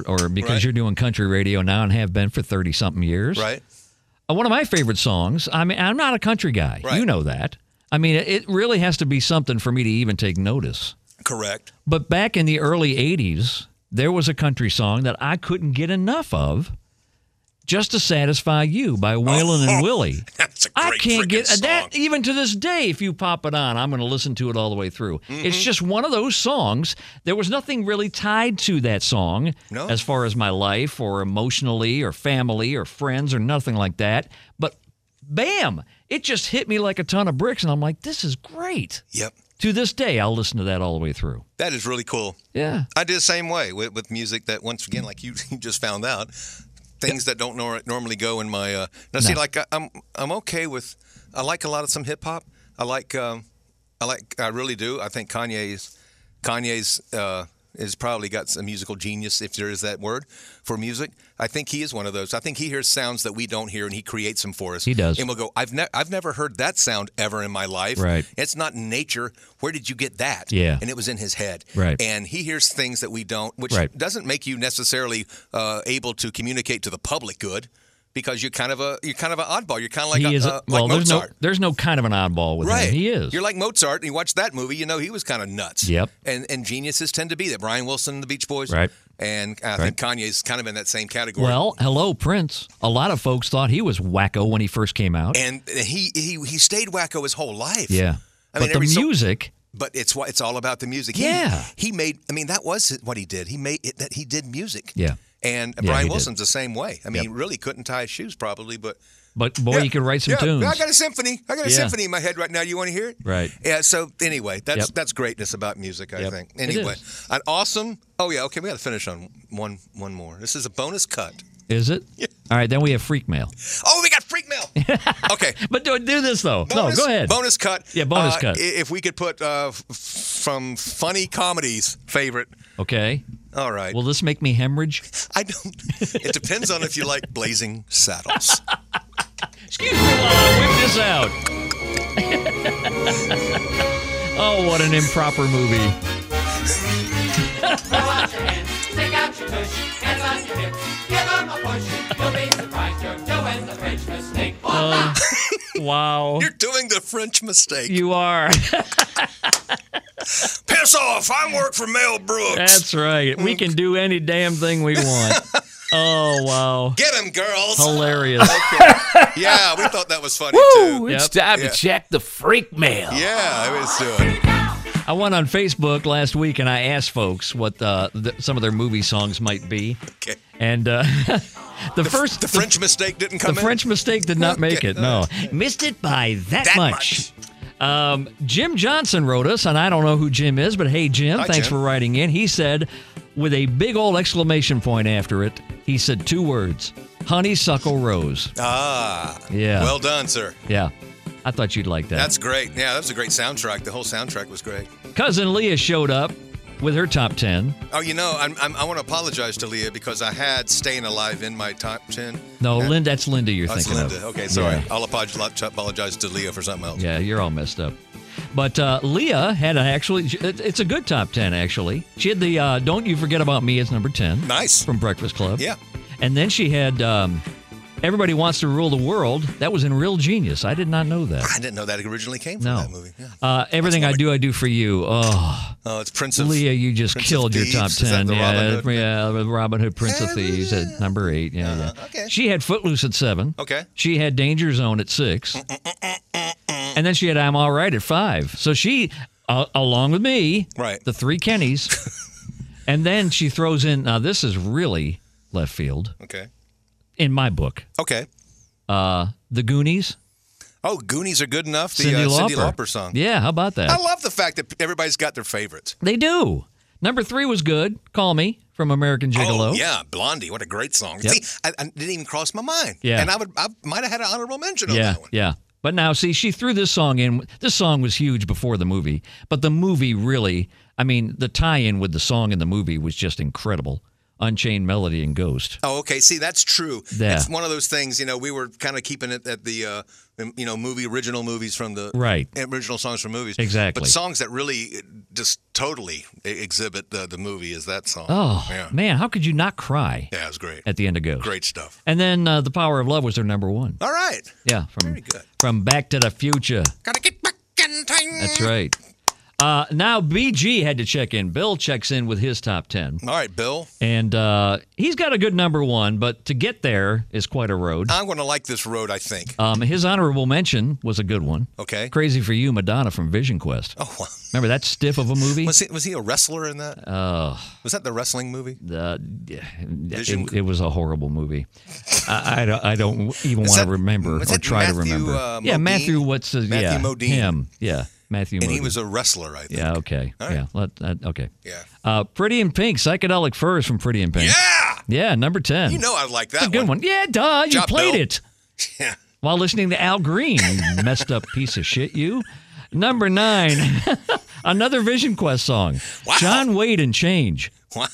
[SPEAKER 2] uh, um, uh, has
[SPEAKER 3] Uh,
[SPEAKER 2] probably got some musical genius, if there is that word, for music. I think he is one of those. I think he hears sounds that we don't hear, and he creates them for us.
[SPEAKER 3] He does.
[SPEAKER 2] And we'll go. I've ne- I've never heard that sound ever in my life.
[SPEAKER 3] Right.
[SPEAKER 2] It's not in nature. Where did you get that?
[SPEAKER 3] Yeah.
[SPEAKER 2] And it was in his head.
[SPEAKER 3] Right.
[SPEAKER 2] And he hears things that we don't, which
[SPEAKER 3] Right.
[SPEAKER 2] doesn't make you necessarily uh, able to communicate to the public good, because you're kind of a you're kind of an oddball. You're kind of like
[SPEAKER 3] he
[SPEAKER 2] a,
[SPEAKER 3] is.
[SPEAKER 2] uh,
[SPEAKER 3] a- well,
[SPEAKER 2] like
[SPEAKER 3] there's no
[SPEAKER 2] Mozart.
[SPEAKER 3] there's no kind of an oddball with
[SPEAKER 2] Right.
[SPEAKER 3] him. He is.
[SPEAKER 2] You're like Mozart, and you watch that movie, you know he was kind of nuts.
[SPEAKER 3] Yep.
[SPEAKER 2] And and geniuses tend to be that. Brian Wilson and the Beach Boys.
[SPEAKER 3] Right.
[SPEAKER 2] And I think Kanye's kind of in that same category.
[SPEAKER 3] well, hello, Prince. A lot of folks thought he was wacko when he first came out.
[SPEAKER 2] and he he he stayed wacko his whole life.
[SPEAKER 3] yeah.
[SPEAKER 2] I mean,
[SPEAKER 3] but
[SPEAKER 2] every
[SPEAKER 3] the
[SPEAKER 2] so-
[SPEAKER 3] music,
[SPEAKER 2] But it's what it's all about the music. He-
[SPEAKER 3] Yeah.
[SPEAKER 2] He, made. I mean, that was what he did. He made it, that he did music.
[SPEAKER 3] Yeah.
[SPEAKER 2] And
[SPEAKER 3] Yeah, he
[SPEAKER 2] Brian
[SPEAKER 3] did.
[SPEAKER 2] Wilson's the same way. I mean, he really couldn't tie his shoes probably, but
[SPEAKER 3] but boy,
[SPEAKER 2] Yeah.
[SPEAKER 3] you could write some
[SPEAKER 2] yeah.
[SPEAKER 3] tunes.
[SPEAKER 2] I got a symphony. I got a
[SPEAKER 3] Yeah.
[SPEAKER 2] symphony in my head right now. You want to hear it?
[SPEAKER 3] Right.
[SPEAKER 2] Yeah. So anyway, that's
[SPEAKER 3] Yep.
[SPEAKER 2] that's greatness about music. I
[SPEAKER 3] Yep.
[SPEAKER 2] think.
[SPEAKER 3] It
[SPEAKER 2] Anyway,
[SPEAKER 3] is.
[SPEAKER 2] an awesome. Oh yeah. Okay. We got to finish on one one more. This is a bonus cut.
[SPEAKER 3] Is it? All right, then we have freak mail.
[SPEAKER 2] Oh, we got freak mail. okay.
[SPEAKER 3] But do, do this though.
[SPEAKER 2] Bonus,
[SPEAKER 3] no, go ahead.
[SPEAKER 2] Bonus cut.
[SPEAKER 3] Yeah, bonus
[SPEAKER 2] Uh,
[SPEAKER 3] cut.
[SPEAKER 2] i- If we could put uh, f- from funny comedies favorite.
[SPEAKER 3] Okay.
[SPEAKER 2] All right.
[SPEAKER 3] Will this make me hemorrhage?
[SPEAKER 2] I don't. It depends on if you like Blazing Saddles.
[SPEAKER 3] Excuse me while I uh, whip this out. oh, what an improper movie.
[SPEAKER 7] Stick out your tush, hands on your hips, give 'em a push. You'll be surprised, you're doing the French mistake.
[SPEAKER 3] Uh, Wow.
[SPEAKER 2] You're doing the French mistake.
[SPEAKER 3] You are.
[SPEAKER 2] Piss off! I work for Mel Brooks.
[SPEAKER 3] That's right. We can do any damn thing we want. Oh, wow.
[SPEAKER 2] Get him, girls.
[SPEAKER 3] Hilarious.
[SPEAKER 2] Yeah, we thought that was funny
[SPEAKER 1] Woo!
[SPEAKER 2] too.
[SPEAKER 1] It's
[SPEAKER 3] Yep.
[SPEAKER 1] time
[SPEAKER 2] Yeah.
[SPEAKER 1] to check the freak mail.
[SPEAKER 2] Yeah, it was uh, doing.
[SPEAKER 3] I went on Facebook last week and I asked folks what uh, th- some of their movie songs might be.
[SPEAKER 2] Okay.
[SPEAKER 3] And uh, the, first,
[SPEAKER 2] The French mistake didn't
[SPEAKER 3] the
[SPEAKER 2] come in.
[SPEAKER 3] French mistake did not make
[SPEAKER 2] Okay.
[SPEAKER 3] it. No, missed it by that,
[SPEAKER 2] That
[SPEAKER 3] much. Um, Jim Johnson wrote us, and I don't know who Jim is, but hey, Jim,
[SPEAKER 2] Hi,
[SPEAKER 3] thanks
[SPEAKER 2] Jim.
[SPEAKER 3] for writing in. He said, with a big old exclamation point after it, he said two words: "Honeysuckle Rose."
[SPEAKER 2] Ah.
[SPEAKER 3] Yeah.
[SPEAKER 2] Well done, sir.
[SPEAKER 3] Yeah, I thought you'd like that.
[SPEAKER 2] That's great. Yeah, that was a great soundtrack. The whole soundtrack was great.
[SPEAKER 3] Cousin Leah showed up with her top ten.
[SPEAKER 2] Oh, you know, I'm, I'm, I want to apologize to Leah because I had "Staying Alive" in my top ten.
[SPEAKER 3] No, Linda, that's Linda. You're
[SPEAKER 2] Oh, it's
[SPEAKER 3] thinking
[SPEAKER 2] Linda.
[SPEAKER 3] of.
[SPEAKER 2] Okay, sorry.
[SPEAKER 3] Yeah.
[SPEAKER 2] I'll apologize, apologize to Leah for something else.
[SPEAKER 3] Yeah, you're all messed up. But uh, Leah had an actually, it- it's a good top 10, actually. She had the uh, Don't You Forget About Me as number 10.
[SPEAKER 2] Nice.
[SPEAKER 3] From Breakfast Club.
[SPEAKER 2] Yeah.
[SPEAKER 3] And then she had um, Everybody Wants to Rule the World. That was in Real Genius. I did not know that.
[SPEAKER 2] I didn't know that originally came from
[SPEAKER 3] No.
[SPEAKER 2] that movie. Yeah.
[SPEAKER 3] Uh, everything I Do, I Do for You. Oh,
[SPEAKER 2] Oh, it's Prince of
[SPEAKER 3] Leah, you just
[SPEAKER 2] Prince of
[SPEAKER 3] killed your top
[SPEAKER 2] Thieves? Is that
[SPEAKER 3] 10.
[SPEAKER 2] the
[SPEAKER 3] yeah,
[SPEAKER 2] Robin Hood?
[SPEAKER 3] yeah, the Robin Hood, Prince of
[SPEAKER 2] Yeah,
[SPEAKER 3] Thieves
[SPEAKER 2] yeah.
[SPEAKER 3] at number eight. Yeah, yeah.
[SPEAKER 2] okay.
[SPEAKER 3] She had Footloose at seven.
[SPEAKER 2] Okay.
[SPEAKER 3] She had Danger Zone at six. and then she had I'm All Right at five. So she, uh, along with me,
[SPEAKER 2] Right.
[SPEAKER 3] the three Kennys. and then she throws in, now this is really left field
[SPEAKER 2] Okay.
[SPEAKER 3] in my book,
[SPEAKER 2] Okay.
[SPEAKER 3] uh, The Goonies,
[SPEAKER 2] Oh, Goonies are good enough. The
[SPEAKER 3] Cindy,
[SPEAKER 2] uh,
[SPEAKER 3] Lauper.
[SPEAKER 2] Cindy Lauper song.
[SPEAKER 3] Yeah, how about that?
[SPEAKER 2] I love the fact that everybody's got their favorites.
[SPEAKER 3] they do. Number three was good. Call Me from American
[SPEAKER 2] Oh,
[SPEAKER 3] Gigolo.
[SPEAKER 2] yeah, Blondie. What a great song.
[SPEAKER 3] Yep.
[SPEAKER 2] See, I, I didn't even cross my mind.
[SPEAKER 3] Yeah.
[SPEAKER 2] And I would, I might have had an honorable mention on
[SPEAKER 3] Yeah,
[SPEAKER 2] that one.
[SPEAKER 3] yeah. But now, see, she threw this song in. This song was huge before the movie, but the movie really, I mean, the tie in with the song and the movie was just incredible. Unchained Melody and Ghost.
[SPEAKER 2] Oh, okay. See, that's true.
[SPEAKER 3] Yeah.
[SPEAKER 2] It's one of those things, you know, we were kind of keeping it at the, uh, you know, movie original movies from the
[SPEAKER 3] Right.
[SPEAKER 2] original songs from movies.
[SPEAKER 3] Exactly.
[SPEAKER 2] But songs that really uh, just totally e-, exhibit the, the movie is that song.
[SPEAKER 3] Oh,
[SPEAKER 2] yeah.
[SPEAKER 3] man, how could you not cry
[SPEAKER 2] Yeah, it was great.
[SPEAKER 3] at the end of Ghost?
[SPEAKER 2] Great stuff.
[SPEAKER 3] And then uh, The Power of Love was their number one.
[SPEAKER 2] All right.
[SPEAKER 3] Yeah, from,
[SPEAKER 2] Very good.
[SPEAKER 3] from Back to the Future.
[SPEAKER 2] Gotta get back in time.
[SPEAKER 3] That's right. Uh, now, BG had to check in. Bill checks in with his top 10.
[SPEAKER 2] All right, Bill.
[SPEAKER 3] And uh, he's got a good number one, but to get there is quite a road.
[SPEAKER 2] I'm going to like this road, I think.
[SPEAKER 3] Um, his honorable mention was a good one.
[SPEAKER 2] Okay.
[SPEAKER 3] Crazy for You, Madonna from Vision Quest.
[SPEAKER 2] Oh, wow.
[SPEAKER 3] Remember that stiff of a movie?
[SPEAKER 2] Was he, was he a wrestler in that? Oh. was that the wrestling movie?
[SPEAKER 3] Uh, yeah,
[SPEAKER 2] Vision-
[SPEAKER 3] it, it was a horrible movie. I, I don't, I don't even want to
[SPEAKER 2] that-
[SPEAKER 3] remember
[SPEAKER 2] was
[SPEAKER 3] or
[SPEAKER 2] that
[SPEAKER 3] try to
[SPEAKER 2] Matthew,
[SPEAKER 3] remember.
[SPEAKER 2] uh,
[SPEAKER 3] yeah,
[SPEAKER 2] Modine?
[SPEAKER 3] Matthew. What's his?
[SPEAKER 2] Matthew
[SPEAKER 3] yeah,
[SPEAKER 2] Modine.
[SPEAKER 3] him. Yeah, Matthew.
[SPEAKER 2] And he
[SPEAKER 3] Modine.
[SPEAKER 2] was a wrestler, I think.
[SPEAKER 3] Yeah. Okay.
[SPEAKER 2] All
[SPEAKER 3] Yeah.
[SPEAKER 2] right.
[SPEAKER 3] Let, that- okay.
[SPEAKER 2] Yeah.
[SPEAKER 3] Uh, Pretty in Pink, psychedelic furs from Pretty in Pink.
[SPEAKER 2] Yeah!
[SPEAKER 3] Yeah, number ten.
[SPEAKER 2] You know I like that
[SPEAKER 3] That's a good one. Yeah, duh. You
[SPEAKER 2] Job,
[SPEAKER 3] played
[SPEAKER 2] Bill.
[SPEAKER 3] it.
[SPEAKER 2] Yeah.
[SPEAKER 3] while listening to Al Green. you messed up piece of shit, you. Number nine, Another Vision Quest song.
[SPEAKER 2] Wow.
[SPEAKER 3] John Wade and Change.
[SPEAKER 2] Wow.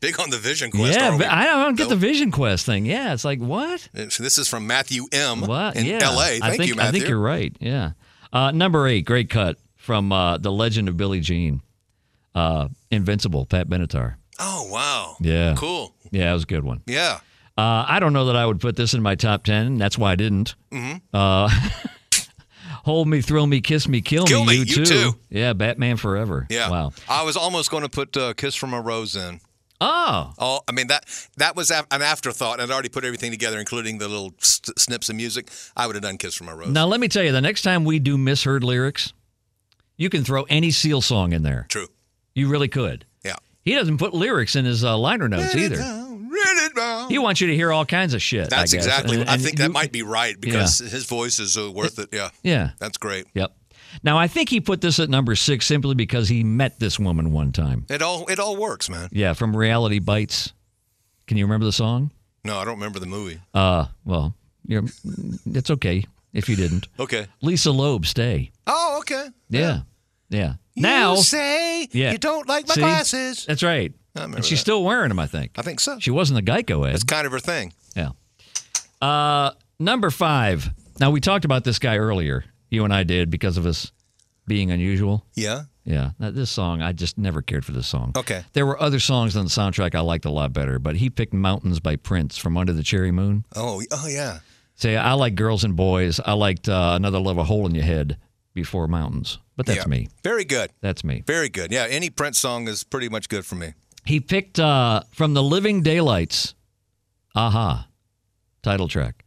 [SPEAKER 2] Big on the vision quest.
[SPEAKER 3] yeah,
[SPEAKER 2] are we?
[SPEAKER 3] but I don't get
[SPEAKER 2] No.
[SPEAKER 3] the Vision Quest thing. Yeah, it's like what?
[SPEAKER 2] This is from Matthew M.
[SPEAKER 3] What?
[SPEAKER 2] in
[SPEAKER 3] yeah.
[SPEAKER 2] L.A. Thank
[SPEAKER 3] I think,
[SPEAKER 2] you, Matthew.
[SPEAKER 3] I think you're right. Yeah. Uh, number eight, great cut from uh, the Legend of Billie Jean, uh, Invincible, Pat Benatar.
[SPEAKER 2] Oh wow.
[SPEAKER 3] Yeah.
[SPEAKER 2] Cool.
[SPEAKER 3] Yeah, that was a good one.
[SPEAKER 2] Yeah.
[SPEAKER 3] Uh, I don't know that I would put this in my top ten. That's why I didn't.
[SPEAKER 2] Mm-hmm.
[SPEAKER 3] Uh, Hold me, throw me, kiss me, kill,
[SPEAKER 2] Kill me,
[SPEAKER 3] You,
[SPEAKER 2] you too.
[SPEAKER 3] Yeah, Batman Forever.
[SPEAKER 2] Yeah.
[SPEAKER 3] Wow.
[SPEAKER 2] I was almost going to put uh, "Kiss from a Rose" in.
[SPEAKER 3] Oh,
[SPEAKER 2] Oh, I mean that that was af- an afterthought, and I'd already put everything together, including the little s snips of music. I would have done "Kiss from a Rose."
[SPEAKER 3] now let me tell you. The next time we do misheard lyrics, you can throw any Seal song in there.
[SPEAKER 2] True.
[SPEAKER 3] You really could.
[SPEAKER 2] Yeah.
[SPEAKER 3] He doesn't put lyrics in his uh, liner notes either.
[SPEAKER 2] Read it down.
[SPEAKER 3] He wants you to hear all kinds of shit.
[SPEAKER 2] That's
[SPEAKER 3] I guess.
[SPEAKER 2] exactly.
[SPEAKER 3] And-
[SPEAKER 2] I
[SPEAKER 3] and
[SPEAKER 2] think
[SPEAKER 3] you-
[SPEAKER 2] that might be right because his voice is uh, worth it. Yeah.
[SPEAKER 3] Yeah.
[SPEAKER 2] That's great.
[SPEAKER 3] Yep. Now I think he put this at number six simply because he met this woman one time.
[SPEAKER 2] It all it all works, man.
[SPEAKER 3] Yeah, from Reality Bites. Can you remember the song?
[SPEAKER 2] No, I don't remember the movie.
[SPEAKER 3] Uh, well, you're, it's okay if you didn't.
[SPEAKER 2] Okay.
[SPEAKER 3] Lisa Loeb, stay.
[SPEAKER 2] Oh, okay.
[SPEAKER 3] Yeah. Yeah. Now,
[SPEAKER 2] you say
[SPEAKER 3] Yeah.
[SPEAKER 2] you don't like my
[SPEAKER 3] See?
[SPEAKER 2] glasses.
[SPEAKER 3] that's right.
[SPEAKER 2] remember
[SPEAKER 3] And she's
[SPEAKER 2] that.
[SPEAKER 3] still wearing them, I think.
[SPEAKER 2] I think so.
[SPEAKER 3] She wasn't a Geico ad.
[SPEAKER 2] It's kind of her thing.
[SPEAKER 3] Yeah. Uh, number five. Now we talked about this guy earlier. You and I did because of us being unusual.
[SPEAKER 2] Yeah.
[SPEAKER 3] Yeah. Now, this song, I just never cared for this song.
[SPEAKER 2] Okay.
[SPEAKER 3] There were other songs on the soundtrack I liked a lot better, but he picked "Mountains" by Prince from Under the Cherry Moon.
[SPEAKER 2] Oh. Oh yeah.
[SPEAKER 3] Say, I like girls and boys. I liked uh, another love a hole in your head before mountains, but that's
[SPEAKER 2] yeah.
[SPEAKER 3] me.
[SPEAKER 2] Very good.
[SPEAKER 3] That's me.
[SPEAKER 2] Very good. Yeah. Any Prince song is pretty much good for me.
[SPEAKER 3] He picked uh, from the Living Daylights, "Aha," title track.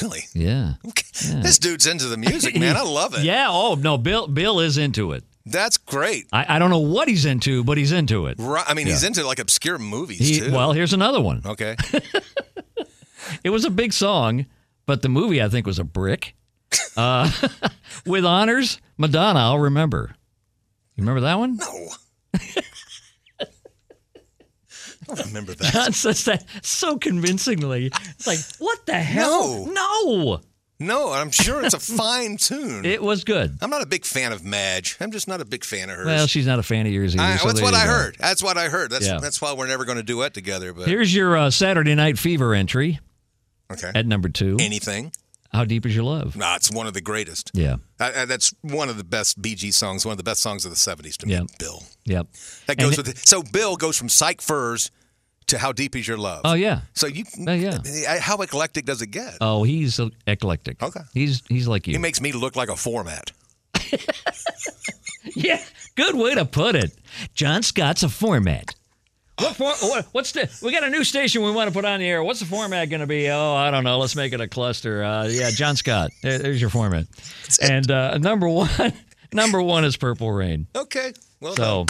[SPEAKER 2] Really.
[SPEAKER 3] Yeah.
[SPEAKER 2] Okay. This dude's into the music, man. I love it.
[SPEAKER 3] Yeah. Oh no, Bill. Bill is into it.
[SPEAKER 2] That's great.
[SPEAKER 3] I, I don't know what he's into, but he's into it.
[SPEAKER 2] Right. I mean, he's into like obscure movies
[SPEAKER 3] He,
[SPEAKER 2] too.
[SPEAKER 3] well, here's another one.
[SPEAKER 2] Okay.
[SPEAKER 3] It was a big song, but the movie I think was a brick. Uh, with honors, Madonna. I'll remember. You remember that one?
[SPEAKER 2] No. I don't remember that.
[SPEAKER 3] John says that so convincingly. It's like, what the hell? No.
[SPEAKER 2] No, I'm sure it's a fine tune.
[SPEAKER 3] It was good.
[SPEAKER 2] I'm not a big fan of Madge. I'm just not a big fan of hers.
[SPEAKER 3] Well, she's not a fan of yours either.
[SPEAKER 2] I,
[SPEAKER 3] so
[SPEAKER 2] that's
[SPEAKER 3] there
[SPEAKER 2] what
[SPEAKER 3] you
[SPEAKER 2] I
[SPEAKER 3] go.
[SPEAKER 2] heard. That's what I heard. That's
[SPEAKER 3] Yeah.
[SPEAKER 2] that's why we're never going to duet together. But
[SPEAKER 3] Here's your uh, Saturday Night Fever entry
[SPEAKER 2] okay,
[SPEAKER 3] at number two.
[SPEAKER 2] anything.
[SPEAKER 3] How deep is your love?
[SPEAKER 2] Nah, it's one of the greatest.
[SPEAKER 3] Yeah.
[SPEAKER 2] I, I, that's one of the best BG songs. One of the best songs of the '70s to me.
[SPEAKER 3] Yeah.
[SPEAKER 2] Bill.
[SPEAKER 3] Yep.
[SPEAKER 2] That
[SPEAKER 3] And
[SPEAKER 2] goes with it. so Bill goes from Psych Furs to How Deep Is Your Love.
[SPEAKER 3] Oh yeah.
[SPEAKER 2] So you,
[SPEAKER 3] Oh, yeah.
[SPEAKER 2] I- how eclectic does it get?
[SPEAKER 3] Oh, he's eclectic.
[SPEAKER 2] Okay.
[SPEAKER 3] He's he's like you.
[SPEAKER 2] He makes me look like a format.
[SPEAKER 3] yeah. Good way to put it. John Scott's a format. What for, what, what's the? We got a new station we want to put on the air. What's the format going to be? Oh, I don't know. Let's make it a cluster. Uh, yeah, John Scott. There- There's your format. And uh, number one, number one is Purple Rain.
[SPEAKER 2] Okay. Well
[SPEAKER 3] So,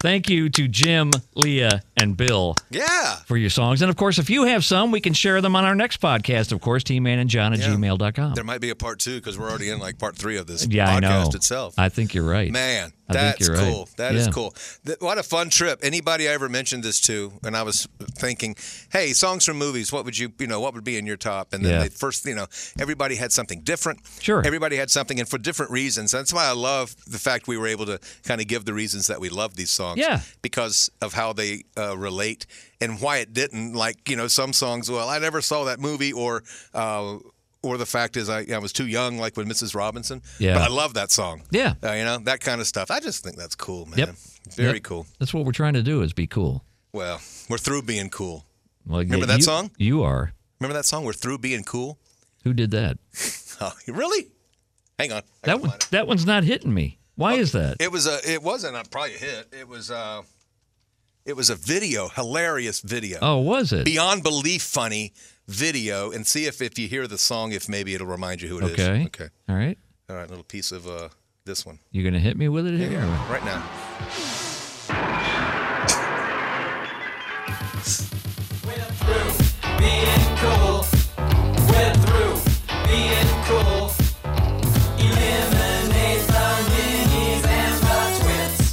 [SPEAKER 3] thank you to Jim, Leah, and Bill
[SPEAKER 2] done. Yeah.
[SPEAKER 3] for your songs. And of course, if you have some, we can share them on our next podcast. Of course, Team Man and John at
[SPEAKER 2] Yeah.
[SPEAKER 3] gmail.com.
[SPEAKER 2] There might be a part two because we're already in like part three of this
[SPEAKER 3] Yeah,
[SPEAKER 2] podcast
[SPEAKER 3] I know.
[SPEAKER 2] itself.
[SPEAKER 3] I think you're right.
[SPEAKER 2] Man,
[SPEAKER 3] I think
[SPEAKER 2] that's
[SPEAKER 3] you're right.
[SPEAKER 2] cool. That is
[SPEAKER 3] Yeah.
[SPEAKER 2] cool. Th- what a fun trip. Anybody I ever mentioned this to, and I was thinking, hey, songs from movies, what would you, you know, what would be in your top? And then
[SPEAKER 3] Yeah.
[SPEAKER 2] they first, you know, everybody had something different.
[SPEAKER 3] Sure.
[SPEAKER 2] Everybody had something, and for different reasons. That's why I love the fact we were able to kind of give the reasons that we love these songs.
[SPEAKER 3] Yeah.
[SPEAKER 2] Because of how they uh, relate and why it didn't. Like, you know, some songs, well, I never saw that movie, or, uh, or the fact is, I, I was too young, like with Mrs. Robinson.
[SPEAKER 3] Yeah.
[SPEAKER 2] But I love that song.
[SPEAKER 3] Yeah.
[SPEAKER 2] Uh, you know, that kind of stuff. I just think that's cool, man.
[SPEAKER 3] Yep.
[SPEAKER 2] Very
[SPEAKER 3] Yep.
[SPEAKER 2] cool.
[SPEAKER 3] That's what we're trying to do is be cool.
[SPEAKER 2] Well, we're through being cool.
[SPEAKER 3] Well,
[SPEAKER 2] Remember that
[SPEAKER 3] you-
[SPEAKER 2] song?
[SPEAKER 3] You are.
[SPEAKER 2] Remember that song? We're through being cool.
[SPEAKER 3] Who did that?
[SPEAKER 2] Oh, really? Hang on. I
[SPEAKER 3] That
[SPEAKER 2] can
[SPEAKER 3] one,
[SPEAKER 2] find it.
[SPEAKER 3] that one's not hitting me. Why is that?
[SPEAKER 2] It was a. It wasn't a, probably a hit. It was. Uh, it was a video, hilarious video,
[SPEAKER 3] Oh, was it?
[SPEAKER 2] beyond belief funny video, and see if if you hear the song, if maybe it'll remind you who it is.
[SPEAKER 3] Okay.
[SPEAKER 2] Okay.
[SPEAKER 3] All right.
[SPEAKER 2] All right. Little piece of uh, this one
[SPEAKER 3] You gonna hit me with it here? or-
[SPEAKER 2] right now.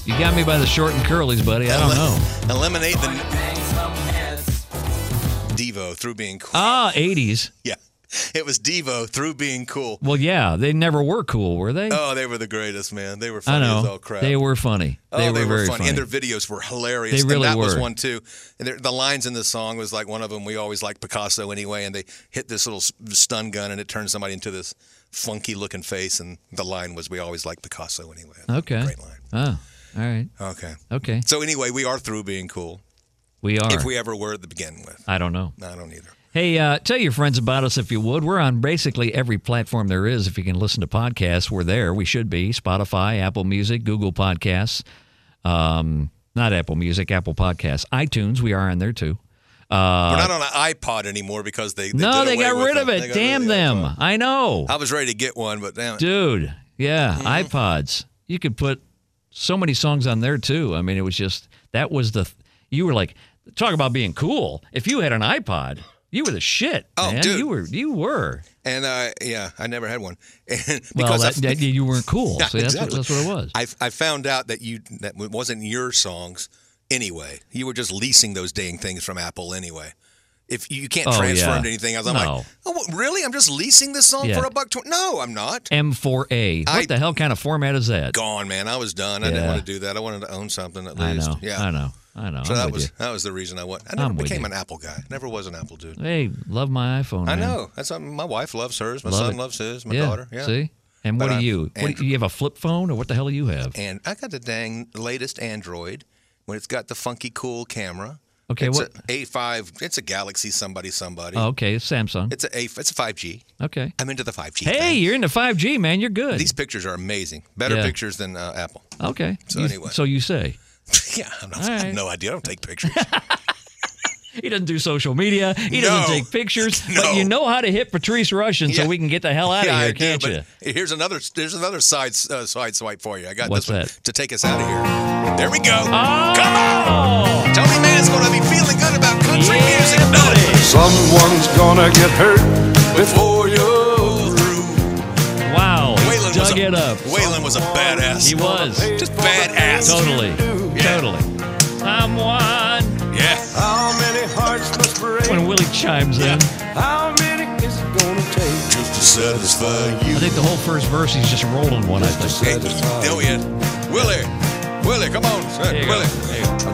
[SPEAKER 3] You got me by the short and curlies, buddy. I don't know.
[SPEAKER 2] Eliminate the. Devo through being cool.
[SPEAKER 3] Ah, 80s.
[SPEAKER 2] Yeah. It was Devo through being cool.
[SPEAKER 3] Well, yeah, they never were cool, were they?
[SPEAKER 2] Oh, they were the greatest, man. They were
[SPEAKER 3] I
[SPEAKER 2] funny as
[SPEAKER 3] know.
[SPEAKER 2] all crap.
[SPEAKER 3] They were funny.
[SPEAKER 2] Oh,
[SPEAKER 3] they were very
[SPEAKER 2] funny.
[SPEAKER 3] funny.
[SPEAKER 2] and their videos were hilarious.
[SPEAKER 3] They really
[SPEAKER 2] and that was
[SPEAKER 3] were.
[SPEAKER 2] one too. And there- the lines in the song was like one of them. We always like Picasso anyway, and they hit this little s- stun gun, and it turned somebody into this funky-looking face. And the line was, "We always like Picasso anyway."
[SPEAKER 3] Okay.
[SPEAKER 2] great line.
[SPEAKER 3] Oh, all right.
[SPEAKER 2] Okay,
[SPEAKER 3] Okay.
[SPEAKER 2] so anyway, we are through being cool.
[SPEAKER 3] We are.
[SPEAKER 2] If we ever were to begin with,
[SPEAKER 3] I don't know.
[SPEAKER 2] I don't either.
[SPEAKER 3] Hey, uh, tell your friends about us if you would. We're on basically every platform there is. If you can listen to podcasts, we're there. We should be Spotify, Apple Music, Google Podcasts. Um, not Apple Music, Apple Podcasts, iTunes. We are on there too.
[SPEAKER 2] We're not on an iPod anymore because they, they
[SPEAKER 3] Uh, no,
[SPEAKER 2] did
[SPEAKER 3] they
[SPEAKER 2] away
[SPEAKER 3] got
[SPEAKER 2] with
[SPEAKER 3] rid of
[SPEAKER 2] them.
[SPEAKER 3] it.
[SPEAKER 2] They got rid
[SPEAKER 3] Damn
[SPEAKER 2] of the
[SPEAKER 3] them.
[SPEAKER 2] iPod.
[SPEAKER 3] I know,
[SPEAKER 2] I was ready to get one, but damn it.
[SPEAKER 3] dude. Yeah,
[SPEAKER 2] Mm-hmm.
[SPEAKER 3] iPods. You could put so many songs on there too. I mean, it was just that was the. You were like, talk about being cool. If you had an iPod, you were the shit,
[SPEAKER 2] Oh,
[SPEAKER 3] man.
[SPEAKER 2] dude.
[SPEAKER 3] You were. You were.
[SPEAKER 2] and uh, yeah, I never had one. And
[SPEAKER 3] Well,
[SPEAKER 2] because I-
[SPEAKER 3] that, that- you weren't cool.
[SPEAKER 2] Yeah,
[SPEAKER 3] See, that's,
[SPEAKER 2] exactly.
[SPEAKER 3] what, that's what it was.
[SPEAKER 2] I, I found out that you that it wasn't your songs anyway. You were just leasing those dang things from Apple anyway. If you, you can't
[SPEAKER 3] Oh,
[SPEAKER 2] transfer
[SPEAKER 3] yeah.
[SPEAKER 2] them to anything else, I'm
[SPEAKER 3] No.
[SPEAKER 2] like, oh, what, really? I'm just leasing this song
[SPEAKER 3] Yeah.
[SPEAKER 2] for a buck twenty? No, I'm not.
[SPEAKER 3] M4A. What
[SPEAKER 2] I-
[SPEAKER 3] the hell kind of format is that?
[SPEAKER 2] Gone, man. I was done. I didn't
[SPEAKER 3] Yeah.
[SPEAKER 2] want to do that. I wanted to own something at
[SPEAKER 3] I
[SPEAKER 2] least.
[SPEAKER 3] know.
[SPEAKER 2] Yeah,
[SPEAKER 3] I know. I know.
[SPEAKER 2] So
[SPEAKER 3] I'm
[SPEAKER 2] that
[SPEAKER 3] with
[SPEAKER 2] was
[SPEAKER 3] you.
[SPEAKER 2] that was the reason I went. I never
[SPEAKER 3] I'm with
[SPEAKER 2] became
[SPEAKER 3] you.
[SPEAKER 2] an Apple guy. Never was an Apple dude.
[SPEAKER 3] Hey, love my iPhone.
[SPEAKER 2] I
[SPEAKER 3] man.
[SPEAKER 2] know. That's why my wife loves hers. My
[SPEAKER 3] Love
[SPEAKER 2] son
[SPEAKER 3] it.
[SPEAKER 2] loves his. My
[SPEAKER 3] yeah.
[SPEAKER 2] daughter. Yeah.
[SPEAKER 3] See. And what
[SPEAKER 2] But
[SPEAKER 3] do
[SPEAKER 2] I'm
[SPEAKER 3] you? What,
[SPEAKER 2] Andrew-
[SPEAKER 3] you have a flip phone, or what the hell do you have?
[SPEAKER 2] and I got the dang latest Android when it's got the funky cool camera.
[SPEAKER 3] Okay,
[SPEAKER 2] it's
[SPEAKER 3] what-
[SPEAKER 2] A five. It's a Galaxy somebody somebody.
[SPEAKER 3] Oh, okay, it's Samsung.
[SPEAKER 2] It's a A- it's a five G.
[SPEAKER 3] okay.
[SPEAKER 2] I'm into the five G.
[SPEAKER 3] Hey, you're into 5G, man. You're good.
[SPEAKER 2] these pictures are amazing. Better
[SPEAKER 3] Yeah.
[SPEAKER 2] pictures than uh, Apple.
[SPEAKER 3] okay.
[SPEAKER 2] So
[SPEAKER 3] You-
[SPEAKER 2] anyway.
[SPEAKER 3] so you say
[SPEAKER 2] yeah, I'm not,
[SPEAKER 3] All
[SPEAKER 2] I have
[SPEAKER 3] right.
[SPEAKER 2] no idea. I don't take pictures.
[SPEAKER 3] he doesn't do social media. He
[SPEAKER 2] No.
[SPEAKER 3] doesn't take pictures. But
[SPEAKER 2] No.
[SPEAKER 3] you know how to hit Patrice Russian, so
[SPEAKER 2] Yeah.
[SPEAKER 3] we can get the hell out of
[SPEAKER 2] yeah,
[SPEAKER 3] here,
[SPEAKER 2] I do,
[SPEAKER 3] can't
[SPEAKER 2] but
[SPEAKER 3] you?
[SPEAKER 2] Here's another. There's another side uh, side swipe for you. I got
[SPEAKER 3] What's
[SPEAKER 2] this one
[SPEAKER 3] that?
[SPEAKER 2] to take us out of here. There we go. Come on,
[SPEAKER 3] Oh.
[SPEAKER 2] Tony Mann's gonna be feeling good about country
[SPEAKER 3] Yeah,
[SPEAKER 2] music.
[SPEAKER 3] buddy.
[SPEAKER 8] Someone's gonna get hurt before you're through.
[SPEAKER 3] Oh, Wow. he
[SPEAKER 2] Waylon was
[SPEAKER 3] dug
[SPEAKER 2] a,
[SPEAKER 3] it up.
[SPEAKER 2] Waylon was a badass.
[SPEAKER 3] He was.
[SPEAKER 2] Just badass.
[SPEAKER 3] Totally.
[SPEAKER 2] Yeah.
[SPEAKER 3] Totally. Someone.
[SPEAKER 2] Yeah.
[SPEAKER 8] How many hearts must break?
[SPEAKER 3] When Willie chimes in,
[SPEAKER 8] How many is it gonna take?
[SPEAKER 2] Just to satisfy you.
[SPEAKER 3] I think the whole first verse he's just rolling one, I think.
[SPEAKER 2] Hey, oh, yeah. Willie. Willie, come on. son.
[SPEAKER 3] There you go.
[SPEAKER 2] Willie.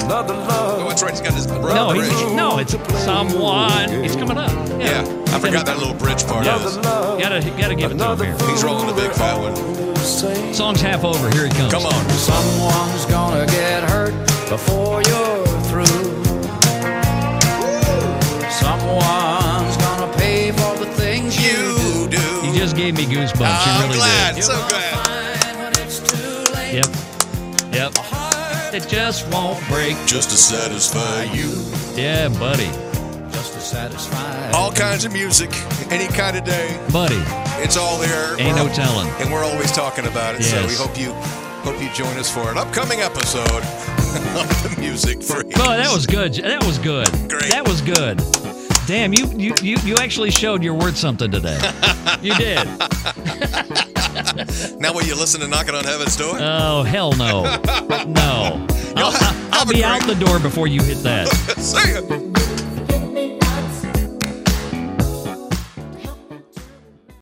[SPEAKER 8] Another
[SPEAKER 2] Oh,
[SPEAKER 8] love.
[SPEAKER 2] that's right. He's got his brother
[SPEAKER 3] No,
[SPEAKER 2] bridge.
[SPEAKER 3] he's, no, it's someone. He's coming up.
[SPEAKER 2] yeah.
[SPEAKER 3] Yeah.
[SPEAKER 2] I forgot that little bridge part of
[SPEAKER 8] Another
[SPEAKER 2] this.
[SPEAKER 8] love.
[SPEAKER 3] Gotta, gotta give it to him
[SPEAKER 8] Another
[SPEAKER 3] here.
[SPEAKER 8] fool
[SPEAKER 2] He's rolling a big fat one.
[SPEAKER 8] will say.
[SPEAKER 3] Song's half over. Here he comes.
[SPEAKER 2] Come on.
[SPEAKER 8] Someone's gonna get hurt before you're through. Someone's gonna pay for the things
[SPEAKER 2] You do.
[SPEAKER 3] He just gave me goosebumps. he
[SPEAKER 2] I'm
[SPEAKER 3] really
[SPEAKER 2] glad.
[SPEAKER 3] did.
[SPEAKER 2] So glad.
[SPEAKER 3] Yep. Yep. It just won't break.
[SPEAKER 2] Just to satisfy you.
[SPEAKER 3] Yeah, buddy.
[SPEAKER 8] just to satisfy.
[SPEAKER 2] All kinds of music, any kind of day.
[SPEAKER 3] Buddy.
[SPEAKER 2] It's all there.
[SPEAKER 3] Ain't
[SPEAKER 2] We're
[SPEAKER 3] no telling.
[SPEAKER 2] And we're always talking about it. So
[SPEAKER 3] Yes.
[SPEAKER 2] we hope you hope you join us for an upcoming episode of the Music Free.
[SPEAKER 3] Oh, that was good. That was good.
[SPEAKER 2] Great.
[SPEAKER 3] That was good. Damn, you you you, you actually showed you're worth something today. you did.
[SPEAKER 2] Now will you listen to Knocking on Heaven's Door?
[SPEAKER 3] Oh hell no, no. I'll, I'll,
[SPEAKER 2] have a
[SPEAKER 3] be out
[SPEAKER 2] great-
[SPEAKER 3] the door before you hit that.
[SPEAKER 2] See ya.